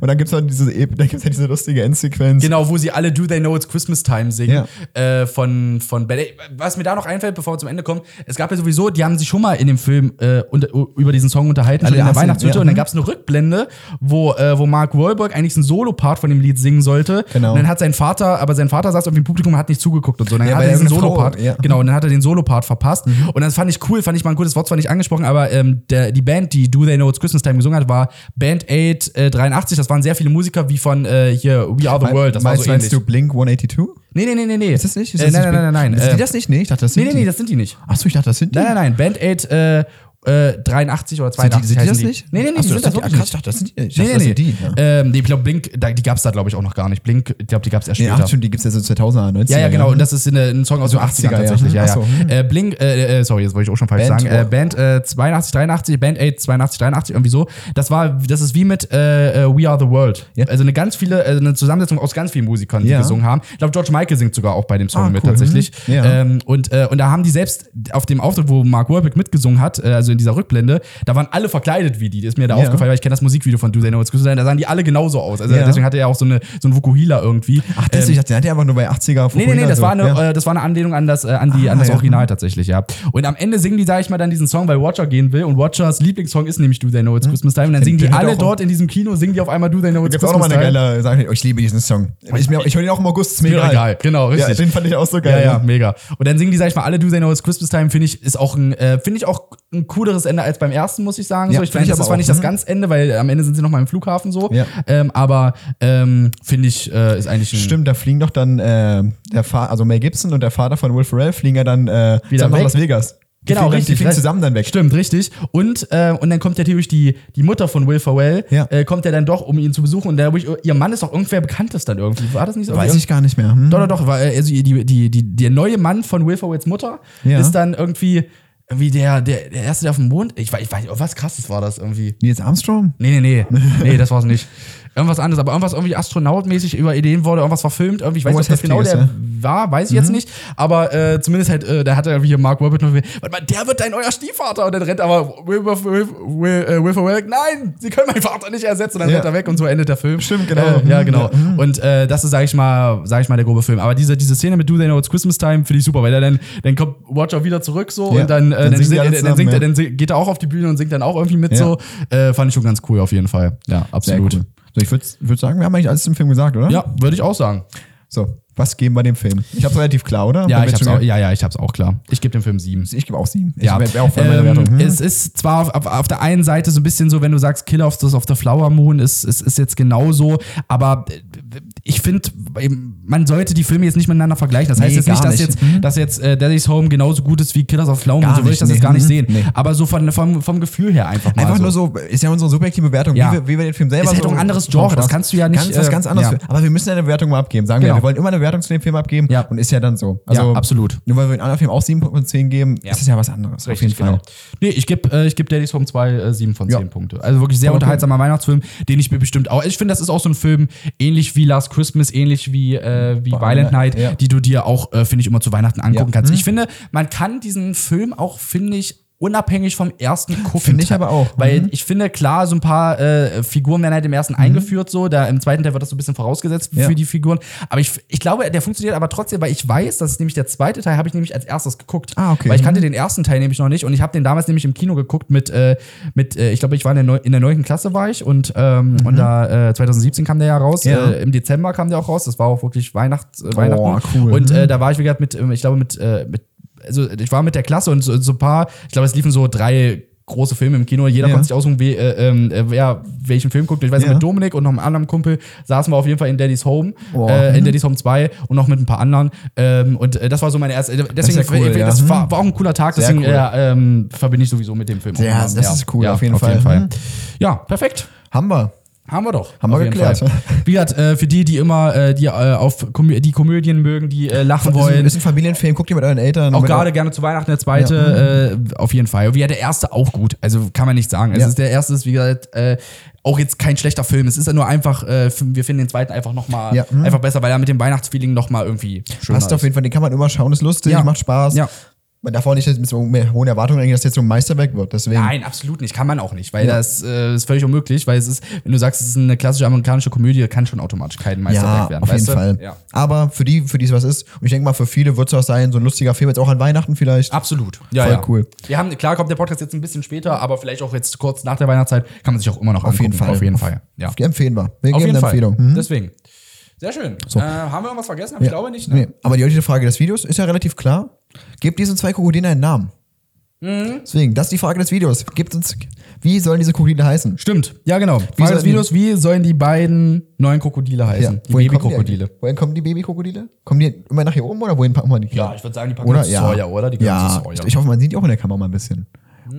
Speaker 2: Und dann gibt es halt diese, ep- dann gibt's halt diese lustige Endsequenz.
Speaker 3: Genau, wo sie alle Do They Know It's Christmas Time singen äh, von, von Bad Was mir da noch einfällt, bevor wir zum Ende kommen, es gab ja sowieso, die haben sich schon mal in dem Film äh, unter, über diesen Song unterhalten,
Speaker 2: Alle
Speaker 3: schon in der
Speaker 2: hassen-
Speaker 3: Weihnachtshütte.
Speaker 2: ja,
Speaker 3: Und dann
Speaker 2: mhm.
Speaker 3: gab es eine Rückblende, wo, äh, wo Mark Wahlberg eigentlich einen Solo-Part von dem Lied singen sollte.
Speaker 2: Genau.
Speaker 3: Und dann hat sein Vater, aber sein Vater saß irgendwie im Publikum und hat nicht zugeguckt und so. Und dann
Speaker 2: Ja,
Speaker 3: hat
Speaker 2: weil
Speaker 3: er
Speaker 2: er
Speaker 3: diesen
Speaker 2: eine Frau-
Speaker 3: Solo-Part.
Speaker 2: ja.
Speaker 3: Genau, und dann hat er den Solo-Part verpasst.
Speaker 2: Mhm.
Speaker 3: Und das fand ich cool, fand ich mal ein gutes Wort, zwar nicht angesprochen, aber ähm, der, die Band, die Do They Know It's Christmas Time gesungen hat, war Band 8 äh, 83. Das waren sehr viele Musiker wie von äh, hier We Are the World. Das war
Speaker 2: meinst,
Speaker 3: so ähnlich.
Speaker 2: meinst du Blink 182?
Speaker 3: Nee, nee, nee, nee, nee. Ist
Speaker 2: das nicht? Ist
Speaker 3: Äh,
Speaker 2: das
Speaker 3: nein,
Speaker 2: nicht
Speaker 3: nein, nein, nein, nein.
Speaker 2: Sind
Speaker 3: Äh,
Speaker 2: die das nicht? Nee, ich dachte, das sind
Speaker 3: Nee, nee, nee, das sind die nicht.
Speaker 2: Achso, ich dachte, das sind die.
Speaker 3: Nein, nein, nein. Band 8 äh, äh, 83 oder
Speaker 2: Sind
Speaker 3: 82
Speaker 2: die, sind die
Speaker 3: heißen
Speaker 2: das nicht?
Speaker 3: Nee, nee, nee,
Speaker 2: Ach so,
Speaker 3: die sind das
Speaker 2: die-
Speaker 3: wirklich
Speaker 2: Ich
Speaker 3: nicht.
Speaker 2: dachte, das sind die. Ich
Speaker 3: Nee,
Speaker 2: dachte,
Speaker 3: nee,
Speaker 2: das
Speaker 3: nee.
Speaker 2: sind die. ja.
Speaker 3: Ähm, nee, ich glaube, Blink, da, die gab's da, glaube ich, auch noch gar nicht. Blink, ich glaube, die gab's erst
Speaker 2: Nee,
Speaker 3: später.
Speaker 2: ach, stimmt, die gibt es ja so 2000er, 90er.
Speaker 3: Ja, ja, genau. Und
Speaker 2: Und
Speaker 3: das ist in, äh, ein Song aus den 80ern
Speaker 2: 80er, ja.
Speaker 3: tatsächlich. Ja,
Speaker 2: Ach
Speaker 3: ja.
Speaker 2: so, hm.
Speaker 3: Äh, Blink, äh, äh, sorry, jetzt wollte ich auch schon falsch
Speaker 2: Band,
Speaker 3: sagen. Äh,
Speaker 2: oh.
Speaker 3: Band äh, 82, 83, Band 8, 82, 83, irgendwie so. Das war, das ist wie mit äh, äh, We Are the World.
Speaker 2: Ja.
Speaker 3: Also eine ganz viele, äh, eine Zusammensetzung aus ganz vielen Musikern, die
Speaker 2: Ja.
Speaker 3: gesungen haben. Ich glaube, George Michael singt sogar auch bei dem Song
Speaker 2: Ah,
Speaker 3: mit
Speaker 2: cool.
Speaker 3: tatsächlich.
Speaker 2: Mhm. Ja.
Speaker 3: Ähm, und, äh, und da haben die selbst auf dem Auftritt, wo Mark Wahlberg mitgesungen hat, äh, also in dieser Rückblende, da waren alle verkleidet wie die. Das ist mir da
Speaker 2: Ja.
Speaker 3: aufgefallen, weil ich kenne das Musikvideo von Do They Know It's Christmas. Da sahen die alle genauso aus. Also
Speaker 2: Ja.
Speaker 3: deswegen hatte er auch so eine so ein Vukuhila irgendwie. Ähm,
Speaker 2: ach, das, ich dachte, der hat ja einfach nur bei 80er
Speaker 3: Nee, nee, nee,
Speaker 2: Fukuhila
Speaker 3: das,
Speaker 2: so.
Speaker 3: war eine,
Speaker 2: Ja.
Speaker 3: äh, das war eine Anlehnung an das, äh, an die,
Speaker 2: Ah,
Speaker 3: an das
Speaker 2: ja.
Speaker 3: Original tatsächlich, ja. Und am Ende singen die, sage ich mal, dann diesen Song, weil Watcher gehen will. Und Watchers Lieblingssong ist nämlich Do They Know It's Christmas Time. Und dann singen die
Speaker 2: Der hat
Speaker 3: alle
Speaker 2: auch-
Speaker 3: dort in diesem Kino, singen die auf einmal Do They Know It's
Speaker 2: Gibt's auch
Speaker 3: Christmas
Speaker 2: nochmal eine
Speaker 3: Time.
Speaker 2: geile Sache. Oh, Ich liebe diesen Song. Ich, mir- ich höre ihn auch im August, ist mir
Speaker 3: Mir
Speaker 2: egal.
Speaker 3: egal, genau,
Speaker 2: Ja,
Speaker 3: richtig.
Speaker 2: den fand ich auch so
Speaker 3: Ja,
Speaker 2: geil.
Speaker 3: ja, mega. Und dann singen die, sag ich mal, alle Do They Know It's Christmas Time, finde ich, ist auch ein, äh, finde ich auch ein cooleres Ende als beim ersten, muss ich sagen.
Speaker 2: Ja,
Speaker 3: so, ich
Speaker 2: find
Speaker 3: finde,
Speaker 2: ich
Speaker 3: das
Speaker 2: aber
Speaker 3: war
Speaker 2: auch.
Speaker 3: nicht das
Speaker 2: Mhm.
Speaker 3: ganz Ende, weil am Ende sind sie nochmal im Flughafen so.
Speaker 2: Ja.
Speaker 3: Ähm, aber ähm, finde ich, äh, ist eigentlich ein.
Speaker 2: Stimmt, da fliegen doch dann äh, der Fa also Mel Gibson und der Vater von Will Ferrell fliegen ja dann äh,
Speaker 3: Wieder
Speaker 2: zusammen nach
Speaker 3: weg?
Speaker 2: Las Vegas. Die
Speaker 3: Genau,
Speaker 2: fliegen dann,
Speaker 3: richtig,
Speaker 2: Die fliegen
Speaker 3: richtig.
Speaker 2: zusammen dann weg.
Speaker 3: Stimmt, richtig. Und, äh, und dann kommt ja theoretisch die, die Mutter von Will Ferrell,
Speaker 2: Ja.
Speaker 3: äh, kommt ja dann doch, um ihn zu besuchen. Und dadurch, ihr Mann ist doch irgendwer Bekanntes dann irgendwie. War das nicht so?
Speaker 2: Weiß ich gar nicht mehr. Hm.
Speaker 3: Doch, doch, doch. War, äh, also die, die, die, die, der neue Mann von Will Ferrells Mutter
Speaker 2: Ja.
Speaker 3: ist dann irgendwie, irgendwie der, der, der Erste, der auf dem Mond. Ich weiß, ich weiß was krasses war das irgendwie.
Speaker 2: Nils Armstrong?
Speaker 3: Nee, nee, nee. Nee, das war's nicht. Irgendwas anderes, aber irgendwas irgendwie astronautmäßig über Ideen wurde, irgendwas verfilmt, irgendwie, ich weiß nicht, ob
Speaker 2: Irgendwas
Speaker 3: das genau der
Speaker 2: Heftiges,
Speaker 3: war, weiß ich jetzt
Speaker 2: Mhm.
Speaker 3: nicht. Aber äh, zumindest halt, äh, da hat er hier Mark Wahlberg noch gesagt, warte mal, der wird dein neuer Stiefvater. Und dann rennt aber Will, Will, Will, Will, äh, Will Ferrell, nein, sie können meinen Vater nicht ersetzen. Und dann
Speaker 2: Ja.
Speaker 3: rennt er weg und so endet der Film.
Speaker 2: Stimmt, genau.
Speaker 3: Äh, ja,
Speaker 2: Mhm,
Speaker 3: genau.
Speaker 2: ja, mhm.
Speaker 3: Und äh, das ist, sag ich mal, sag ich mal, der grobe Film. Aber diese, diese Szene mit Do They Know It's Christmas Time finde ich super, weil er dann, dann kommt Watcher wieder zurück so
Speaker 2: Ja.
Speaker 3: und dann, äh, dann,
Speaker 2: Dann singen die
Speaker 3: singt,
Speaker 2: alle
Speaker 3: er- dann,
Speaker 2: zusammen,
Speaker 3: singt er,
Speaker 2: ja.
Speaker 3: dann si- geht er auch auf die Bühne und singt dann auch irgendwie mit
Speaker 2: Ja.
Speaker 3: so. Äh, fand ich schon ganz cool auf jeden Fall. Ja, absolut.
Speaker 2: So, ich würde würd sagen, wir haben eigentlich alles zum Film gesagt, oder?
Speaker 3: Ja, würde ich auch sagen.
Speaker 2: So, was geben wir dem Film? Ich habe relativ klar, oder?
Speaker 3: Ja,
Speaker 2: Damit
Speaker 3: ich hab's
Speaker 2: schon-
Speaker 3: auch, ja, ja, ich hab's auch klar. Ich gebe dem Film sieben.
Speaker 2: Ich gebe auch sieben.
Speaker 3: Ja,
Speaker 2: Ich wär auch voll meine
Speaker 3: ähm,
Speaker 2: Wertung. Hm.
Speaker 3: es ist zwar auf, auf, auf der einen Seite so ein bisschen so, wenn du sagst, Killer of the, of the Flower Moon ist, ist, ist jetzt genauso, aber äh, ich finde, eben, man sollte die Filme jetzt nicht miteinander vergleichen. Das heißt
Speaker 2: Nee,
Speaker 3: jetzt nicht,
Speaker 2: gar
Speaker 3: dass
Speaker 2: nicht. Mhm.
Speaker 3: jetzt, dass jetzt äh, Daddy's Home genauso gut ist wie Killers of the Flower Moon,
Speaker 2: Gar
Speaker 3: so würde ich
Speaker 2: nicht,
Speaker 3: das jetzt
Speaker 2: nee.
Speaker 3: gar nicht
Speaker 2: Mhm.
Speaker 3: sehen.
Speaker 2: Nee.
Speaker 3: Aber so von, vom, vom Gefühl her einfach mal.
Speaker 2: Einfach
Speaker 3: so.
Speaker 2: nur so, ist ja unsere subjektive Wertung,
Speaker 3: Also. Ja.
Speaker 2: wie, wir, wie wir den Film selber
Speaker 3: Ist halt
Speaker 2: so
Speaker 3: auch ein anderes Genre, das kannst du ja nicht,
Speaker 2: Ganz, was
Speaker 3: äh,
Speaker 2: ganz anderes.
Speaker 3: ja.
Speaker 2: Aber wir müssen ja eine Wertung mal abgeben. Sagen
Speaker 3: Genau.
Speaker 2: wir, wir wollen immer eine Wertung zu dem Film abgeben
Speaker 3: Ja.
Speaker 2: und ist ja dann so. Also,
Speaker 3: Ja, absolut.
Speaker 2: Nur weil wir den anderen Film auch 7 von 10 geben, ist es ja was anderes.
Speaker 3: Richtig, genau. Nee, ich gebe äh, ich geb Daddy's Home 2 äh, 7 von 10
Speaker 2: Ja.
Speaker 3: Punkte. Also wirklich sehr
Speaker 2: Aber cool.
Speaker 3: unterhaltsamer Weihnachtsfilm, den ich mir bestimmt auch. Ich finde, das ist auch so ein Film, ähnlich wie Last Christmas, ähnlich wie, äh, wie Violent Night,
Speaker 2: ja.
Speaker 3: die du dir auch, äh, finde ich, immer zu Weihnachten angucken
Speaker 2: Ja. Mhm.
Speaker 3: kannst. Ich finde, man kann diesen Film auch, finde ich, unabhängig vom ersten gucken.
Speaker 2: Finde ich aber auch. Mhm.
Speaker 3: Weil ich finde, klar, so ein paar äh, Figuren werden halt im ersten eingeführt, so. Da im zweiten Teil wird das so ein bisschen vorausgesetzt
Speaker 2: Ja.
Speaker 3: für die Figuren. Aber ich, ich glaube, der funktioniert aber trotzdem, weil ich weiß, dass nämlich der zweite Teil habe ich nämlich als erstes geguckt.
Speaker 2: Ah, okay.
Speaker 3: Weil ich
Speaker 2: Mhm.
Speaker 3: kannte den ersten Teil nämlich noch nicht und ich habe den damals nämlich im Kino geguckt mit, äh, mit äh, ich glaube, ich war in der, Neu in der neunten Klasse war ich und, ähm, und da äh, 2017 kam der ja raus,
Speaker 2: Mhm. Ja.
Speaker 3: Äh, im Dezember kam der auch raus, das war auch wirklich Weihnachts, äh, Weihnachten.
Speaker 2: Boah, cool.
Speaker 3: Und
Speaker 2: Mhm.
Speaker 3: äh, da war ich, wie gesagt, mit, ähm, ich glaube, mit, äh, mit, also ich war mit der Klasse und so, so ein paar, ich glaube, es liefen so drei große Filme im Kino, jeder
Speaker 2: Ja.
Speaker 3: konnte sich aussuchen, wie, äh, ähm, äh, wer welchen Film guckt. Ich weiß
Speaker 2: Ja.
Speaker 3: mit Dominik und noch einem anderen Kumpel saßen wir auf jeden Fall in Daddy's Home,
Speaker 2: Boah. Mhm.
Speaker 3: äh, in Daddy's Home 2 und noch mit ein paar anderen. Ähm, und äh, das war so meine erste, deswegen,
Speaker 2: Das ist ja cool,
Speaker 3: ich- ich-
Speaker 2: ja.
Speaker 3: das
Speaker 2: Mhm.
Speaker 3: war, war auch ein cooler Tag,
Speaker 2: Sehr
Speaker 3: deswegen
Speaker 2: cool.
Speaker 3: äh, ähm, verbinde ich sowieso mit dem Film. auch
Speaker 2: Ja,
Speaker 3: was.
Speaker 2: das ist cool, auf jeden Fall. Mhm.
Speaker 3: Ja, perfekt.
Speaker 2: Haben wir.
Speaker 3: Haben wir doch.
Speaker 2: Haben wir
Speaker 3: Auf jeden
Speaker 2: geklärt.
Speaker 3: Fall. Wie gesagt, äh, für die, die immer äh, die, äh, auf Komö die Komödien mögen, die äh, lachen
Speaker 2: Ist ein,
Speaker 3: wollen,
Speaker 2: ist ein Familienfilm, guckt ihr mit euren Eltern.
Speaker 3: auch
Speaker 2: mit
Speaker 3: gerade gerne zu Weihnachten der zweite, äh, auf jeden Fall. Wie ja, der erste auch gut. Also kann man nicht sagen. Es
Speaker 2: Mhm. Ja.
Speaker 3: ist der erste ist, wie gesagt, äh, auch jetzt kein schlechter Film. Es ist ja nur einfach, äh, f- wir finden den zweiten einfach nochmal
Speaker 2: Ja. Mhm.
Speaker 3: mal einfach besser, weil er mit dem Weihnachtsfeeling nochmal irgendwie schöner
Speaker 2: Passt auf jeden Fall, den kann man immer schauen, ist lustig,
Speaker 3: Ja.
Speaker 2: macht Spaß.
Speaker 3: Ja.
Speaker 2: Man darf auch nicht mit so hohen Erwartungen eigentlich, dass jetzt so ein Meisterwerk wird. Deswegen.
Speaker 3: Nein, absolut nicht. Kann man auch nicht, weil
Speaker 2: Ja.
Speaker 3: das äh, ist völlig unmöglich, weil es ist, wenn du sagst, es ist eine klassische amerikanische Komödie, kann schon automatisch kein Meisterwerk
Speaker 2: Ja,
Speaker 3: werden.
Speaker 2: auf jeden
Speaker 3: weißt du?
Speaker 2: Fall.
Speaker 3: Ja.
Speaker 2: Aber für die, für die es was ist, und ich denke mal, für viele wird es auch sein, so ein lustiger Film, jetzt auch an Weihnachten vielleicht.
Speaker 3: Absolut. Ja,
Speaker 2: Voll
Speaker 3: ja.
Speaker 2: cool.
Speaker 3: Wir haben, klar kommt der Podcast jetzt ein bisschen später, aber vielleicht auch jetzt kurz nach der Weihnachtszeit kann man sich auch immer noch
Speaker 2: Auf jeden
Speaker 3: angucken.
Speaker 2: Fall.
Speaker 3: Auf jeden Fall. Ja.
Speaker 2: Die empfehlen wir. Wir geben
Speaker 3: Auf jeden
Speaker 2: eine
Speaker 3: Fall. Mhm.
Speaker 2: Empfehlung. Hm. Mhm.
Speaker 3: Deswegen. Sehr schön. Äh, haben wir irgendwas vergessen? Ich
Speaker 2: Ja.
Speaker 3: glaube nicht. Ne?
Speaker 2: Nee, aber die heutige Frage des Videos ist ja relativ klar. Gebt diesen zwei Krokodilen einen Namen.
Speaker 3: Mhm.
Speaker 2: Deswegen, das ist die Frage des Videos. Gebt uns, wie sollen diese Krokodile heißen?
Speaker 3: Stimmt. Ja, genau. Frage
Speaker 2: sollen
Speaker 3: des Videos, wie sollen die beiden neuen Krokodile heißen? Die
Speaker 2: wohin kommen
Speaker 3: Babykrokodile.
Speaker 2: eigentlich? Wohin kommen die Babykrokodile? Kommen die immer nach hier oben oder wohin packen wir die?
Speaker 3: Ja, ich würde sagen, die packen
Speaker 2: oder?
Speaker 3: wir zu
Speaker 2: Ja.
Speaker 3: Sawyer, oder? Die gehören
Speaker 2: ja.
Speaker 3: zu Sawyer.
Speaker 2: Ich, ich hoffe, man sieht die auch in der Kamera mal ein bisschen.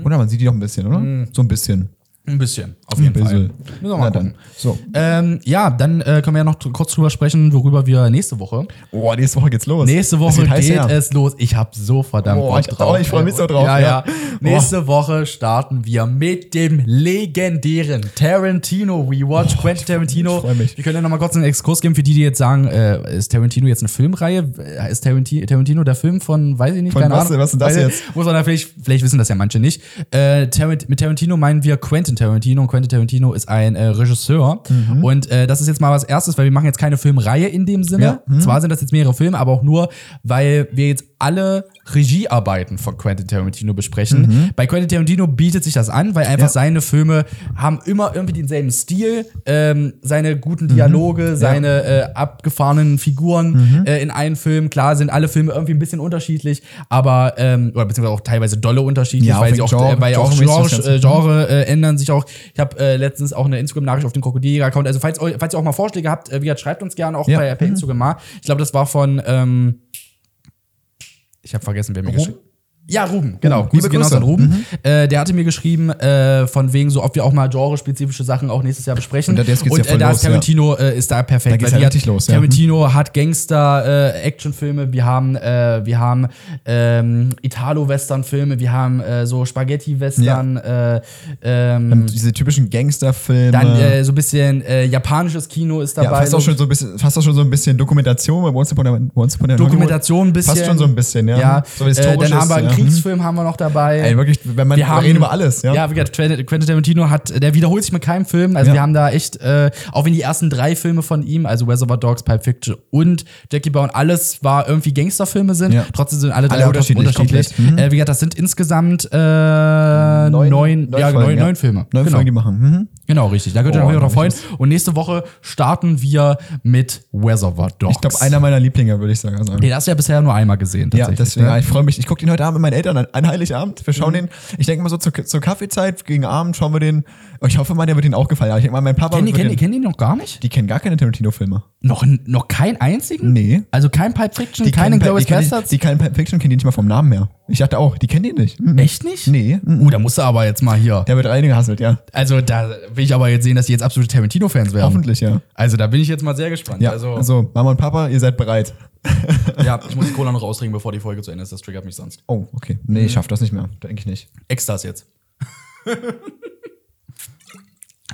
Speaker 2: Oder man sieht die doch ein bisschen, oder? So ein bisschen.
Speaker 3: ein bisschen. Mhm. Auf jeden Fall.
Speaker 2: bisschen.
Speaker 3: Müssen wir
Speaker 2: Na
Speaker 3: mal gucken.
Speaker 2: dann. So.
Speaker 3: Ähm, ja, dann äh, können wir ja noch dr- kurz drüber sprechen, worüber wir nächste Woche.
Speaker 2: Oh, nächste Woche geht's los.
Speaker 3: Nächste Woche
Speaker 2: es
Speaker 3: geht,
Speaker 2: wird heiß, ja.
Speaker 3: es los. Ich habe so verdammt
Speaker 2: Oh,
Speaker 3: Bock
Speaker 2: ich- oh, ich freu mich so drauf,
Speaker 3: Ja, ja.
Speaker 2: ja. Oh.
Speaker 3: Nächste Woche starten wir mit dem legendären Tarantino Rewatch. Quentin Tarantino.
Speaker 2: Oh, ich freu mich.
Speaker 3: Wir können ja nochmal kurz einen Exkurs geben für die, die jetzt sagen, äh, ist Tarantino jetzt eine Filmreihe? Äh, Ist Tarantino, Tarantino der Film von, weiß ich nicht,
Speaker 2: Von
Speaker 3: keine
Speaker 2: was-
Speaker 3: Ahnung.
Speaker 2: was ist das
Speaker 3: Weiß ich-
Speaker 2: jetzt?
Speaker 3: Muss man da vielleicht, vielleicht wissen das ja manche nicht. Äh, Tarant mit Tarantino meinen wir Quentin Tarantino. Und Quentin Tarantino ist ein äh, Regisseur.
Speaker 2: Mhm.
Speaker 3: Und äh, das ist jetzt mal was Erstes, weil wir machen jetzt keine Filmreihe in dem Sinne.
Speaker 2: Ja.
Speaker 3: Zwar sind das jetzt mehrere Filme, aber auch nur, weil wir jetzt alle Regiearbeiten von Quentin Tarantino besprechen. Bei Quentin Tarantino bietet sich das an, weil einfach
Speaker 2: Mhm. Ja.
Speaker 3: seine Filme haben immer irgendwie denselben Stil, ähm, seine guten
Speaker 2: Mhm.
Speaker 3: Dialoge, seine äh, abgefahrenen Figuren äh, in einem Film. Klar sind alle Filme irgendwie ein bisschen unterschiedlich, aber ähm, oder beziehungsweise auch teilweise dolle unterschiedlich,
Speaker 2: Ja,
Speaker 3: weil
Speaker 2: auf
Speaker 3: sie auch,
Speaker 2: den Genre-
Speaker 3: äh, weil auch
Speaker 2: genremäßig das Mhm.
Speaker 3: Genre, äh, Genre äh, ändern sich auch. Ich habe äh, letztens auch eine Instagram-Nachricht auf den Krokodil-Account. Also falls, eu- falls ihr auch mal Vorschläge habt, äh, wie gesagt, schreibt uns gerne auch
Speaker 2: Ja. Mhm.
Speaker 3: bei, per Instagram mal. Ich glaube, das war von ähm, ich habe vergessen, wer mir geschrieben ja, Ruben, genau.
Speaker 2: Ruben, liebe
Speaker 3: Grüße genau
Speaker 2: Grüße. Mhm.
Speaker 3: an Ruben. Äh, der hatte mir geschrieben, äh, von wegen so, ob wir auch mal genrespezifische Sachen auch nächstes Jahr besprechen.
Speaker 2: Und da- jetzt geht's ja
Speaker 3: äh,
Speaker 2: voll
Speaker 3: da
Speaker 2: los,
Speaker 3: ist Tarantino äh, ist da perfekt.
Speaker 2: Da geht's
Speaker 3: weil
Speaker 2: ja
Speaker 3: die
Speaker 2: richtig
Speaker 3: hat,
Speaker 2: los, ja.
Speaker 3: Tarantino hat Gangster, äh, Actionfilme, wir haben, äh, wir haben ähm, Italo-Western-Filme, wir haben äh, so Spaghetti-Western, äh, ähm,
Speaker 2: Diese typischen Gangsterfilme.
Speaker 3: dann äh, so ein bisschen äh, japanisches Kino ist dabei.
Speaker 2: ja, fast auch, schon so ein bisschen, fast auch schon so ein bisschen Dokumentation bei Once Upon a, Once Upon a
Speaker 3: Dokumentation ein bisschen.
Speaker 2: Fast schon so ein bisschen, ja.
Speaker 3: Ja,
Speaker 2: So
Speaker 3: äh, dann haben wir einen
Speaker 2: historisches, ja. Mhm.
Speaker 3: Kriegsfilm haben wir noch dabei.
Speaker 2: Ey, wirklich, wenn man,
Speaker 3: wir haben
Speaker 2: reden über alles, ja.
Speaker 3: Ja, wie gesagt, Quentin Quentin Tarantino hat, der wiederholt sich mit keinem Film. Also
Speaker 2: Ja.
Speaker 3: wir haben da echt, äh, auch wenn die ersten drei Filme von ihm, also Reservoir Dogs, Pulp Fiction und Jackie Brown, alles war irgendwie Gangsterfilme sind.
Speaker 2: Ja.
Speaker 3: Trotzdem sind alle drei
Speaker 2: Alle
Speaker 3: unterschiedlich.
Speaker 2: unterschiedlich,
Speaker 3: unterschiedlich.
Speaker 2: komplett. Mhm.
Speaker 3: Äh, wie gesagt, das sind insgesamt äh, neun, neun, ja, neun,
Speaker 2: Folgen,
Speaker 3: neun Filme.
Speaker 2: Neun Folgen, die machen. Mhm.
Speaker 3: Genau, richtig. Da könnt ihr
Speaker 2: Oh,
Speaker 3: euch wieder
Speaker 2: hab
Speaker 3: drauf
Speaker 2: ich
Speaker 3: freuen. Und nächste Woche starten wir mit Reservoir Dogs.
Speaker 2: Ich glaube, einer meiner Lieblinge, würde ich sagen. Also,
Speaker 3: Den hast du ja bisher nur einmal gesehen.
Speaker 2: ja,
Speaker 3: tatsächlich,
Speaker 2: deswegen,
Speaker 3: ne?
Speaker 2: ja, ich freue mich. Ich gucke den heute Abend mit meinen Eltern an, an Heiligabend. Wir schauen
Speaker 3: Mhm.
Speaker 2: den, ich denke mal so zur, zur Kaffeezeit, gegen Abend schauen wir den. Ich hoffe mal, der wird den auch gefallen. Aber ich denke mal, mein Papa
Speaker 3: Kennt ihr
Speaker 2: wird
Speaker 3: kennt ihr-
Speaker 2: den,
Speaker 3: kennt ihr noch gar nicht?
Speaker 2: Die kennen gar keine Tarantino-Filme.
Speaker 3: Noch, noch keinen einzigen?
Speaker 2: Nee.
Speaker 3: Also kein Pipe Fiction,
Speaker 2: Die
Speaker 3: keinen
Speaker 2: kennen- die,
Speaker 3: Glorious
Speaker 2: kennen-
Speaker 3: Bastards?
Speaker 2: Die kennen Pulp Fiction, kennen die nicht mal vom Namen her. Ich dachte auch, die kennen die nicht. Mhm.
Speaker 3: Echt nicht?
Speaker 2: Nee. mhm.
Speaker 3: Uh, da musst du aber jetzt mal hier.
Speaker 2: Der wird reingehasselt, ja.
Speaker 3: Also da will ich aber jetzt sehen, dass die jetzt absolute Tarantino-Fans werden.
Speaker 2: Hoffentlich, ja.
Speaker 3: Also da bin ich jetzt mal sehr gespannt.
Speaker 2: Ja,
Speaker 3: also,
Speaker 2: Ähm, also, Mama und Papa, ihr seid bereit.
Speaker 3: ja, ich muss die Cola noch austrinken, bevor die Folge zu Ende ist. Das triggert mich sonst.
Speaker 2: Oh, okay. Nee, ich schaff das nicht mehr. Denke ich nicht.
Speaker 3: Extras jetzt.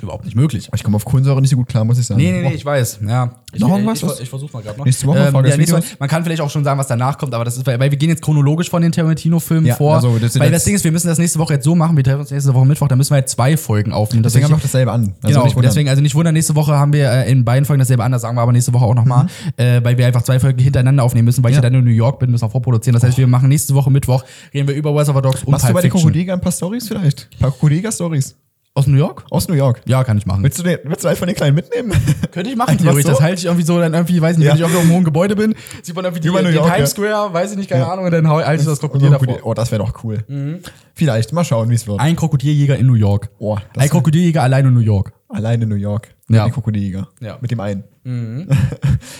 Speaker 3: Überhaupt nicht möglich.
Speaker 2: Aber ich komme auf Kohlensäure nicht so gut klar, muss ich sagen.
Speaker 3: Nee, nee, nee, ich weiß. Ja. Ich,
Speaker 2: Noch
Speaker 3: ich,
Speaker 2: irgendwas?
Speaker 3: ich, ich versuch's mal gerade noch. Ähm,
Speaker 2: Nächste Woche, Folge
Speaker 3: ja,
Speaker 2: des
Speaker 3: nächste Woche.
Speaker 2: Videos.
Speaker 3: Man kann vielleicht auch schon sagen, was danach kommt, aber das ist, weil weil wir gehen jetzt chronologisch von den Tarantino-Filmen
Speaker 2: Ja,
Speaker 3: vor.
Speaker 2: also das sind
Speaker 3: weil
Speaker 2: jetzt-
Speaker 3: das Ding ist, wir müssen das nächste Woche jetzt so machen, wir treffen uns nächste Woche Mittwoch, da müssen wir halt zwei Folgen aufnehmen.
Speaker 2: Deswegen haben wir auch
Speaker 3: Tatsächlich-
Speaker 2: dasselbe an. Also
Speaker 3: Genau,
Speaker 2: nicht wundern.
Speaker 3: deswegen, also nicht wundern, nächste Woche haben wir äh, in beiden Folgen dasselbe anders, sagen wir aber nächste Woche auch nochmal, äh, weil wir einfach zwei Folgen hintereinander aufnehmen müssen, weil ich ja
Speaker 2: Mhm. Ja.
Speaker 3: dann in New York bin, müssen wir vorproduzieren. Das heißt, wir machen nächste Woche Mittwoch, reden wir über Reservoir Dogs und
Speaker 2: Machst du
Speaker 3: Pulp
Speaker 2: bei den
Speaker 3: Fiction.
Speaker 2: Krokodilgern ein paar Stories vielleicht? Ein paar Krokodilger-Stories.
Speaker 3: Aus New York?
Speaker 2: Aus New York.
Speaker 3: Ja, kann ich machen.
Speaker 2: Willst du, den, willst du einen von den Kleinen mitnehmen?
Speaker 3: Könnte ich machen,
Speaker 2: Einfach
Speaker 3: theoretisch.
Speaker 2: so?
Speaker 3: Das halte ich irgendwie so, dann irgendwie, weiß nicht,
Speaker 2: Ja.
Speaker 3: wenn ich auf einem hohen Gebäude bin, sieht man irgendwie die,
Speaker 2: Über New
Speaker 3: den
Speaker 2: York, ja.
Speaker 3: Times Square, weiß ich nicht, keine
Speaker 2: Ja.
Speaker 3: Ahnung, und dann halte ich das Krokodil
Speaker 2: Oder Krokodil-
Speaker 3: davor.
Speaker 2: Oh, das wäre doch cool. Vielleicht. Mal schauen, wie es wird.
Speaker 3: Ein Krokodiljäger in New York.
Speaker 2: Oh, das
Speaker 3: Ein Krokodiljäger allein in New York.
Speaker 2: Alleine New York.
Speaker 3: Ja.
Speaker 2: Mit dem Krokodiljäger.
Speaker 3: Ja.
Speaker 2: Mit dem einen. nee, Mhm.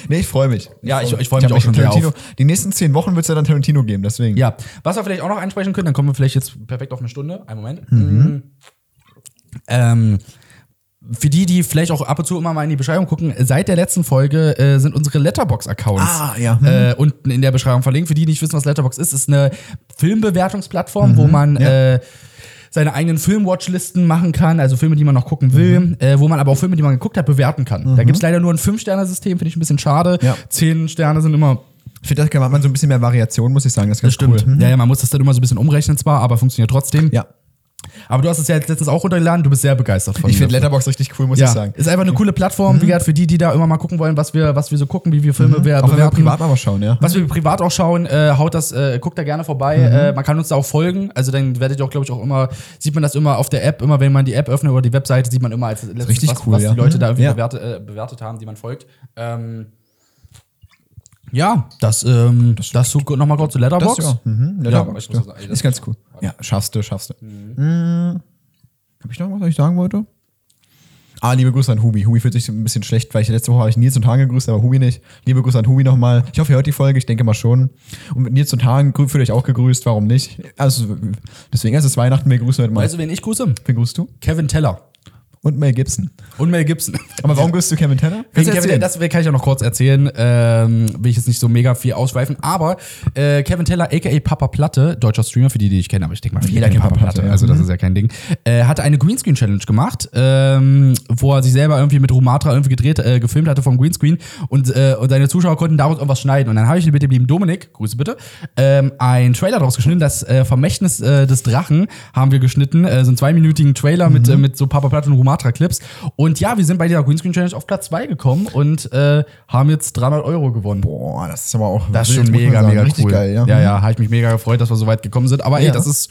Speaker 2: ich freue mich.
Speaker 3: Ja, ich-
Speaker 2: freu
Speaker 3: ich freu mich
Speaker 2: hab
Speaker 3: auch schon sehr
Speaker 2: Tarantino. Die nächsten zehn Wochen wird es ja dann Tarantino geben, deswegen.
Speaker 3: Ja, was wir vielleicht auch noch ansprechen können, dann kommen wir vielleicht jetzt perfekt auf eine Stunde. Einen Moment.
Speaker 2: Mhm.
Speaker 3: Ähm, für die, die vielleicht auch ab und zu immer mal in die Beschreibung gucken, seit der letzten Folge äh, sind unsere Letterbox-Accounts
Speaker 2: Ah, ja. Mhm.
Speaker 3: äh, unten in der Beschreibung verlinkt. Für die, die nicht wissen, was Letterbox ist, ist eine Filmbewertungsplattform,
Speaker 2: Mhm.
Speaker 3: wo man äh, seine eigenen Film-Watchlisten machen kann, also Filme, die man noch gucken will,
Speaker 2: Mhm.
Speaker 3: äh, wo man aber auch Filme, die man geguckt hat, bewerten kann. Da gibt es leider nur ein 5-Sterne-System, finde ich ein bisschen schade.
Speaker 2: Ja.
Speaker 3: Zehn Sterne sind immer
Speaker 2: Ich finde, da hat man so ein bisschen mehr Variation, muss ich sagen. Das ist ganz
Speaker 3: das stimmt.
Speaker 2: cool. Mhm.
Speaker 3: Ja, ja, man muss das dann immer so ein bisschen umrechnen zwar, aber funktioniert trotzdem.
Speaker 2: Ja.
Speaker 3: Aber du hast es ja jetzt letztens auch runtergeladen, du bist sehr begeistert von
Speaker 2: Ich finde
Speaker 3: der-
Speaker 2: Letterbox richtig cool, muss ich
Speaker 3: ja,
Speaker 2: sagen. Mhm.
Speaker 3: ist einfach eine coole Plattform, wie gesagt, für die, die da immer mal gucken wollen, was wir, was wir so gucken, wie wir Filme wer
Speaker 2: Auch wenn wir
Speaker 3: bewerten.
Speaker 2: privat mal was schauen, ja.
Speaker 3: was wir privat auch schauen, äh, haut das, äh, guckt da gerne vorbei.
Speaker 2: Mhm.
Speaker 3: Äh, man kann uns da auch folgen. Also dann werdet ihr auch, glaube ich, auch immer, sieht man das immer auf der App, immer wenn man die App öffnet oder die Webseite, sieht man immer als letztes,
Speaker 2: richtig
Speaker 3: was,
Speaker 2: cool,
Speaker 3: was
Speaker 2: ja.
Speaker 3: die Leute da irgendwie
Speaker 2: Ja.
Speaker 3: bewertet, äh, bewertet haben, die man folgt. Ähm, ja, das, ähm, das, das nochmal kurz zu Letterbox.
Speaker 2: ja. Mhm. Letterbox,
Speaker 3: ich muss
Speaker 2: ja,
Speaker 3: sagen,
Speaker 2: Ist ganz cool. Ja, schaffst du, schaffst du. Mhm. Habe ich noch was, was ich sagen wollte? Ah, liebe Grüße an Hubi. Hubi fühlt sich ein bisschen schlecht, weil ich letzte Woche habe ich Nils und Hagen gegrüßt, aber Hubi nicht. Liebe Grüße an Hubi nochmal. Ich hoffe, ihr hört die Folge, ich denke mal schon. Und mit Nils und Hagen grü- fühlt euch auch gegrüßt, warum nicht? Also, deswegen ist es Weihnachten, wir grüßen heute mal.
Speaker 3: Weißt du, Also, wen ich grüße?
Speaker 2: Wen grüßt du?
Speaker 3: Kevin Teller
Speaker 2: Und Mel Gibson.
Speaker 3: und Mel Gibson.
Speaker 2: Aber warum grüßt du Kevin Tanner?
Speaker 3: Wegen Kevin, das kann ich ja noch kurz erzählen. Ähm, will ich jetzt nicht so mega viel ausschweifen. Aber äh, Kevin Teller, a.k.a. Papa Platte, deutscher Streamer, für die, die ich kenne, aber ich denke mal, jeder kennt Papa Platte. Also, das ist ja kein Ding. Äh, hatte eine Greenscreen-Challenge gemacht, ähm, wo er sich selber irgendwie mit Rumatra irgendwie gedreht, äh, gefilmt hatte vom Greenscreen. Und, äh, und seine Zuschauer konnten daraus irgendwas schneiden. Und dann habe ich mit dem lieben Dominik, Grüße bitte, ähm, einen Trailer daraus geschnitten. Das äh, Vermächtnis äh, des Drachen haben wir geschnitten. Äh, so einen zweiminütigen Trailer mit, äh, mit so Papa Platte und Rumatra-Clips. Und ja, wir sind bei dieser Greenscreen Challenge auf Platz 2 gekommen und äh, haben jetzt 300 Euro gewonnen.
Speaker 2: Boah, das ist aber auch
Speaker 3: Das ist schon
Speaker 2: Also muss man
Speaker 3: mega,
Speaker 2: sagen,
Speaker 3: mega
Speaker 2: richtig
Speaker 3: cool.
Speaker 2: geil, ja. Mhm.
Speaker 3: ja, ja habe ich mich mega gefreut, dass wir so weit gekommen sind. Aber ey,
Speaker 2: Ja.
Speaker 3: das ist.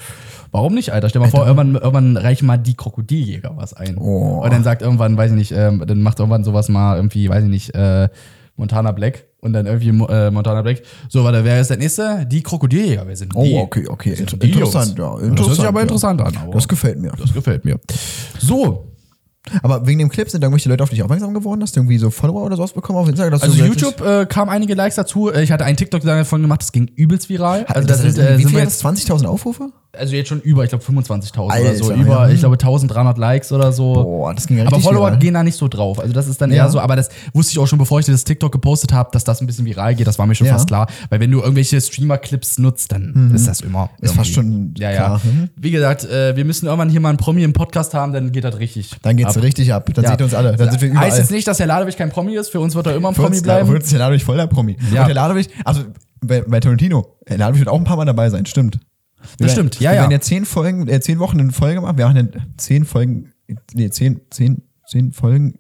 Speaker 3: Warum nicht, Alter? Stell mal vor, irgendwann, irgendwann reichen mal die Krokodiljäger was ein.
Speaker 2: Oh.
Speaker 3: Und dann sagt irgendwann, weiß ich nicht, ähm, dann macht irgendwann sowas mal irgendwie, weiß ich nicht, äh, Montana Black. Und dann irgendwie Mo- äh, Montana Black. So, warte, wer ist der nächste? Die Krokodiljäger. Wer sind die?
Speaker 2: Oh, okay, okay.
Speaker 3: Wer sind
Speaker 2: Inter
Speaker 3: die
Speaker 2: interessant,
Speaker 3: Jungs?
Speaker 2: ja.
Speaker 3: Das hört sich aber
Speaker 2: ja.
Speaker 3: interessant an. Aber
Speaker 2: Das gefällt mir.
Speaker 3: das gefällt mir. So,
Speaker 2: Aber wegen dem Clip sind da irgendwelche Leute auf dich aufmerksam geworden? Hast du irgendwie so Follower oder sowas bekommen auf Instagram? Dass
Speaker 3: Also
Speaker 2: du
Speaker 3: YouTube äh, kam einige Likes dazu. Äh, Ich hatte einen TikTok davon gemacht, das ging übelst viral. Also
Speaker 2: Also
Speaker 3: das, sind, äh,
Speaker 2: wie
Speaker 3: sind
Speaker 2: viel
Speaker 3: wir
Speaker 2: hat
Speaker 3: jetzt,
Speaker 2: das? 20.000 Aufrufe?
Speaker 3: also jetzt schon über, ich glaube 25.000 oder
Speaker 2: Alter,
Speaker 3: so,
Speaker 2: ja.
Speaker 3: über ich glaube 1300 Likes oder so.
Speaker 2: Boah, das ging ja
Speaker 3: aber
Speaker 2: richtig
Speaker 3: Follower
Speaker 2: viral.
Speaker 3: gehen da nicht so drauf. Also das ist dann
Speaker 2: Ja.
Speaker 3: eher so, aber das wusste ich auch schon, bevor ich das TikTok gepostet habe, dass das ein bisschen viral geht. Das war mir schon
Speaker 2: Ja. Mhm.
Speaker 3: fast klar, weil wenn du irgendwelche Streamer Clips nutzt, dann ist das immer
Speaker 2: Ist fast
Speaker 3: irgendwie-
Speaker 2: schon
Speaker 3: ja, ja.
Speaker 2: klar, mhm.
Speaker 3: Wie gesagt, äh, wir müssen irgendwann hier mal einen Promi im Podcast haben, dann geht das richtig.
Speaker 2: Dann geht's richtig ab. Dann seht ihr uns alle. Dann sind wir überall.
Speaker 3: Heißt jetzt nicht, dass Herr Ladewig kein Promi ist. Für uns wird er immer ein
Speaker 2: Für
Speaker 3: Promi
Speaker 2: uns, ja,
Speaker 3: bleiben.
Speaker 2: für uns ist der Ladewig voll der Promi.
Speaker 3: Ja.
Speaker 2: Und der Ladewig, also bei, bei Tarantino, der Ladewig wird auch ein paar Mal dabei sein, stimmt. Wir
Speaker 3: Das
Speaker 2: werden-
Speaker 3: stimmt, ja,
Speaker 2: wir
Speaker 3: ja.
Speaker 2: werden ja zehn Folgen, äh, zehn Wochen in Folge machen. Wir machen ja zehn Folgen, nee, zehn, zehn, zehn Folgen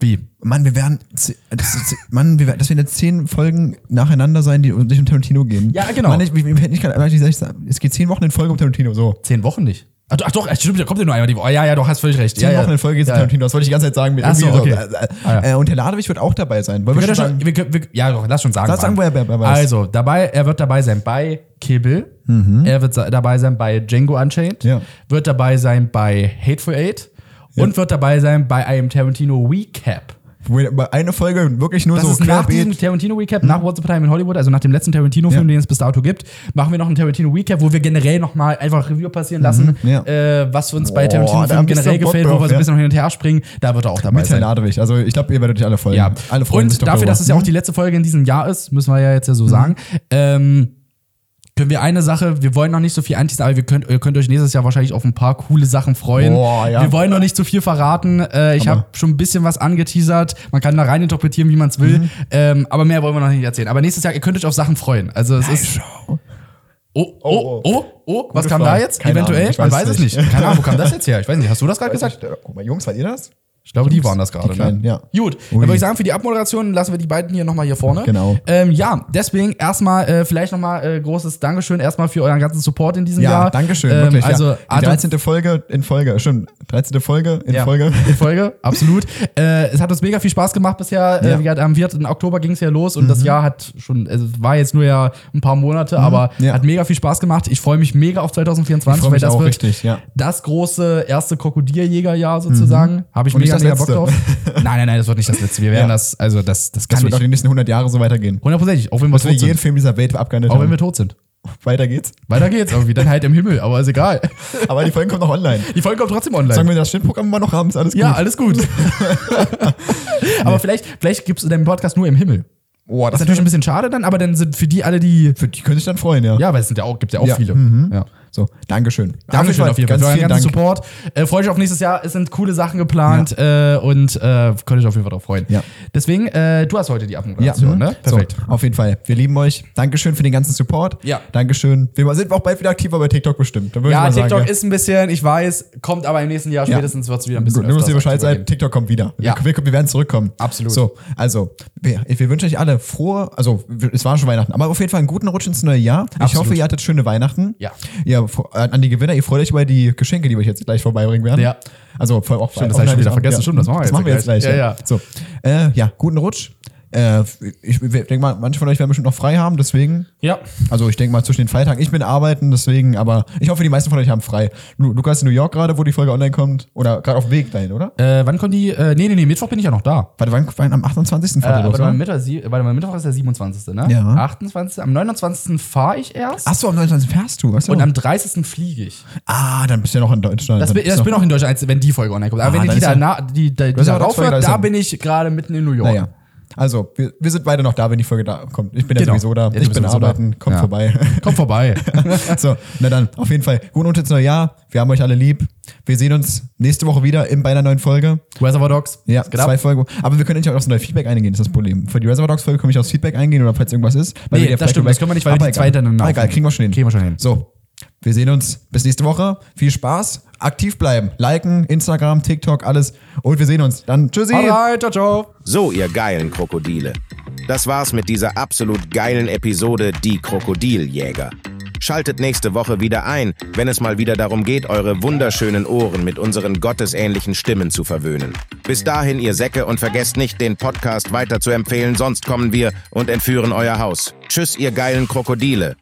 Speaker 3: Wie?
Speaker 2: Mann, wir werden, ze- das ist- Mann, wir werden, das werden jetzt zehn Folgen nacheinander sein, die nicht um Tarantino gehen.
Speaker 3: Ja, genau.
Speaker 2: Mann, ich, ich, ich, ich, kann- aber ich, ich, es geht zehn Wochen in Folge um Tarantino, so.
Speaker 3: Zehn Wochen nicht. Ach, doch, ach doch, stimmt, da kommt ja nur einmal die Woche. Oh, ja, ja, du hast völlig recht.
Speaker 2: Zehn
Speaker 3: ja,
Speaker 2: Wochen in Folge jetzt
Speaker 3: ja,
Speaker 2: ja,
Speaker 3: ja.
Speaker 2: Tarantino. Das wollte ich die ganze Zeit sagen. Mit
Speaker 3: Ach so,
Speaker 2: irgendwie
Speaker 3: okay.
Speaker 2: äh, äh,
Speaker 3: Ah,
Speaker 2: äh, und Herr Ladewig wird auch dabei sein. Wollen
Speaker 3: Wir
Speaker 2: wir
Speaker 3: können
Speaker 2: schon
Speaker 3: ja, schon,
Speaker 2: sagen?
Speaker 3: wir, können- wir, ja, doch, lass schon sagen.
Speaker 2: Lass sagen,
Speaker 3: wann.
Speaker 2: woher- wer- wer weiß.
Speaker 3: Also, dabei, er wird dabei sein bei Kibbel, er wird sa- dabei sein bei Django Unchained,
Speaker 2: Mhm. Ja.
Speaker 3: wird dabei sein bei Hateful Eight und wird dabei sein bei einem Tarantino Recap.
Speaker 2: Wo- Eine Folge wirklich nur
Speaker 3: Das
Speaker 2: so
Speaker 3: ist nach
Speaker 2: querbeet.
Speaker 3: diesem Tarantino Recap, nach Once Upon a Time in Hollywood, also nach dem letzten Tarantino-Film,
Speaker 2: Mhm. Ja.
Speaker 3: den es bis dato gibt, machen wir noch einen Tarantino Recap, wo wir generell nochmal einfach Review passieren lassen,
Speaker 2: Mhm. ja.
Speaker 3: äh, was uns bei
Speaker 2: Boah,
Speaker 3: tarantino
Speaker 2: da
Speaker 3: filmen
Speaker 2: bist du
Speaker 3: generell
Speaker 2: Bock
Speaker 3: gefällt, wo
Speaker 2: drauf,
Speaker 3: wir so
Speaker 2: ja.
Speaker 3: ein bisschen noch hin und her springen. Da wird er auch dabei
Speaker 2: Mit Herrn
Speaker 3: sein.
Speaker 2: Ladewig. Also ich glaube, ihr werdet euch alle freuen.
Speaker 3: Ja.
Speaker 2: Alle freuen
Speaker 3: Und
Speaker 2: sich doch darüber. Hm?
Speaker 3: dafür,
Speaker 2: Mhm.
Speaker 3: dass es ja auch die letzte Folge in diesem Jahr ist, müssen wir ja jetzt ja so sagen. Ähm, können wir eine Sache, wir wollen noch nicht so viel anteasen, aber wir könnt, ihr könnt euch nächstes Jahr wahrscheinlich auf ein paar coole Sachen freuen.
Speaker 2: Boah, ja.
Speaker 3: Wir wollen noch nicht zu viel verraten. Äh, ich
Speaker 2: Hammer.
Speaker 3: habe schon ein bisschen was angeteasert. Man kann da rein interpretieren, wie man es
Speaker 2: Mhm.
Speaker 3: will. Ähm, aber mehr wollen wir noch nicht erzählen. Aber nächstes Jahr, ihr könnt euch auf Sachen freuen. Also es ist. Oh, oh, oh, oh, was kam da
Speaker 2: Frage.
Speaker 3: jetzt?
Speaker 2: Keine
Speaker 3: Eventuell?
Speaker 2: Ahnung, ich
Speaker 3: man
Speaker 2: weiß
Speaker 3: weiß es
Speaker 2: nicht.
Speaker 3: nicht. Keine Ahnung, wo kam das jetzt her? Ich weiß nicht, hast du das gerade gesagt?
Speaker 2: Guck mal, Oh Jungs, wart ihr das?
Speaker 3: Ich glaube, die
Speaker 2: Jungs,
Speaker 3: waren das
Speaker 2: die
Speaker 3: gerade. Ne?
Speaker 2: Kleinen, ja.
Speaker 3: Gut, dann
Speaker 2: Ui.
Speaker 3: würde ich sagen, für die Abmoderation lassen wir die beiden hier nochmal hier vorne.
Speaker 2: Genau.
Speaker 3: Ähm, ja, deswegen erstmal äh, vielleicht nochmal äh, großes Dankeschön erstmal für euren ganzen Support in diesem
Speaker 2: Ja,
Speaker 3: Jahr.
Speaker 2: Dankeschön,
Speaker 3: Ähm,
Speaker 2: wirklich.
Speaker 3: Also
Speaker 2: ja. Die
Speaker 3: Adam-
Speaker 2: 13. Folge in Folge, stimmt. 13. Folge in
Speaker 3: Ja,
Speaker 2: Folge.
Speaker 3: In Folge, absolut. äh, es hat uns mega viel Spaß gemacht bisher. Äh,
Speaker 2: Ja. Mhm.
Speaker 3: wie gesagt, am 4. Oktober ging es ja los und das Jahr hat schon, also, es war jetzt nur ja ein paar Monate, aber
Speaker 2: Ja.
Speaker 3: hat mega viel Spaß gemacht. Ich freue mich mega auf 2024,
Speaker 2: Ich freu mich
Speaker 3: das
Speaker 2: auch
Speaker 3: wird
Speaker 2: richtig, ja.
Speaker 3: das große erste Krokodiljägerjahr sozusagen. Habe ich
Speaker 2: Mhm. Und nicht
Speaker 3: mega,
Speaker 2: das
Speaker 3: mega Bock
Speaker 2: letzte.
Speaker 3: drauf. Nein, nein, nein, das wird nicht das letzte. Wir werden
Speaker 2: Ja.
Speaker 3: das, also das, das kann
Speaker 2: Das wird auch
Speaker 3: nicht.
Speaker 2: die nächsten 100 Jahre so weitergehen.
Speaker 3: Hundertprozentig, auch wenn wir
Speaker 2: Bis wir
Speaker 3: tot
Speaker 2: jeden
Speaker 3: sind.
Speaker 2: Film dieser Welt abgehandelt
Speaker 3: Auch wenn
Speaker 2: haben.
Speaker 3: wir tot sind.
Speaker 2: Weiter geht's.
Speaker 3: Weiter geht's irgendwie, dann halt im Himmel, aber ist egal.
Speaker 2: Aber die Folgen kommen noch online.
Speaker 3: Die Folge kommt trotzdem online.
Speaker 2: Sagen wir das Schnittprogramm immer noch abends, alles
Speaker 3: ja,
Speaker 2: gut.
Speaker 3: alles gut. aber vielleicht, vielleicht gibt's deinen Podcast nur im Himmel.
Speaker 2: Boah,
Speaker 3: Das ist natürlich ein bisschen schade dann, aber dann sind für die alle, die.
Speaker 2: Für die könnte ich dann freuen, ja.
Speaker 3: Ja, weil es sind ja auch, gibt ja auch
Speaker 2: Ja,
Speaker 3: viele.
Speaker 2: mhm.
Speaker 3: Ja.
Speaker 2: So, Dankeschön.
Speaker 3: Dankeschön auf jeden Fall
Speaker 2: Ganz
Speaker 3: für euren
Speaker 2: vielen
Speaker 3: ganzen
Speaker 2: Dank.
Speaker 3: Support. Äh, freue mich auf nächstes Jahr. Es sind coole Sachen geplant äh, und äh, könnt euch auf jeden Fall drauf freuen.
Speaker 2: Ja.
Speaker 3: Deswegen, äh, du hast heute die
Speaker 2: Ja,
Speaker 3: Abmoderation,
Speaker 2: mhm.
Speaker 3: ne? Perfekt.
Speaker 2: So, auf jeden Fall. Wir lieben euch. Dankeschön für den ganzen Support.
Speaker 3: Ja.
Speaker 2: Dankeschön. Wir sind auch bald wieder aktiver bei TikTok bestimmt. Dann würde
Speaker 3: Ja,
Speaker 2: ich mal
Speaker 3: TikTok
Speaker 2: sagen,
Speaker 3: ist ein bisschen, ich weiß, kommt aber im nächsten Jahr
Speaker 2: Ja.
Speaker 3: spätestens wird es wieder ein
Speaker 2: Gut,
Speaker 3: bisschen.
Speaker 2: Nur, dass ihr
Speaker 3: öfters
Speaker 2: Bescheid
Speaker 3: aktiver
Speaker 2: seid, TikTok kommt wieder.
Speaker 3: Ja.
Speaker 2: Wir, wir, wir werden zurückkommen.
Speaker 3: Absolut.
Speaker 2: So, also, wir, wir wünschen euch alle frohe, also, wir- es war schon Weihnachten, aber auf jeden Fall einen guten Rutsch ins neue Jahr. Ich
Speaker 3: Absolut.
Speaker 2: hoffe, ihr hattet schöne Weihnachten.
Speaker 3: Ja.
Speaker 2: ja fro- äh, an die Gewinner, ihr freut euch über die Geschenke, die wir euch jetzt gleich vorbeibringen werden.
Speaker 3: Ja.
Speaker 2: Also, vor allem auch
Speaker 3: Stimmt, das hab ich schon wieder vergessen. Stimmt, das machen wir jetzt
Speaker 2: jetzt gleich.
Speaker 3: Ja, ja.
Speaker 2: So, äh, ja, guten Rutsch. Äh, ich denke mal, manche von euch werden bestimmt noch frei haben, deswegen
Speaker 3: gehen. Ja.
Speaker 2: also ich denke mal zwischen den Feiertagen. Ich bin arbeiten, deswegen, aber ich hoffe, die meisten von euch haben frei. Lu- Lukas in New York gerade, wo die Folge online kommt. Oder gerade auf dem Weg dahin, oder?
Speaker 3: Äh, wann kommt die? Äh, nee, nee, nee, Mittwoch bin ich ja noch da.
Speaker 2: Warte, wann, wann am 28.
Speaker 3: Äh,
Speaker 2: fahrt ihr los,
Speaker 3: warte, mal,
Speaker 2: oder?
Speaker 3: Mittwoch, sie- warte mal, Mittwoch ist der 27. Ne?
Speaker 2: Ja.
Speaker 3: 28. Am 29. fahre ich erst.
Speaker 2: Achso, am 29. fährst du, weißt du?
Speaker 3: Und am 30. fliege ich.
Speaker 2: ah, dann bist du ja noch in Deutschland.
Speaker 3: Das,
Speaker 2: Dann
Speaker 3: bin,
Speaker 2: bist
Speaker 3: das
Speaker 2: du
Speaker 3: bin
Speaker 2: noch-
Speaker 3: auch in Deutschland, als wenn die Folge online kommt. Aber
Speaker 2: Ah, dann
Speaker 3: wenn ihr die
Speaker 2: ist ja-
Speaker 3: danach, die, die, die
Speaker 2: ist ja
Speaker 3: darauf
Speaker 2: zwei, da
Speaker 3: hört,
Speaker 2: ist
Speaker 3: da
Speaker 2: ja-
Speaker 3: bin ich gerade mitten in New York.
Speaker 2: Naja. Also, wir, wir sind beide noch da, wenn die Folge da kommt. Ich bin
Speaker 3: Genau.
Speaker 2: ja sowieso da.
Speaker 3: Ja, du
Speaker 2: ich
Speaker 3: bist
Speaker 2: bin
Speaker 3: sowieso da.
Speaker 2: arbeiten. Kommt
Speaker 3: Ja.
Speaker 2: vorbei.
Speaker 3: Kommt vorbei.
Speaker 2: so, na dann, auf jeden Fall. Guten Rutsch ins neue Jahr. Wir haben euch alle lieb. Wir sehen uns nächste Woche wieder in bei einer neuen Folge.
Speaker 3: Reservoir Dogs.
Speaker 2: Ja,
Speaker 3: Es geht ab.
Speaker 2: zwei Folgen. Aber wir können nicht auf das neue Feedback eingehen, das ist das Problem. Für die Reservoir Dogs Folge können wir nicht aufs Feedback eingehen oder falls irgendwas ist.
Speaker 3: Nee,
Speaker 2: wir die
Speaker 3: das
Speaker 2: vielleicht
Speaker 3: stimmt,
Speaker 2: über-
Speaker 3: das können wir nicht, weil wir
Speaker 2: Aber
Speaker 3: die zwei
Speaker 2: egal.
Speaker 3: hintereinander
Speaker 2: Ah, Egal,
Speaker 3: aufnehmen.
Speaker 2: kriegen wir schon hin.
Speaker 3: Kriegen wir schon hin.
Speaker 2: So, wir sehen uns. Bis nächste Woche. Viel Spaß. Aktiv bleiben. Liken, Instagram, TikTok, alles. Und wir sehen uns. Dann tschüssi.
Speaker 3: Alright, ciao, ciao.
Speaker 1: So, ihr geilen Krokodile. Das war's mit dieser absolut geilen Episode Die Krokodiljäger. Schaltet nächste Woche wieder ein, wenn es mal wieder darum geht, eure wunderschönen Ohren mit unseren gottesähnlichen Stimmen zu verwöhnen. Bis dahin, ihr Säcke, und vergesst nicht, den Podcast weiter zu empfehlen, sonst kommen wir und entführen euer Haus. Tschüss, ihr geilen Krokodile.